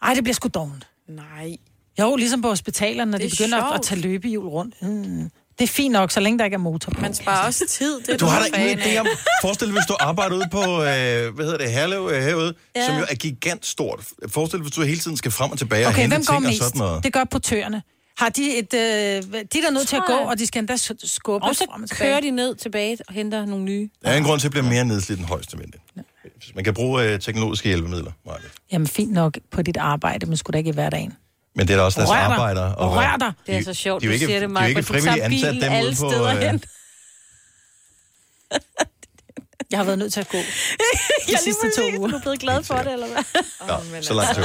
Speaker 4: Ej, det bliver sgu dovent.
Speaker 3: Nej.
Speaker 4: Jo, ligesom på hospitalerne, når
Speaker 3: Det
Speaker 4: de
Speaker 3: er
Speaker 4: begynder at,
Speaker 3: sjovt.
Speaker 4: at tage løbehjul rundt. Mm. Det er fint nok, så længe der ikke er motor på. Man
Speaker 3: sparer også tid.
Speaker 1: [LAUGHS]
Speaker 3: Det
Speaker 1: Du har da ingen idé om... Forestil dig, hvis du arbejder ude på, øh, hvad hedder det, Herlev øh, herude,
Speaker 4: Ja.
Speaker 1: ja. som jo er gigantstort. Forestil dig, hvis du hele tiden skal frem og tilbage og
Speaker 4: Okay,
Speaker 1: hente
Speaker 4: hvem går
Speaker 1: ting og
Speaker 4: mest?
Speaker 1: sådan noget.
Speaker 4: Det gør portørerne. Har de et... Øh, de er der nødt til at gå,
Speaker 2: Tror jeg.
Speaker 4: og de skal endda s- skubbe
Speaker 2: Og så
Speaker 4: frem tilbage.
Speaker 2: kører de ned tilbage og henter nogle nye.
Speaker 1: Der er en grund til, at blive mere nedslidt end højst almindeligt. Hvis Man kan bruge øh, teknologiske hjælpemidler. Maja.
Speaker 4: Jamen, fint nok på dit arbejde, men skulle da ikke i hverdagen.
Speaker 1: Men det er da også deres
Speaker 4: Rør dig.
Speaker 1: arbejdere.
Speaker 4: Og rør dig.
Speaker 2: Det er så sjovt,
Speaker 1: de er jo
Speaker 2: du
Speaker 1: ikke-
Speaker 2: siger
Speaker 1: de er
Speaker 2: det,
Speaker 1: jo
Speaker 2: Maja.
Speaker 1: ikke frivilligt ansat dem ude
Speaker 2: alle
Speaker 1: på,
Speaker 2: steder
Speaker 1: øh,
Speaker 2: hen.
Speaker 4: Jeg har været nødt til
Speaker 2: [LAUGHS]
Speaker 4: at gå de
Speaker 2: Jeg er lige
Speaker 4: sidste to uger.
Speaker 2: Du er blevet glad for det, eller hvad?
Speaker 1: Nå, så
Speaker 4: altså.
Speaker 1: langt til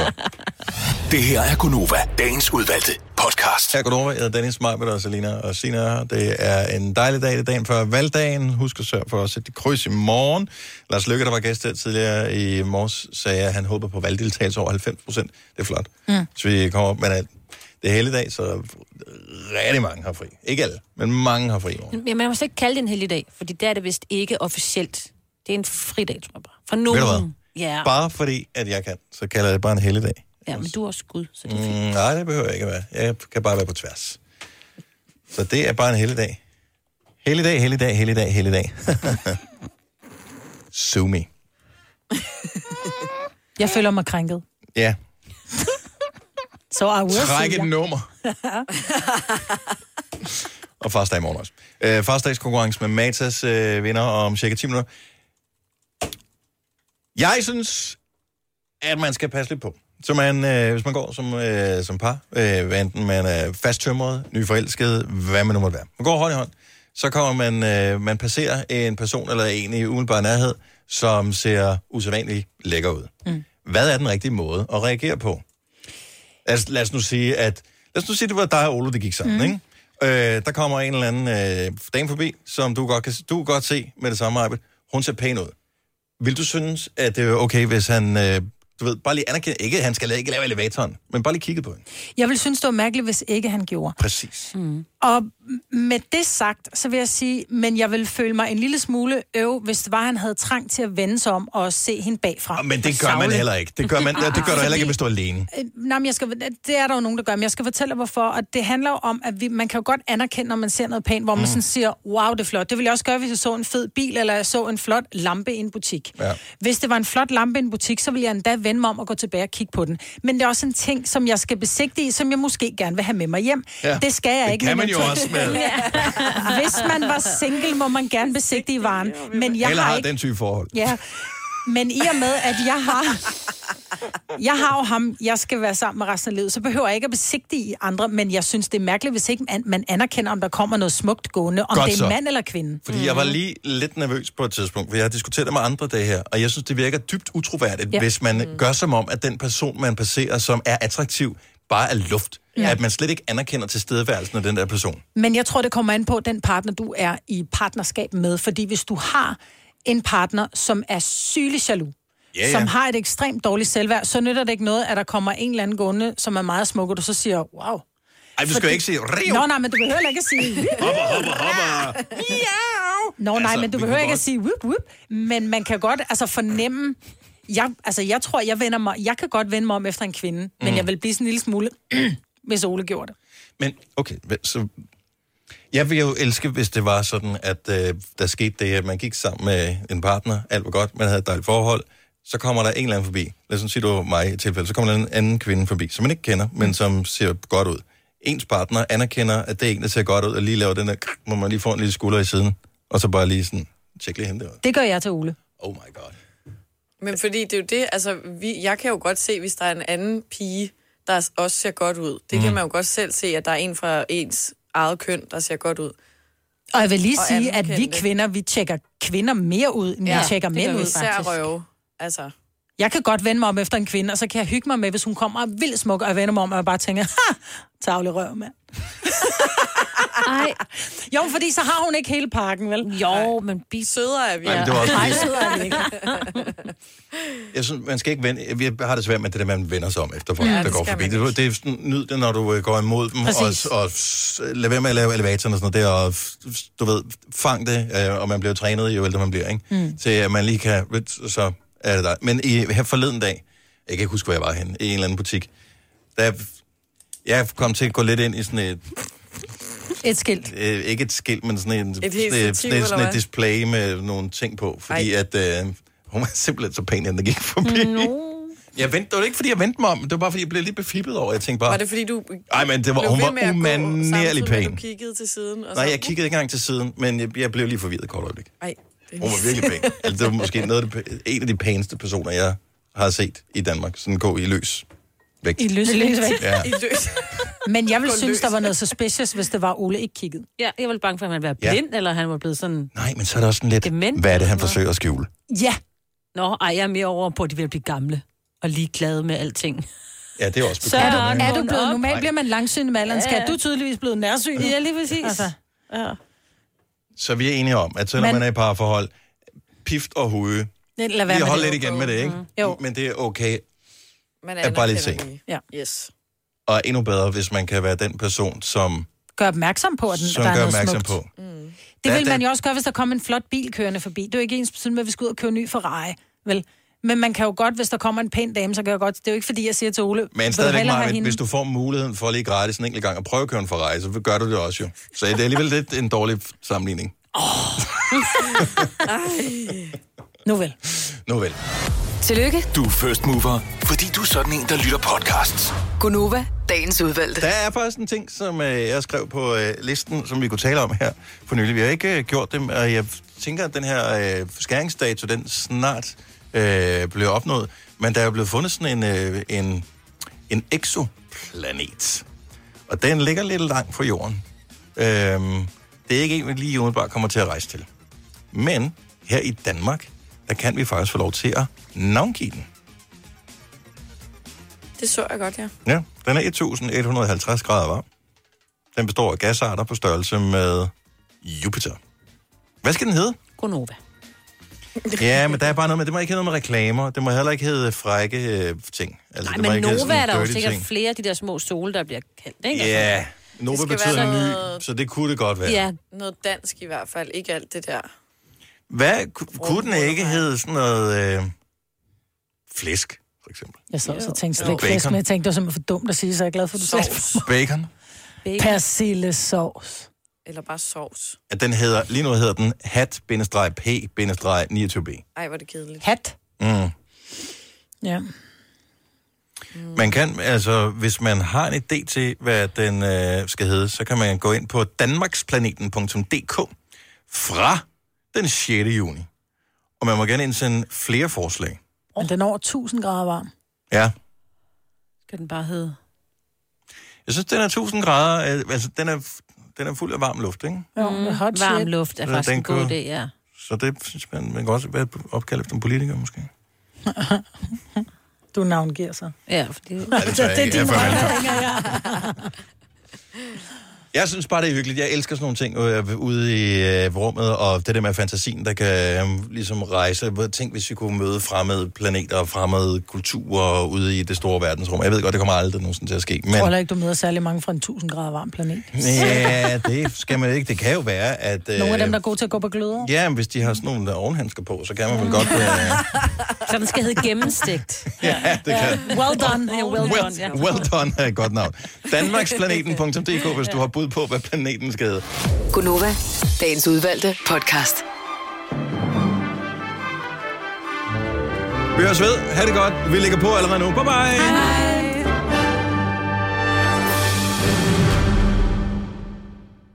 Speaker 13: Det her er Gunova, dagens udvalgte podcast.
Speaker 1: Her går over. Jeg hedder Dennis Marbet og Selina og Sina. er her. Det er en dejlig dag. Det er dagen før valgdagen. Husk at sørge for at sætte dit kryds i morgen. Lars Løkke, der var gæst her tidligere i morges, sagde, at han håber på valgdeltagelse over 90 procent. Det er flot. Mm. Så vi kommer op med det. Det er hele dag, så rigtig mange har fri. Ikke alle, men mange har fri i morgen.
Speaker 4: Mm.
Speaker 2: Men man må slet ikke kalde det en helligdag, fordi der er det vist ikke officielt. Det er en fridag, tror jeg bare. For nogen.
Speaker 1: Ved du hvad?
Speaker 2: Ja.
Speaker 1: Bare fordi, at jeg kan, så kalder jeg det bare en helligdag.
Speaker 2: ja, men du er også Gud, så det er fint.
Speaker 1: Mm, nej, det behøver jeg ikke at være. Jeg kan bare være på tværs. Så det er bare en helligdag. Helligdag, helligdag, helligdag, helligdag. [LAUGHS] Sue me.
Speaker 4: Jeg føler mig krænket.
Speaker 1: Ja,
Speaker 4: Så I will
Speaker 1: Træk
Speaker 4: see
Speaker 1: et
Speaker 4: jer.
Speaker 1: nummer. og farsdag i morgen også. Øh, farsdagskonkurrence med Matas øh, vinder om cirka 10 minutter. Jeg synes, at man skal passe lidt på. Så man, øh, hvis man går som, øh, som par, øh, hvad enten man er fasttømret, nyforelsket, hvad man nu måtte være. Man går hånd i hånd, så kommer man, øh, man passerer en person eller en i umiddelbar nærhed, som ser usædvanligt lækker ud. Mm. Hvad er den rigtige måde at reagere på? Altså, lad os nu sige, at lad os nu sige, det var dig og Olo, det gik sammen, mm. ikke? Øh, der kommer en eller anden øh, dame forbi, som du godt kan, du kan godt se med det samme arbejde. Hun ser pæn ud. Vil du synes, at det er okay, hvis han... Øh, du ved, bare lige anerkende, ikke, at han skal la- ikke lave elevatoren, men bare lige kigge på hende.
Speaker 4: Jeg ville synes, det var mærkeligt, hvis ikke han gjorde.
Speaker 1: Præcis.
Speaker 4: Mm. Og med det sagt, så vil jeg sige, men jeg ville føle mig en lille smule øv, hvis det var, han havde trang til at vende sig om og se hende bagfra.
Speaker 1: Ah, Men det gør
Speaker 4: Og
Speaker 1: man
Speaker 4: savle.
Speaker 1: heller ikke. Det gør, man, det gør du heller ikke, hvis du er alene.
Speaker 4: Øh, Nej, men jeg skal, det er der jo nogen, der gør, men jeg skal fortælle dig, hvorfor. Og det handler jo om, at vi, man kan jo godt anerkende, når man ser noget pænt, hvor man
Speaker 15: Mm.
Speaker 4: sådan siger, wow, det er flot. Det ville jeg også gøre, hvis jeg så en fed bil, eller jeg så en flot lampe i en butik.
Speaker 15: Ja.
Speaker 4: Hvis det var en flot lampe i en butik, så ville jeg endda vende mig om og gå tilbage og kigge på den. Men det er også en ting, som jeg skal besigtige, som jeg måske gerne vil have med mig hjem.
Speaker 15: Ja,
Speaker 4: Det skal jeg
Speaker 15: det
Speaker 4: ikke.
Speaker 15: kan
Speaker 4: men
Speaker 15: man jo
Speaker 4: jeg-
Speaker 15: også med-
Speaker 4: [LAUGHS] Hvis man var single, må man gerne besigtige varen. Men jeg
Speaker 1: eller
Speaker 4: har
Speaker 1: har
Speaker 4: ikke...
Speaker 1: den type forhold.
Speaker 4: Ja, men i og med, at jeg har, jeg har jo ham, jeg skal være sammen med resten af livet, så behøver jeg ikke at besigtige andre, men jeg synes, det er mærkeligt, hvis ikke man, man anerkender, om der kommer noget smukt gående, om
Speaker 1: Godt
Speaker 4: det er
Speaker 1: så.
Speaker 4: mand eller kvinde.
Speaker 1: Fordi jeg var lige lidt nervøs på et tidspunkt, for jeg har diskuteret det med andre det her, og jeg synes, det virker dybt utroværdigt,
Speaker 4: Ja.
Speaker 1: ja. hvis man
Speaker 4: Mm.
Speaker 1: mm. gør som om, at den person, man passerer, som er attraktiv, bare er luft.
Speaker 4: Ja.
Speaker 1: Ja. At man slet ikke anerkender tilstedeværelsen af den der person.
Speaker 4: Men jeg tror, det kommer an på den partner, du er i partnerskab med. Fordi hvis du har en partner, som er sygelig jaloux,
Speaker 15: Ja, ja.
Speaker 4: som har et ekstremt dårligt selvværd, så nytter det ikke noget, at der kommer en eller anden gående, som er meget smuk, og du så siger, wow.
Speaker 1: Ej, du skal jo ikke sige, "Rio!"
Speaker 4: Nå, nej, Ah. men du behøver heller ikke at sige...
Speaker 1: Hopper, hopper, hopper.
Speaker 4: Nå, nej,
Speaker 1: Altså,
Speaker 4: men du
Speaker 1: vi
Speaker 4: behøver
Speaker 1: kan
Speaker 4: ikke at
Speaker 1: godt-
Speaker 4: sige whoop, whoop, men man kan godt altså, fornemme... Jeg, altså, jeg tror, jeg vender mig... Jeg kan godt vende mig om efter en kvinde, mm. men
Speaker 1: Mm.
Speaker 4: jeg vil blive sådan en lille smule, [CLEARS THROAT] hvis Ole gjorde det.
Speaker 1: Men okay, hva- så... Jeg ville jo elske, hvis det var sådan, at øh, der skete det, at man gik sammen med en partner, alt var godt, man havde et dejligt forhold, så kommer der en eller anden forbi. Lad os sige, du var mig i tilfælde. Så kommer der en anden kvinde forbi, som man ikke kender, men som ser godt ud. Ens partner anerkender, at det er en, der ser godt ud, og lige laver den der, krk, hvor man lige får en lille skulder i siden, og så bare lige sådan, tjek lige hende der.
Speaker 4: Det gør jeg til Ole.
Speaker 1: Oh my god.
Speaker 3: Men fordi det er jo det, altså, vi, jeg kan jo godt se, hvis der er en anden pige, der også ser godt ud. Det mm. kan man jo godt selv se, at der er en fra ens eget køn, der ser godt ud.
Speaker 4: Og jeg vil lige
Speaker 3: Og
Speaker 4: sige, at vi
Speaker 3: anerkende det.
Speaker 4: kvinder, vi tjekker kvinder mere ud, end ja, vi tjekker mænd ud,
Speaker 3: Især
Speaker 4: faktisk.
Speaker 3: røve. Altså,
Speaker 4: Jeg kan godt vende mig om efter en kvinde, og så kan jeg hygge mig med, hvis hun kommer og er vildt smuk, og jeg vender mig om, og jeg bare tænker, ha, tavle røv, mand.
Speaker 2: Ej.
Speaker 4: Jo, fordi så har hun ikke hele pakken, vel? Jo, Ej.
Speaker 2: men bi...
Speaker 3: Sødere er vi.
Speaker 1: Nej, men det var også
Speaker 4: Nej,
Speaker 1: fordi-
Speaker 4: sødere er vi ikke.
Speaker 1: [LAUGHS] Jeg synes, man skal ikke vende... Jeg har det svært med det der, man vender sig om efter folk,
Speaker 4: Ja,
Speaker 1: ja, der
Speaker 4: det
Speaker 1: går
Speaker 4: skal
Speaker 1: forbi.
Speaker 4: man
Speaker 1: Det, det er sådan, nyd det, når du øh, går imod dem,
Speaker 4: Præcis.
Speaker 1: og, og s- lad være med at lave elevatoren og sådan noget der, og f- du ved, fang det, øh, og man bliver trænet, jo ældre man bliver, ikke? Mm. Til at man lige kan... ved du, Så er det der. Men i, her forleden dag, jeg kan ikke huske, hvor jeg var henne, i en eller anden butik, der jeg kom til at gå lidt ind i sådan et,
Speaker 4: Et skilt.
Speaker 1: øh, ikke et skilt, men sådan en,
Speaker 4: Et
Speaker 1: sådan, et,
Speaker 4: helt stativ,
Speaker 1: sådan, et,
Speaker 4: eller
Speaker 1: sådan et
Speaker 4: hvad?
Speaker 1: display med nogle ting på, fordi Ej. at øh, hun var simpelthen så pæn, at den gik forbi. No. Jeg vendte, det var ikke, fordi jeg vendte mig om. Det var bare, fordi jeg blev lidt befippet over. Jeg tænkte bare...
Speaker 3: Var det, fordi du
Speaker 1: Ej, men det var,
Speaker 3: blev
Speaker 1: hun
Speaker 3: ved
Speaker 1: var
Speaker 3: med at gå,
Speaker 1: umanerlig
Speaker 3: samtidig med, at
Speaker 1: pæn.
Speaker 3: du kiggede til siden? Og
Speaker 1: Nej,
Speaker 3: så,
Speaker 1: jeg kiggede ikke engang til siden, men jeg, jeg blev lige forvirret et kort øjeblik.
Speaker 3: Ej, det
Speaker 1: Hun var
Speaker 3: [LAUGHS]
Speaker 1: virkelig pæn. altså, det var måske noget af det, pæ- en af de pæneste personer, jeg har set i Danmark. Sådan gå i løs vægt.
Speaker 4: I løs vægt.
Speaker 1: Ja.
Speaker 3: løs.
Speaker 4: Men jeg ville
Speaker 2: Gå
Speaker 4: synes,
Speaker 2: løs.
Speaker 4: der var noget suspicious, hvis det var Ole ikke kiggede.
Speaker 2: Ja, jeg var bange for, at han var
Speaker 1: Ja.
Speaker 2: blind, ja. eller han var blevet sådan...
Speaker 1: Nej, men så er det også sådan lidt,
Speaker 2: Dement
Speaker 1: hvad er det,
Speaker 2: eller
Speaker 1: han
Speaker 2: noget?
Speaker 1: forsøger at skjule?
Speaker 4: Ja.
Speaker 2: Nå, ej, jeg er mere over på, at de vil blive gamle og ligeglade med alting.
Speaker 1: Ja, det er også
Speaker 2: Så er
Speaker 1: bekymrende,
Speaker 2: der-
Speaker 1: ikke?
Speaker 4: Er du blevet,
Speaker 2: op.
Speaker 4: normalt
Speaker 2: Nej.
Speaker 4: bliver man langsynet med alderen.
Speaker 2: Ja,
Speaker 4: Skal
Speaker 2: ja.
Speaker 4: du er tydeligvis blevet nærsynet?
Speaker 2: Ja, Altså. lige præcis.
Speaker 4: ja.
Speaker 1: Så vi er enige om, at selvom
Speaker 4: Men-
Speaker 1: man er i parforhold, pift og hude,
Speaker 4: Lad være
Speaker 1: vi
Speaker 4: med
Speaker 1: holder
Speaker 4: det. Mm-hmm.
Speaker 1: lidt igen med det, ikke?
Speaker 4: Jo.
Speaker 1: Men det er okay,
Speaker 3: man
Speaker 1: er bare lidt
Speaker 3: anerkender
Speaker 1: sen.
Speaker 3: det. Ja. Yes.
Speaker 1: og endnu bedre, hvis man kan være den person, som,
Speaker 4: Gør opmærksom på, at den,
Speaker 1: som
Speaker 4: der er
Speaker 1: gør
Speaker 4: noget
Speaker 1: opmærksom
Speaker 4: smukt. Mm.
Speaker 1: på.
Speaker 4: Det
Speaker 1: Der-
Speaker 4: ville man
Speaker 1: der-
Speaker 4: jo også gøre, hvis der kom en flot bil kørende forbi. Det er jo ikke ens betydning med, at vi skal ud og købe en ny Ferrari, vel? Men man kan jo godt, hvis der kommer en pæn dame, så kan jeg godt... Det er jo ikke, fordi jeg siger til Ole... vil du
Speaker 1: Men stadigvæk,
Speaker 4: hellere have
Speaker 1: Marvind,
Speaker 4: hende?
Speaker 1: hvis du får muligheden for lige gratis en enkelt gang at prøve at køre en Ferrari, så gør du det også jo. Så det er alligevel lidt en dårlig sammenligning.
Speaker 4: Nu vel.
Speaker 1: Nu vel.
Speaker 9: Tillykke,
Speaker 13: Du er first mover, fordi du er sådan en, der lytter podcasts.
Speaker 9: Gunova, dagens
Speaker 1: [LAUGHS]
Speaker 9: udvalgte.
Speaker 1: Der er faktisk en ting, som øh, jeg skrev på øh, listen, som vi kunne tale om her for nylig. Vi har ikke øh, gjort det, og jeg tænker, at den her øh, skæringsdato, den snart øh, blev opnået. Men der er jo blevet fundet sådan en, øh, en, en exoplanet. Og den ligger lidt langt fra jorden. Øhm, det er ikke en, vi lige umiddelbart kommer til at rejse til. Men her i Danmark, der kan vi faktisk få lov til at navngive den.
Speaker 3: Det så jeg godt, ja.
Speaker 1: Ja, den er 1150 grader varm. Den består af gasarter på størrelse med Jupiter. Hvad skal den
Speaker 2: [LAUGHS]
Speaker 1: hedde?
Speaker 2: Gonova.
Speaker 1: Ja, men der er bare noget med, det må ikke hedde noget med reklamer. Det må heller ikke hedde frække øh, ting. Altså,
Speaker 2: Nej,
Speaker 1: det må
Speaker 2: men
Speaker 1: ikke hedde
Speaker 2: Nova
Speaker 1: sådan
Speaker 2: er der jo
Speaker 1: dirty
Speaker 2: sikkert
Speaker 1: ting.
Speaker 2: flere af de der små stole, der bliver kaldt, ikke? Altså,
Speaker 1: Ja, Nova
Speaker 3: skal være
Speaker 1: betyder ny,
Speaker 3: noget-
Speaker 1: så det kunne det godt være.
Speaker 2: Ja.
Speaker 3: Noget dansk i hvert fald, ikke alt det der.
Speaker 1: Hvad, ku- kunne den ikke hedde sådan noget... Øh, flæsk, for
Speaker 2: [LAUGHS]
Speaker 1: eksempel.
Speaker 4: Jeg sad også og tænkte
Speaker 1: Jo.
Speaker 4: slet ikke flæsk, men
Speaker 1: Bacon.
Speaker 4: jeg tænkte, det var simpelthen for dumt at sige, så jeg er glad for, at du sagde det.
Speaker 1: Bacon.
Speaker 4: Persillesovs.
Speaker 3: Eller bare sovs.
Speaker 1: At den hedder, lige nu hedder den hat-p-29b.
Speaker 3: Ej, hvor er det kedeligt.
Speaker 4: Hat.
Speaker 1: Mm.
Speaker 4: Ja.
Speaker 1: Man kan, altså, hvis man har en idé til, hvad den øh, skal hedde, så kan man gå ind på danmarksplaneten.dk fra den 6. juni. Og man må gerne indsende flere forslag.
Speaker 4: Men den er over 1000 grader varm.
Speaker 1: Ja.
Speaker 2: Skal den bare hedde?
Speaker 1: Jeg synes, den er 1000 grader, øh, altså, den er, den er fuld af varm luft, ikke?
Speaker 4: Jo, mm, hot
Speaker 2: varm
Speaker 4: shit.
Speaker 2: luft er
Speaker 1: Så
Speaker 2: faktisk
Speaker 1: den
Speaker 2: en god
Speaker 1: kunne-
Speaker 2: idé, ja.
Speaker 1: Så det synes man, man kan også være et opkald efter en politiker, måske.
Speaker 4: Du navngiver sig.
Speaker 2: Ja, fordi... Ja,
Speaker 1: det tør jeg ikke. Jeg er for
Speaker 4: rolle,
Speaker 1: velkommen.
Speaker 4: ringer, ja.
Speaker 1: Jeg synes bare, det er hyggeligt. Jeg elsker sådan nogle ting øh, ude i øh, rummet, og det der med fantasien, der kan øh, ligesom rejse. Tænk, hvis vi kunne møde fremmede planeter og fremmede kulturer ude i det store verdensrum. Jeg ved godt, det kommer aldrig nogensinde til at ske.
Speaker 4: Jeg tror
Speaker 1: Men
Speaker 4: heller ikke, du møder særlig mange fra en 1000 grader varm planet.
Speaker 1: [LAUGHS] Øh. ja, det skal man ikke. Det kan jo være, at... Øh,
Speaker 4: Nogle af dem, der er gode til at gå på gløder.
Speaker 1: Ja, men hvis de har sådan nogle der ovenhandsker på, så kan man vel
Speaker 4: [LAUGHS]
Speaker 1: godt... Øh,
Speaker 2: Så den skal hedde gennemstegt.
Speaker 1: [LAUGHS] ja, det kan.
Speaker 4: Well done. Ja, well
Speaker 1: Well,
Speaker 4: done. Ja.
Speaker 1: well done er et godt navn. Danmarksplaneten.dk, hvis du har bud på, hvad planeten skal hedde.
Speaker 9: Gunova, dagens udvalgte podcast.
Speaker 1: Vi høres ved. Ha' det godt. Vi ligger på allerede nu. Bye bye.